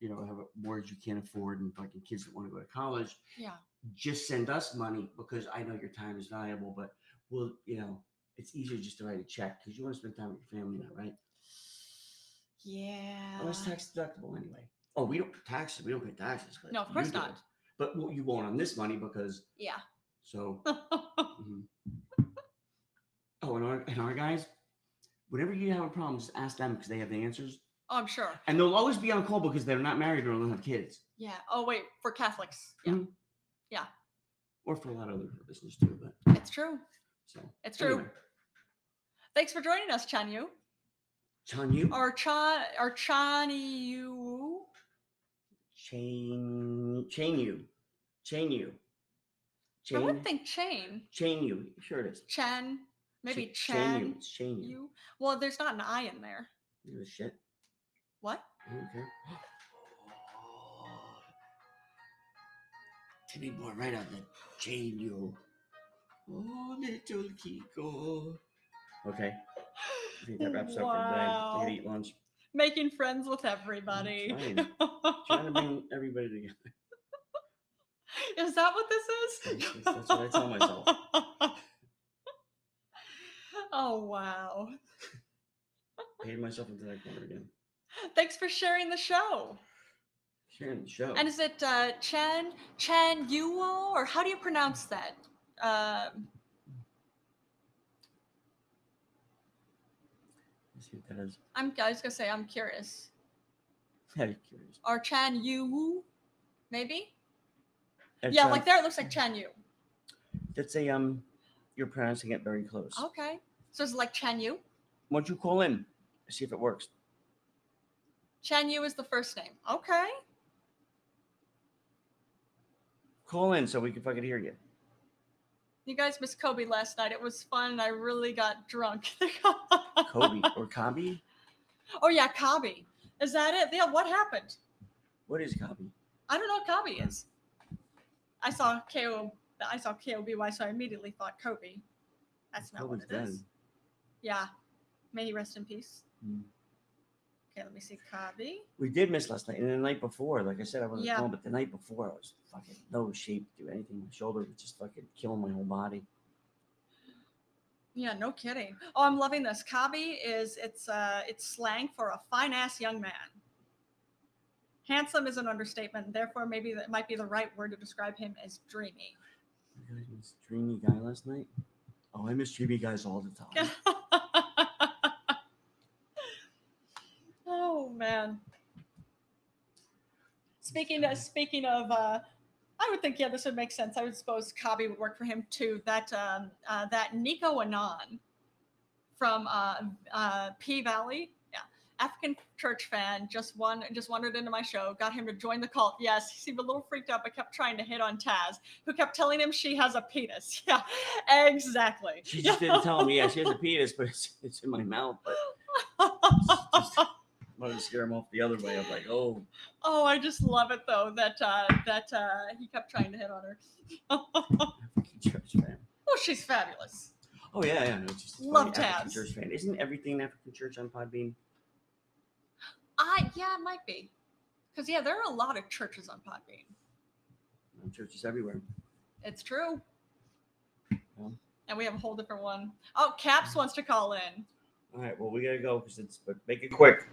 S2: you know have a mortgage you can't afford and fucking kids that want to go to college
S1: Yeah.
S2: just send us money because i know your time is valuable but well you know it's easier just to write a check because you want to spend time with your family now right
S1: Yeah.
S2: unless tax deductible anyway oh we don't taxes we don't pay taxes but
S1: No, of
S2: you
S1: course
S2: do.
S1: not.
S2: but well, you won't on this money because
S1: Yeah.
S2: so mhm. oh and our and our guys whenever you have a problem just ask them because they have the answers
S1: Oh, I'm sure.
S2: And they'll always be on call because they're not married or don't have kids,
S1: Yeah. Oh, wait, for Catholics. Yeah.
S2: Mhm. or for a lot of other purposes too. But
S1: It's true.
S2: so
S1: It's true.
S2: anyway,
S1: Thanks for joining us, Chan Yu.
S2: Chan Yu
S1: Or Cha or Chan Yu.
S2: chain chain you, chain you,
S1: I would
S2: chain
S1: think Chain.
S2: chain you. Sure it is.
S1: Chen. Maybe
S2: Ch- Chain you.
S1: Chan
S2: It's chain you.
S1: Yu. Well, there's not an I in there.
S2: Give a shit.
S1: What?
S2: I don't care. Timmy boy, right on the chain you. Oh, little Kiko. Okay. I think that wraps up for
S1: Wow.
S2: today. Eat lunch.
S1: Making friends with
S2: I'm
S1: everybody.
S2: trying. trying to bring everybody together.
S1: is that what this is?
S2: That's- that's what I tell myself.
S1: oh, wow.
S2: Paid myself into that corner again.
S1: Thanks for sharing the show.
S2: Sharing the show.
S1: And is it uh, Chen Chen Yuo or how do you pronounce that? Um
S2: Let's see what that is.
S1: I'm I was gonna say I'm curious.
S2: Yeah, you're curious.
S1: Or Chan Yu, maybe?
S2: That's,
S1: yeah,
S2: um,
S1: like there it looks like Chen Yu.
S2: That's a um. You're pronouncing it very close.
S1: Okay, so it's like Chen Yu.
S2: Why don't you call in? See if it works.
S1: Chen Yu is the first name. Okay,
S2: Call in so we can fucking hear you.
S1: you guys missed Kobe last night. It was fun. I really got drunk.
S2: Kobe or Kobe?
S1: oh yeah, Kobe. Is that it? Yeah. What happened?
S2: What is Kobe?
S1: I don't know what Kobe is. I saw Ko. I saw Koby, so I immediately thought Kobe. That's not what it is. Yeah. May he rest in peace.
S2: Mm.
S1: Okay, let me see. Kobe.
S2: We did miss last night, and the night before, like I said, I wasn't
S1: Yeah.
S2: yeah. but the night before, I was fucking no shape to do anything. My shoulder was just fucking killing my whole body.
S1: Yeah, no kidding. Oh, I'm loving this. Kobe is it's uh it's slang for a fine ass young man. Handsome is an understatement, therefore maybe that might be the right word to describe him as dreamy.
S2: You guys missed Dreamy Guy last night? Oh, I miss Dreamy Guys all the time.
S1: oh man. Speaking of, speaking of, uh, I would think yeah, this would make sense. I would suppose Kabi would work for him too. That um, uh, that Nico Anon from uh, uh, P Valley, yeah, African church fan, just one just wandered into my show, got him to join the cult. Yes, he seemed a little freaked out, but kept trying to hit on Taz, who kept telling him she has a penis. Yeah, exactly.
S2: She just didn't tell me. Yeah, she has a penis, but it's, it's in my mouth. But
S1: Oh,
S2: wanted to scare him off the other way. I'm like, oh,
S1: oh, I just love it though that uh, that uh, he kept trying to hit on her. oh,
S2: church fan.
S1: she's fabulous.
S2: Oh yeah, yeah. No, it's just it's
S1: Love
S2: funny, African
S1: tabs.
S2: Church fan. Isn't everything an African church on Podbean?
S1: I yeah, it might be because yeah, there are a lot of churches on Podbean.
S2: Um, Churches everywhere.
S1: It's true.
S2: Well.
S1: And we have a whole different one. Oh, Caps wants to call in.
S2: All right, well we gotta go because it's. But make it quick.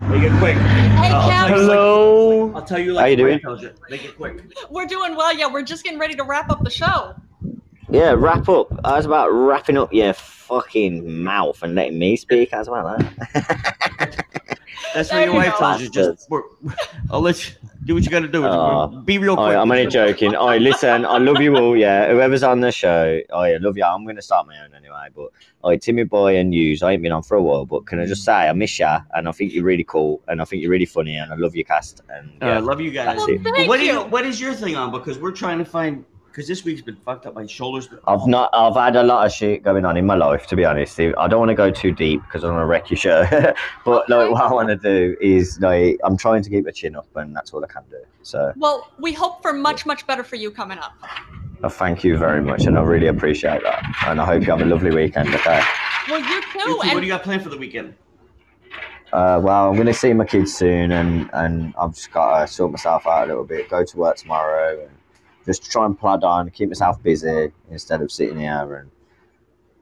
S2: Make it quick.
S1: Hey,
S2: I'll tell
S1: Caps,
S2: you like-
S4: Hello.
S2: I'll tell you
S4: How
S2: like
S4: you
S2: the way I
S4: doing?
S2: told you. Make it quick.
S1: we're doing well. Yeah, we're just getting ready to wrap up the show.
S4: Yeah, wrap up. I was about wrapping up your fucking mouth and letting me speak. I was about that.
S2: That's
S1: There
S2: what your
S1: you
S2: wife
S1: go.
S2: tells you. Just we're, I'll let you do what you gotta do.
S4: Aw.
S2: be real quick.
S4: Alright, Uh, I'm only joking. All right, listen, I love you all. Yeah, whoever's on the show, I love you. I'm gonna start my own anyway. But all right, Timmy Boy and News, I ain't been on for a while, but can I just say I miss ya and I think you're really cool and I think you're really funny and I love your cast and
S2: Uh, I
S4: yeah.
S2: love you guys.
S1: Well,
S4: That's it.
S1: thank
S2: what, do
S1: you.
S2: you- what is your thing on? Because we're trying to find. Because this week's been fucked up. My shoulders. Been,
S4: I've not. I've had a lot of shit going on in my life, to be honest. I don't want to go too deep because I'm gonna wreck your show. but like, what I want to do is like, I'm trying to keep my chin up, and that's all I can do. So,
S1: Well, we hope for much, much better for you coming up.
S4: I thank you very much, and I really appreciate that. And I hope you have a lovely weekend. Okay.
S1: Well, you
S2: You
S1: too.
S2: two, what do
S1: And
S2: you got planned for the weekend?
S4: Uh, well, I'm gonna see my kids soon, and and I've just got to sort myself out a little bit. Go to work tomorrow, and just try and plod on, keep myself busy instead of sitting here and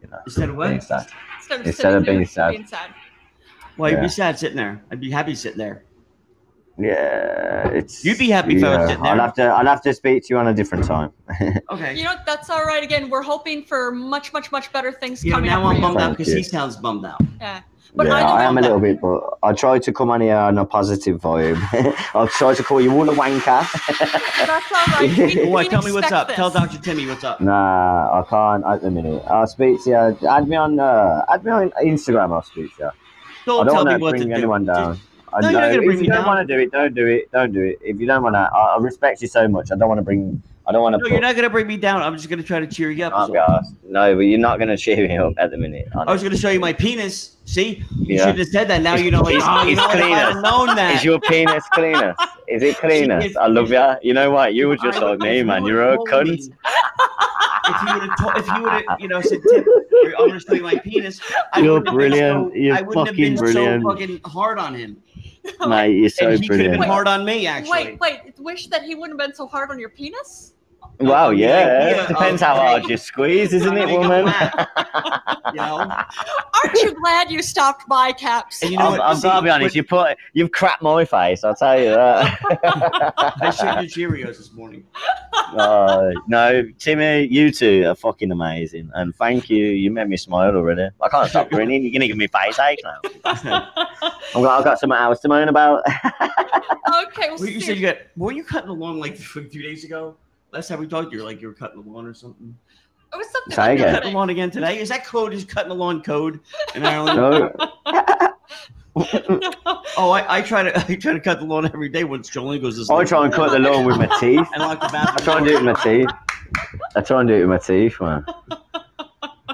S4: you know
S2: Instead of what?
S4: being sad.
S1: instead of,
S4: Instead
S1: sitting
S4: of
S1: there,
S4: being sad.
S1: being sad.
S2: Well, you'd
S4: Yeah.
S2: be sad sitting there. I'd be happy sitting there.
S4: Yeah, it's.
S2: You'd be happy if I was sitting there.
S4: I'll have to. I'll have to speak to you on a different time.
S2: Okay.
S1: You know, what? that's all right. Again, we're hoping for much, much, much better things
S2: You know,
S1: coming
S2: now
S1: up
S2: I'm
S1: for you.
S2: bummed out
S4: Thank
S2: because
S4: you.
S2: he sounds bummed out.
S1: Yeah. But
S4: yeah,
S1: either
S4: I am
S1: way-
S4: a little bit, but I try to come on here on a positive vibe. I'll try to call you all a wanker.
S1: That's all right. We-
S2: Well,
S1: we
S2: Oh, tell me what's
S1: expect
S2: up. Tell
S1: this.
S2: Dr. Timmy what's up.
S4: Nah, I can't at the minute. I'll speak to you. Add me on. Uh, add me on Instagram. I'll speak to you. I
S2: Don't,
S4: don't
S2: Oh, tell me
S4: want to
S2: what to
S4: bring
S2: do.
S4: anyone down. I
S2: No,
S4: know.
S2: you're not gonna bring
S4: if
S2: me
S4: you don't
S2: down.
S4: want to do it, don't do it. Don't do it. If you don't want to, I, I respect you so much. I don't want to bring. I don't want to.
S2: No, you're not gonna bring me down. I'm just gonna try to cheer you up.
S4: Oh,
S2: is all.
S4: no, but you're not going to cheer me up at the minute.
S2: I was gonna show you my penis. See, you
S4: Yeah.
S2: should have said that. Now you know. Like,
S4: It's-
S2: oh, you
S4: it's
S2: know, what? if I'd
S4: cleaner.
S2: known that.
S4: Is your penis cleaner? Is it cleaner? I love ya. You know what? You were just
S2: I
S4: like
S2: would- if
S4: me,
S2: you
S4: man.
S2: would
S4: You're a
S2: have told
S4: cunt.
S2: me- If you would have, told, if you would have, you know, said, "Tim, you're- I'm gonna show you my penis," I
S4: You're
S2: wouldn't have been
S4: brilliant.
S2: So,
S4: You're
S2: I wouldn't have been
S4: fucking brilliant.
S2: so fucking hard on him,
S4: Mate, you're so
S2: and he could have
S4: brilliant.
S2: been hard on me actually.
S1: Wait, wait. Wish that he wouldn't have been so hard on your penis.
S4: Wow,
S2: The idea
S4: yeah.
S2: of-
S4: Depends how hard you squeeze, isn't it,
S2: Somebody go
S4: woman?
S2: laugh, you know,
S1: Aren't you glad you stopped by, Caps?
S2: and you know
S4: I'm,
S2: what?
S4: I'm
S2: See,
S4: gonna be honest. You put you've crapped my face. I'll tell you that.
S2: I shit your Cheerios this morning.
S4: Oh, no, Timmy, you two are fucking amazing, and thank you. You made me smile already. I can't stop grinning. You're gonna give me face ache now. I've got, I've got something else to moan about.
S1: okay. Well,
S2: What
S1: see-
S2: you said you got? Were you cutting the lawn like a few days ago? Last time we talked, you were like you were cutting the lawn or something.
S1: it was something.
S4: Say
S1: like
S4: again.
S1: that.
S2: Cutting the lawn again today? Is that code? Is cutting the lawn code in Ireland?
S4: No,
S2: Oh, I, I try to I try to cut the lawn every day once Jolene goes this.
S4: Oh, I try and cut the lawn with my teeth.
S2: and lock the
S4: I try
S2: bathroom.
S4: and do
S2: door.
S4: it with my teeth. I try and do it with my teeth, man.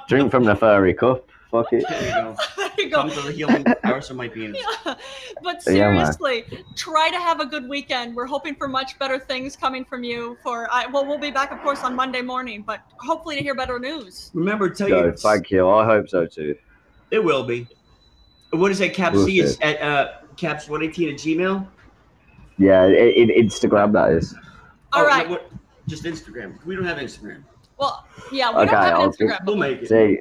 S4: Drink from the furry cup. Fuck it.
S2: There you go.
S1: There you go.
S2: Come to the healing hours of my penis.
S1: Yeah. But
S4: Yeah, man.
S1: seriously, try to have a good weekend. We're hoping for much better things coming from you. For I, well, we'll be back, of course, on Monday morning, but hopefully to hear better news.
S2: Remember, tell you
S4: No, thank you. I hope so too.
S2: it will be. What is that? Cap
S4: We'll
S2: C is
S4: see.
S2: at uh, caps one eighteen at Gmail.
S4: Yeah, it, it, Instagram that is.
S1: All
S2: Oh,
S1: right.
S2: what- just Instagram. We don't have Instagram.
S1: Well, yeah, we
S4: Okay,
S1: don't have an
S4: I'll
S1: Instagram.
S2: We'll make it.
S4: See,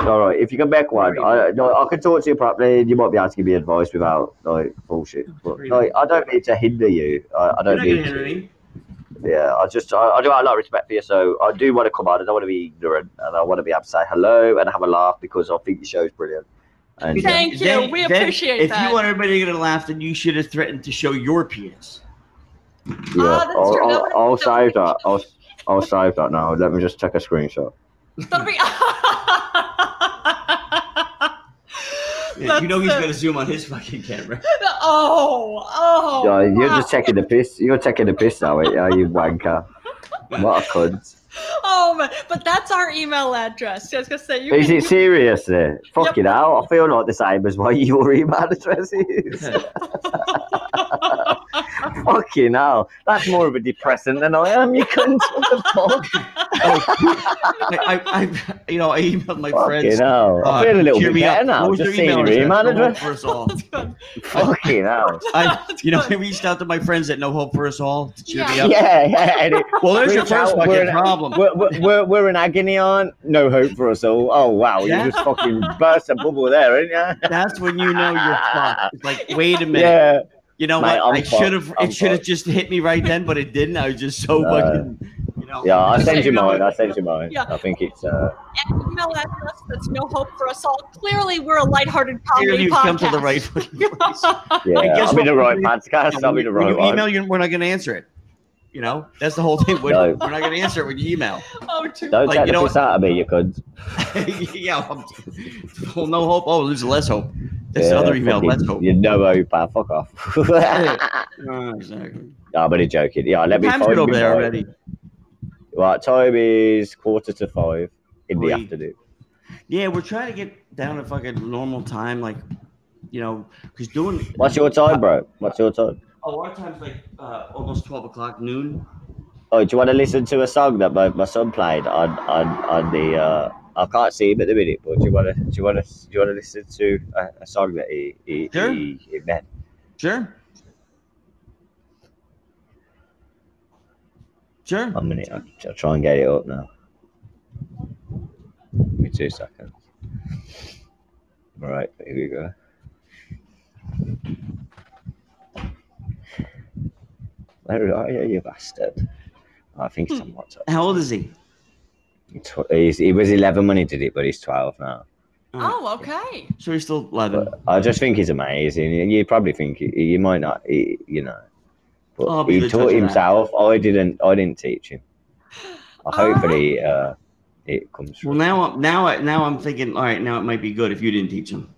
S4: all right. If you come back one, I no, I can talk to you properly. You might be able to give me advice without like bullshit. But like, I don't need to hinder you. I, I
S2: You're not
S4: don't
S2: gonna
S4: need.
S2: hinder
S4: To.
S2: me.
S4: Yeah, I just I, I do have a lot of respect for you, so I do want to come on. I don't want to be ignorant, and I want to be able to say hello and have a laugh because I think your show's brilliant. And yeah,
S1: Thank you.
S2: Then-
S1: we
S2: then
S1: appreciate
S2: if
S1: that.
S2: you want everybody to laugh, then you should have threatened to show your penis.
S4: yeah,
S1: Ah, that's
S4: I'll,
S1: true. That
S4: I'll,
S1: would've
S4: I'll
S1: been so
S4: save that. I'll I'll save that now. Let me just take a screenshot.
S1: That'll be.
S2: Yeah,
S1: That's
S2: you know he's
S1: the-
S2: gonna zoom on his fucking camera.
S1: Oh, oh.
S4: Yeah, you're
S1: wow.
S4: just taking the piss. You're taking the piss now, aren't you? You wanker. What a cunt.
S1: Oh, home, but that's our email address. I was gonna say you
S4: Is
S1: can-
S4: it serious? eh? Fuck it out. I feel like the same as what your email address is. Fucking hell. That's more of a depressant than I am, you cunt. What the fuck?
S2: I, I, I, you know, I emailed my
S4: Fucking
S2: friends.
S4: hell. I
S2: uh,
S4: feel a little
S2: cheer
S4: bit
S2: me
S4: better
S2: up. What
S4: now.
S2: was your
S4: Just seeing your email address.
S2: No Hope for us all.
S1: That's good.
S4: Fucking hell.
S2: I, you know,
S1: That's
S2: I
S1: good.
S2: reached out to my friends at No Hope for Us All to cheer me
S4: Yeah,
S2: up.
S4: yeah. and it-
S2: Well, there's your
S4: Reach
S2: first
S4: out, we're
S2: fucking
S4: in-
S2: problem.
S4: We're, we're, we're, we're in agony on. No hope for us all. Oh, wow. You
S2: Yeah.
S4: just fucking burst a bubble there, ain't you?
S2: That's when you know you're fucked. It's Like, wait a minute.
S4: Yeah.
S2: You know
S4: Mate,
S2: what?
S4: I'm
S2: i should have.
S4: fucked. I'm
S2: It should have just hit me right then, but it didn't. I was just so
S4: No.
S2: fucking. You know.
S4: Yeah, I
S1: Just
S4: send
S1: so
S4: you
S1: you know.
S4: mine. I send you mine.
S1: Yeah.
S4: I think it's. Uh,
S1: And email address that's no hope for us all. Clearly, we're a lighthearted
S2: Clearly,
S1: comedy
S2: you've
S1: podcast.
S2: come to the right place.
S4: yeah,
S2: I guess
S4: I'll be the
S2: what-
S4: right podcast. I'll
S2: when
S4: be the
S2: you
S4: right one.
S2: email, you we're not going to answer it. You know, that's the whole thing. We're,
S4: No.
S2: we're not going to answer it when you email.
S1: oh, too
S4: Don't
S2: Like,
S4: take
S2: you
S4: the
S2: know
S4: piss out of me, you cunt.
S2: yeah. I'm- well, no hope. Oh, there's less hope. That's the
S4: Yeah,
S2: other email.
S4: fucking-
S2: Less hope.
S4: You know, hope, pal. Fuck off.
S2: Ah, exactly.
S4: I'm only joking. Yeah, let me
S2: Time's
S4: find
S2: good over
S4: me
S2: there
S4: mine.
S2: already.
S4: Right, time is quarter to five in
S2: Oi.
S4: the afternoon.
S2: Yeah, we're trying to get down to fucking normal time, like you know, because doing.
S4: What's your time, bro? What's your time?
S2: Oh, our time's like uh, almost twelve o'clock noon.
S4: Oh, do you want to listen to a song that my, my son played on on on the? Uh, I can't see him at the minute, but do you want to do you want to do you want to listen to a, a song that he he,
S2: Sure.
S4: he, he meant?
S2: Sure. Sure.
S4: One minute, I'll, I'll try and get it up now. Give me two seconds. All right, here we go. Where are you, you bastard? I think it's on WhatsApp.
S2: How old is he?
S4: Tw- He's, he was 11 when he did it, but he's 12 now.
S1: Oh, okay.
S2: Uh, So he's still eleven.
S4: I just think he's amazing. You- You probably think he- you might not, he, you know,
S2: I'll
S4: but
S2: be
S4: he
S2: the
S4: taught
S2: judge of that. Oh.
S4: himself. I didn't. I didn't teach him. Uh,
S1: All
S4: Hopefully, uh, it comes.
S2: Well,
S4: From.
S2: now I'm now I, now I'm thinking. All right, now it might be good if you didn't teach him.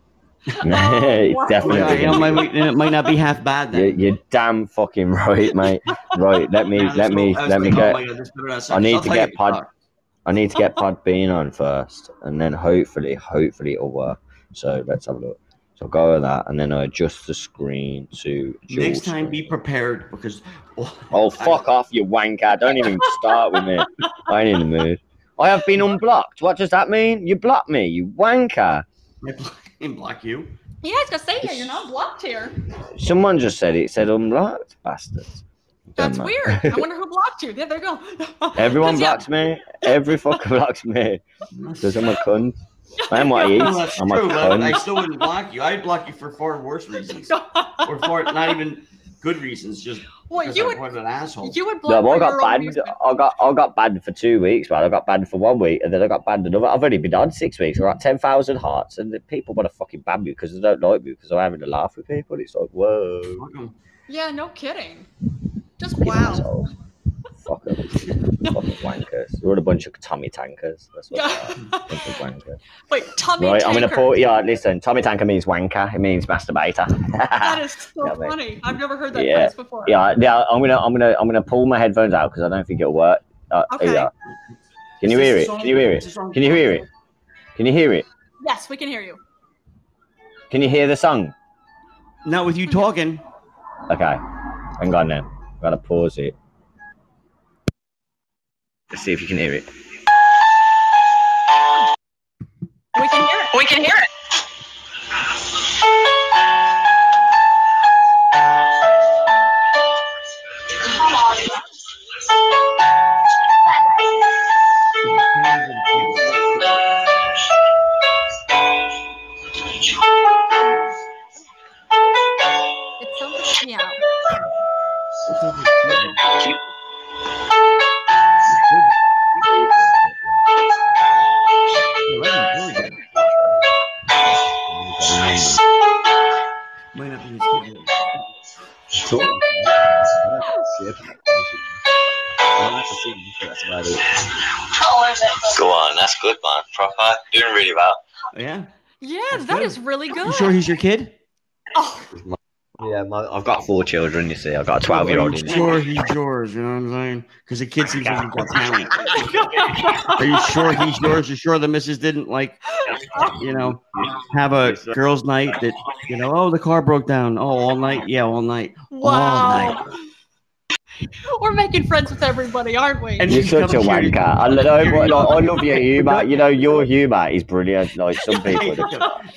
S4: It's
S1: Oh, wow.
S2: All right,
S4: definitely.
S2: you know, it might, it might not be half bad
S4: You,
S2: then.
S4: you're damn fucking right, mate. Right, let me,
S2: Now this
S4: let me,
S2: whole- I was
S4: let me
S2: thinking, oh
S4: get.
S2: my God, this better not suck,
S4: I
S2: 'cause
S4: need
S2: I'll
S4: to
S2: tell
S4: get
S2: you, uh,
S4: pod. I need to get Podbean on first, and then hopefully, hopefully it'll work. So let's have a look. So I'll go with that, and then I adjust the screen to. dual
S2: Next time,
S4: screen.
S2: be prepared because.
S4: Oh, fuck off, you wanker. Don't even start with me. I ain't in the mood. I have been unblocked. What does that mean? You blocked me, you wanker.
S2: I fucking block you.
S1: Yeah, I was gonna say yeah, you're not blocked here.
S4: Someone just said it. it said unblocked, bastards. Don't
S1: That's
S4: matter.
S1: weird. I wonder who blocked you. Yeah, there you go. 'Cause,
S4: Everyone
S1: yeah,
S4: blocks me. Every fucker blocks me. Because I'm a cunt. I am what I eat.
S2: No, that's
S4: I'm a
S2: true, but I
S4: cunt.
S2: still wouldn't block you. I'd block you for far worse reasons, or for not even good reasons, just
S1: Oh well,
S2: because
S1: you
S2: I'm
S1: would
S2: quite an asshole.
S1: you would block
S4: No, I
S1: for
S4: got
S1: your own
S4: banned.
S1: amusement.
S4: I got I got banned for two weeks, man. I got banned for one week, and then I got banned another. I've only been on six weeks. We're at ten thousand hearts, and the people want to fucking ban me because they don't like me because I'm having a laugh with people. It's like whoa.
S2: Fuck 'em.
S1: Yeah, no kidding. Just
S4: Fucking
S1: wow.
S4: asshole. Fuck 'em. Fucking wankers. You're all a bunch of Tommy tankers. That's what
S1: Yeah.
S4: you are. Bunch of wankers.
S1: Wait, Tommy
S4: Right, I'm in a
S1: Tanker.
S4: 40 yard. Listen, Tommy tanker means wanker. It means
S1: That
S4: masturbator.
S1: is so
S4: Yeah, mate.
S1: funny. I've never heard that
S4: Yeah.
S1: phrase before.
S4: yeah, now I'm gonna, I'm gonna, I'm gonna pull my headphones out because I don't think it'll work. Uh,
S1: Okay.
S4: either. Can you
S2: Is this
S4: hear
S2: a
S4: it?
S2: song?
S4: Can you hear
S2: Is
S4: it?
S2: this a song?
S4: Can you hear it? Can you hear it?
S1: Yes, we can hear you.
S4: Can you hear the song?
S2: Not with you talking.
S4: Okay, hang on then. Gotta pause it. Let's see if you can hear it.
S1: We can hear it. We can hear it. It sounds like, yeah.
S2: Might not be his
S1: Oh.
S2: kid.
S5: Go on, that's good, man. Proper, doing really well.
S2: Oh, Yeah.
S1: Yeah,
S2: That's
S1: that
S2: good.
S1: is really good.
S2: You sure he's your kid?
S1: oh,
S4: Yeah, my, I've got four children. You see, I've got a twelve-year-old.
S2: I'm
S4: in there.
S2: sure he's yours. You know what I'm saying? Because the kid seems like he's got talent. Are you sure he's yours? You sure the missus didn't like, you know, have a girls' night that you know? Oh, the car broke down. Oh, all night. Yeah, all night.
S1: Wow. We're making friends with everybody, aren't we?
S2: And-
S4: You're such a
S2: Computer.
S4: wanker. I, lo- I, like, I love your humor. You know, your humor is brilliant. Like some people, just-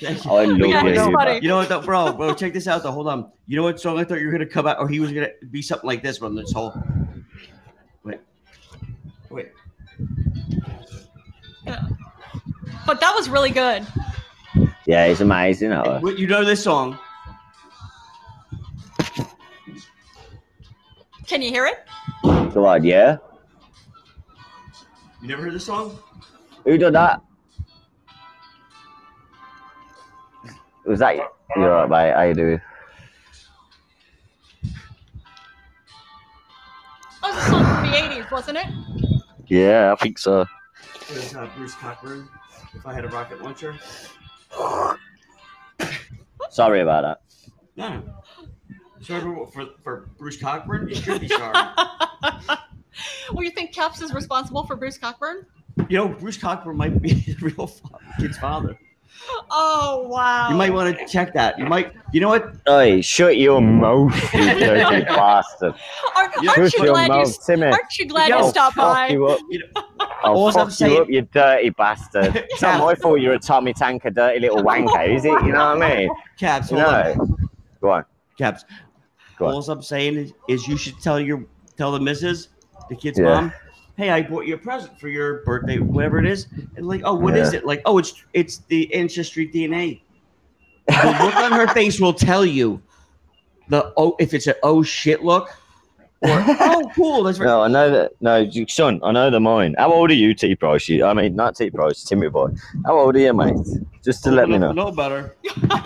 S2: Thank you.
S4: I love
S1: Yeah,
S4: your
S1: it's
S4: humor.
S1: funny.
S2: You know what, though, bro, bro, check this out, though. Hold on. You know what song I thought you were gonna come out, or he was gonna be something like this one. This whole. Wait. Wait.
S1: but that was really good.
S4: Yeah, it's amazing. I-
S2: Wait, You know this song?
S1: Can you hear it?
S4: Go on, yeah.
S2: You never heard this song?
S4: Who done that? Was that you? You're right, mate. How you doing?
S1: That was a song from the 80s, wasn't it?
S4: Yeah, I think so.
S2: It was, uh, Bruce Cockburn. If I had a rocket launcher.
S4: Sorry about that.
S2: No. Sorry for, for, for Bruce Cockburn? You should be sorry.
S1: well, you think Caps is responsible for Bruce Cockburn?
S2: you know, Bruce Cockburn might be the real fa- kid's father.
S1: Oh, wow.
S2: You might want to check that. You might, you know what?
S4: Oi, shut your mouth, you dirty bastard!
S1: Aren't,
S2: You-
S1: aren't
S4: Shut
S1: you
S4: your
S1: glad you,
S4: mouth, Timmy.
S1: aren't you, glad you
S2: Yo,
S1: stopped by?
S4: Fuck you up.
S2: You
S4: I'll
S2: All's I'm
S4: fuck you
S2: saying-
S4: up, you dirty bastard. It's not my fault you're a Tommy Tanker, dirty little wanker, is it? You know what I mean?
S2: Caps, hold on.
S4: No. Go on.
S2: Caps.
S4: Go on.
S2: All I'm saying is, is you should tell your tell the missus, the kid's
S4: Yeah.
S2: mom, hey, I bought you a present for your birthday, whatever it is. And like, oh, what is it? Like, oh, it's it's the ancestry DNA. the look on her face will tell you the oh if it's a oh shit look or oh cool, that's right.
S4: No, I know that. No, you- son, I know the mine. How old are you, T Price? You, I mean, not T Price, Timmy Boy. How old are you, mate? Just to let me know.
S2: No better.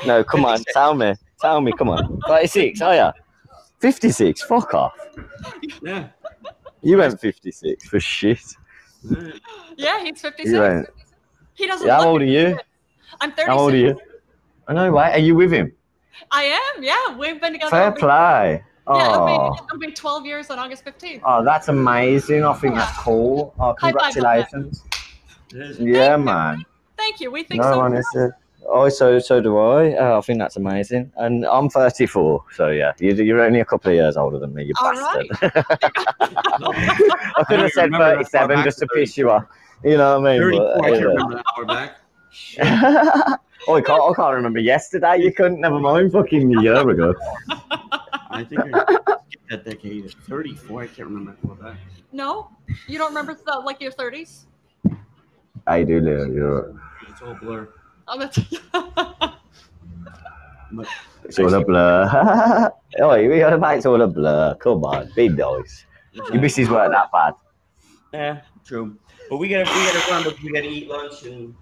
S4: No, come on, tell me. Tell me, come on. 36, are ya? 56, fuck off.
S2: Yeah.
S4: You went 56 for shit.
S1: Yeah, he's 56.
S4: You ain't.
S1: He doesn't
S4: Yeah, how
S1: look
S4: old are you?
S1: I'm 36.
S4: How old are you? I know, right? Are you with him?
S1: I am, yeah. We've been together.
S4: Fair
S1: it'll be-
S4: play.
S1: Yeah, it'll be,
S4: Oh,
S1: it'll be 12 years on August 15th.
S4: oh, that's amazing. I think that's cool. Oh,
S1: High five on that.
S4: congratulations.
S2: It is.
S4: Yeah, man.
S1: Thank you. We think
S4: No
S1: so.
S4: one is. Uh, oh, so so do I. Oh, I think that's amazing. And I'm 34, so yeah, you're, you're only a couple of years older than me. You
S1: All
S4: bastard.
S2: No.
S4: I could have said
S2: Remember that far
S4: 37
S2: back
S4: just to
S2: to
S4: piss you off. You know what I mean?
S2: Thirty-four. I
S4: But,
S2: can't
S4: anyway.
S2: remember that far back.
S4: oh, I can't, I can't remember yesterday. You couldn't. Never mind. Fucking a year ago.
S2: I think I skipped that decade. Thirty-four. I can't remember that far back.
S1: No? You don't remember the, like your 30s?
S4: I do, Leo. You're right.
S2: It's all blur.
S1: Oh, that's.
S4: It's all a blur. oh, you got about it's all a blur. Come on, be nice. Your missus weren't that bad.
S2: Yeah, eh, true. But we gotta we gotta run. But we gotta eat lunch and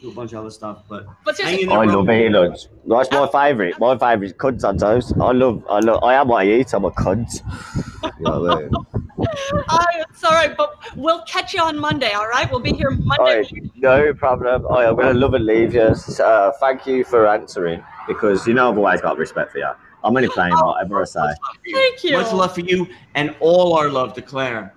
S2: do a bunch of other stuff. But
S1: but seriously,
S2: Hanging
S4: I love eating lunch. That's my favourite. My favourite is cunts on toast. I love, I love, I am what I eat. I'm a cunt. You know what I mean?
S1: I, it's all right, but we'll catch you on Monday, all right? We'll be here Monday.
S4: Alright, no problem. Alright, I'm gonna love and leave you. Uh, thank you for answering because you know I've always got respect for you. I'm only playing whatever I say.
S1: Thank you.
S2: much love for you and all our love to Claire.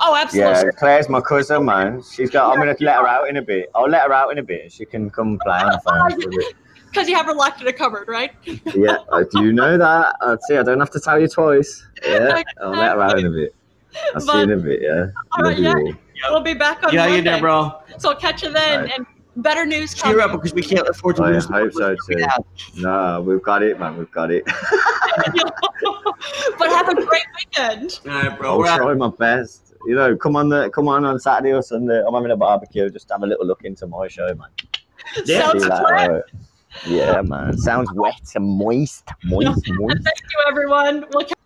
S1: Oh, absolutely.
S4: Yeah, Claire's my cousin, man. She's got. I'm gonna let her out in a bit. I'll let her out in a bit. She can come play on the phone. for a bit.
S1: Because you have her locked in a cupboard, right?
S4: Yeah, I do know that. I see. I don't have to tell you twice. Yeah, I'll let her out in a bit. I'll see you in a bit. Yeah.
S1: All right,
S4: Love you
S1: yeah.
S4: all.
S1: We'll be back on
S2: Yeah,
S1: Monday.
S2: you there, bro.
S1: So I'll catch you then.
S4: All right.
S1: And better news
S2: Cheer
S1: coming.
S2: up because we can't afford to
S4: I
S2: lose.
S4: hope so too. No, we've got it, man. We've got it.
S1: but have a great weekend.
S2: All right, bro.
S4: I'll
S2: We're out.
S4: try my best. You know, come on the come on on Saturday or Sunday. I'm having a barbecue. Just have a little look into my show, man.
S2: Yeah.
S1: Sounds
S4: See
S1: fun.
S4: that, uh, yeah, man. Sounds wet and moist, moist, moist.
S1: Thank you, everyone. We'll catch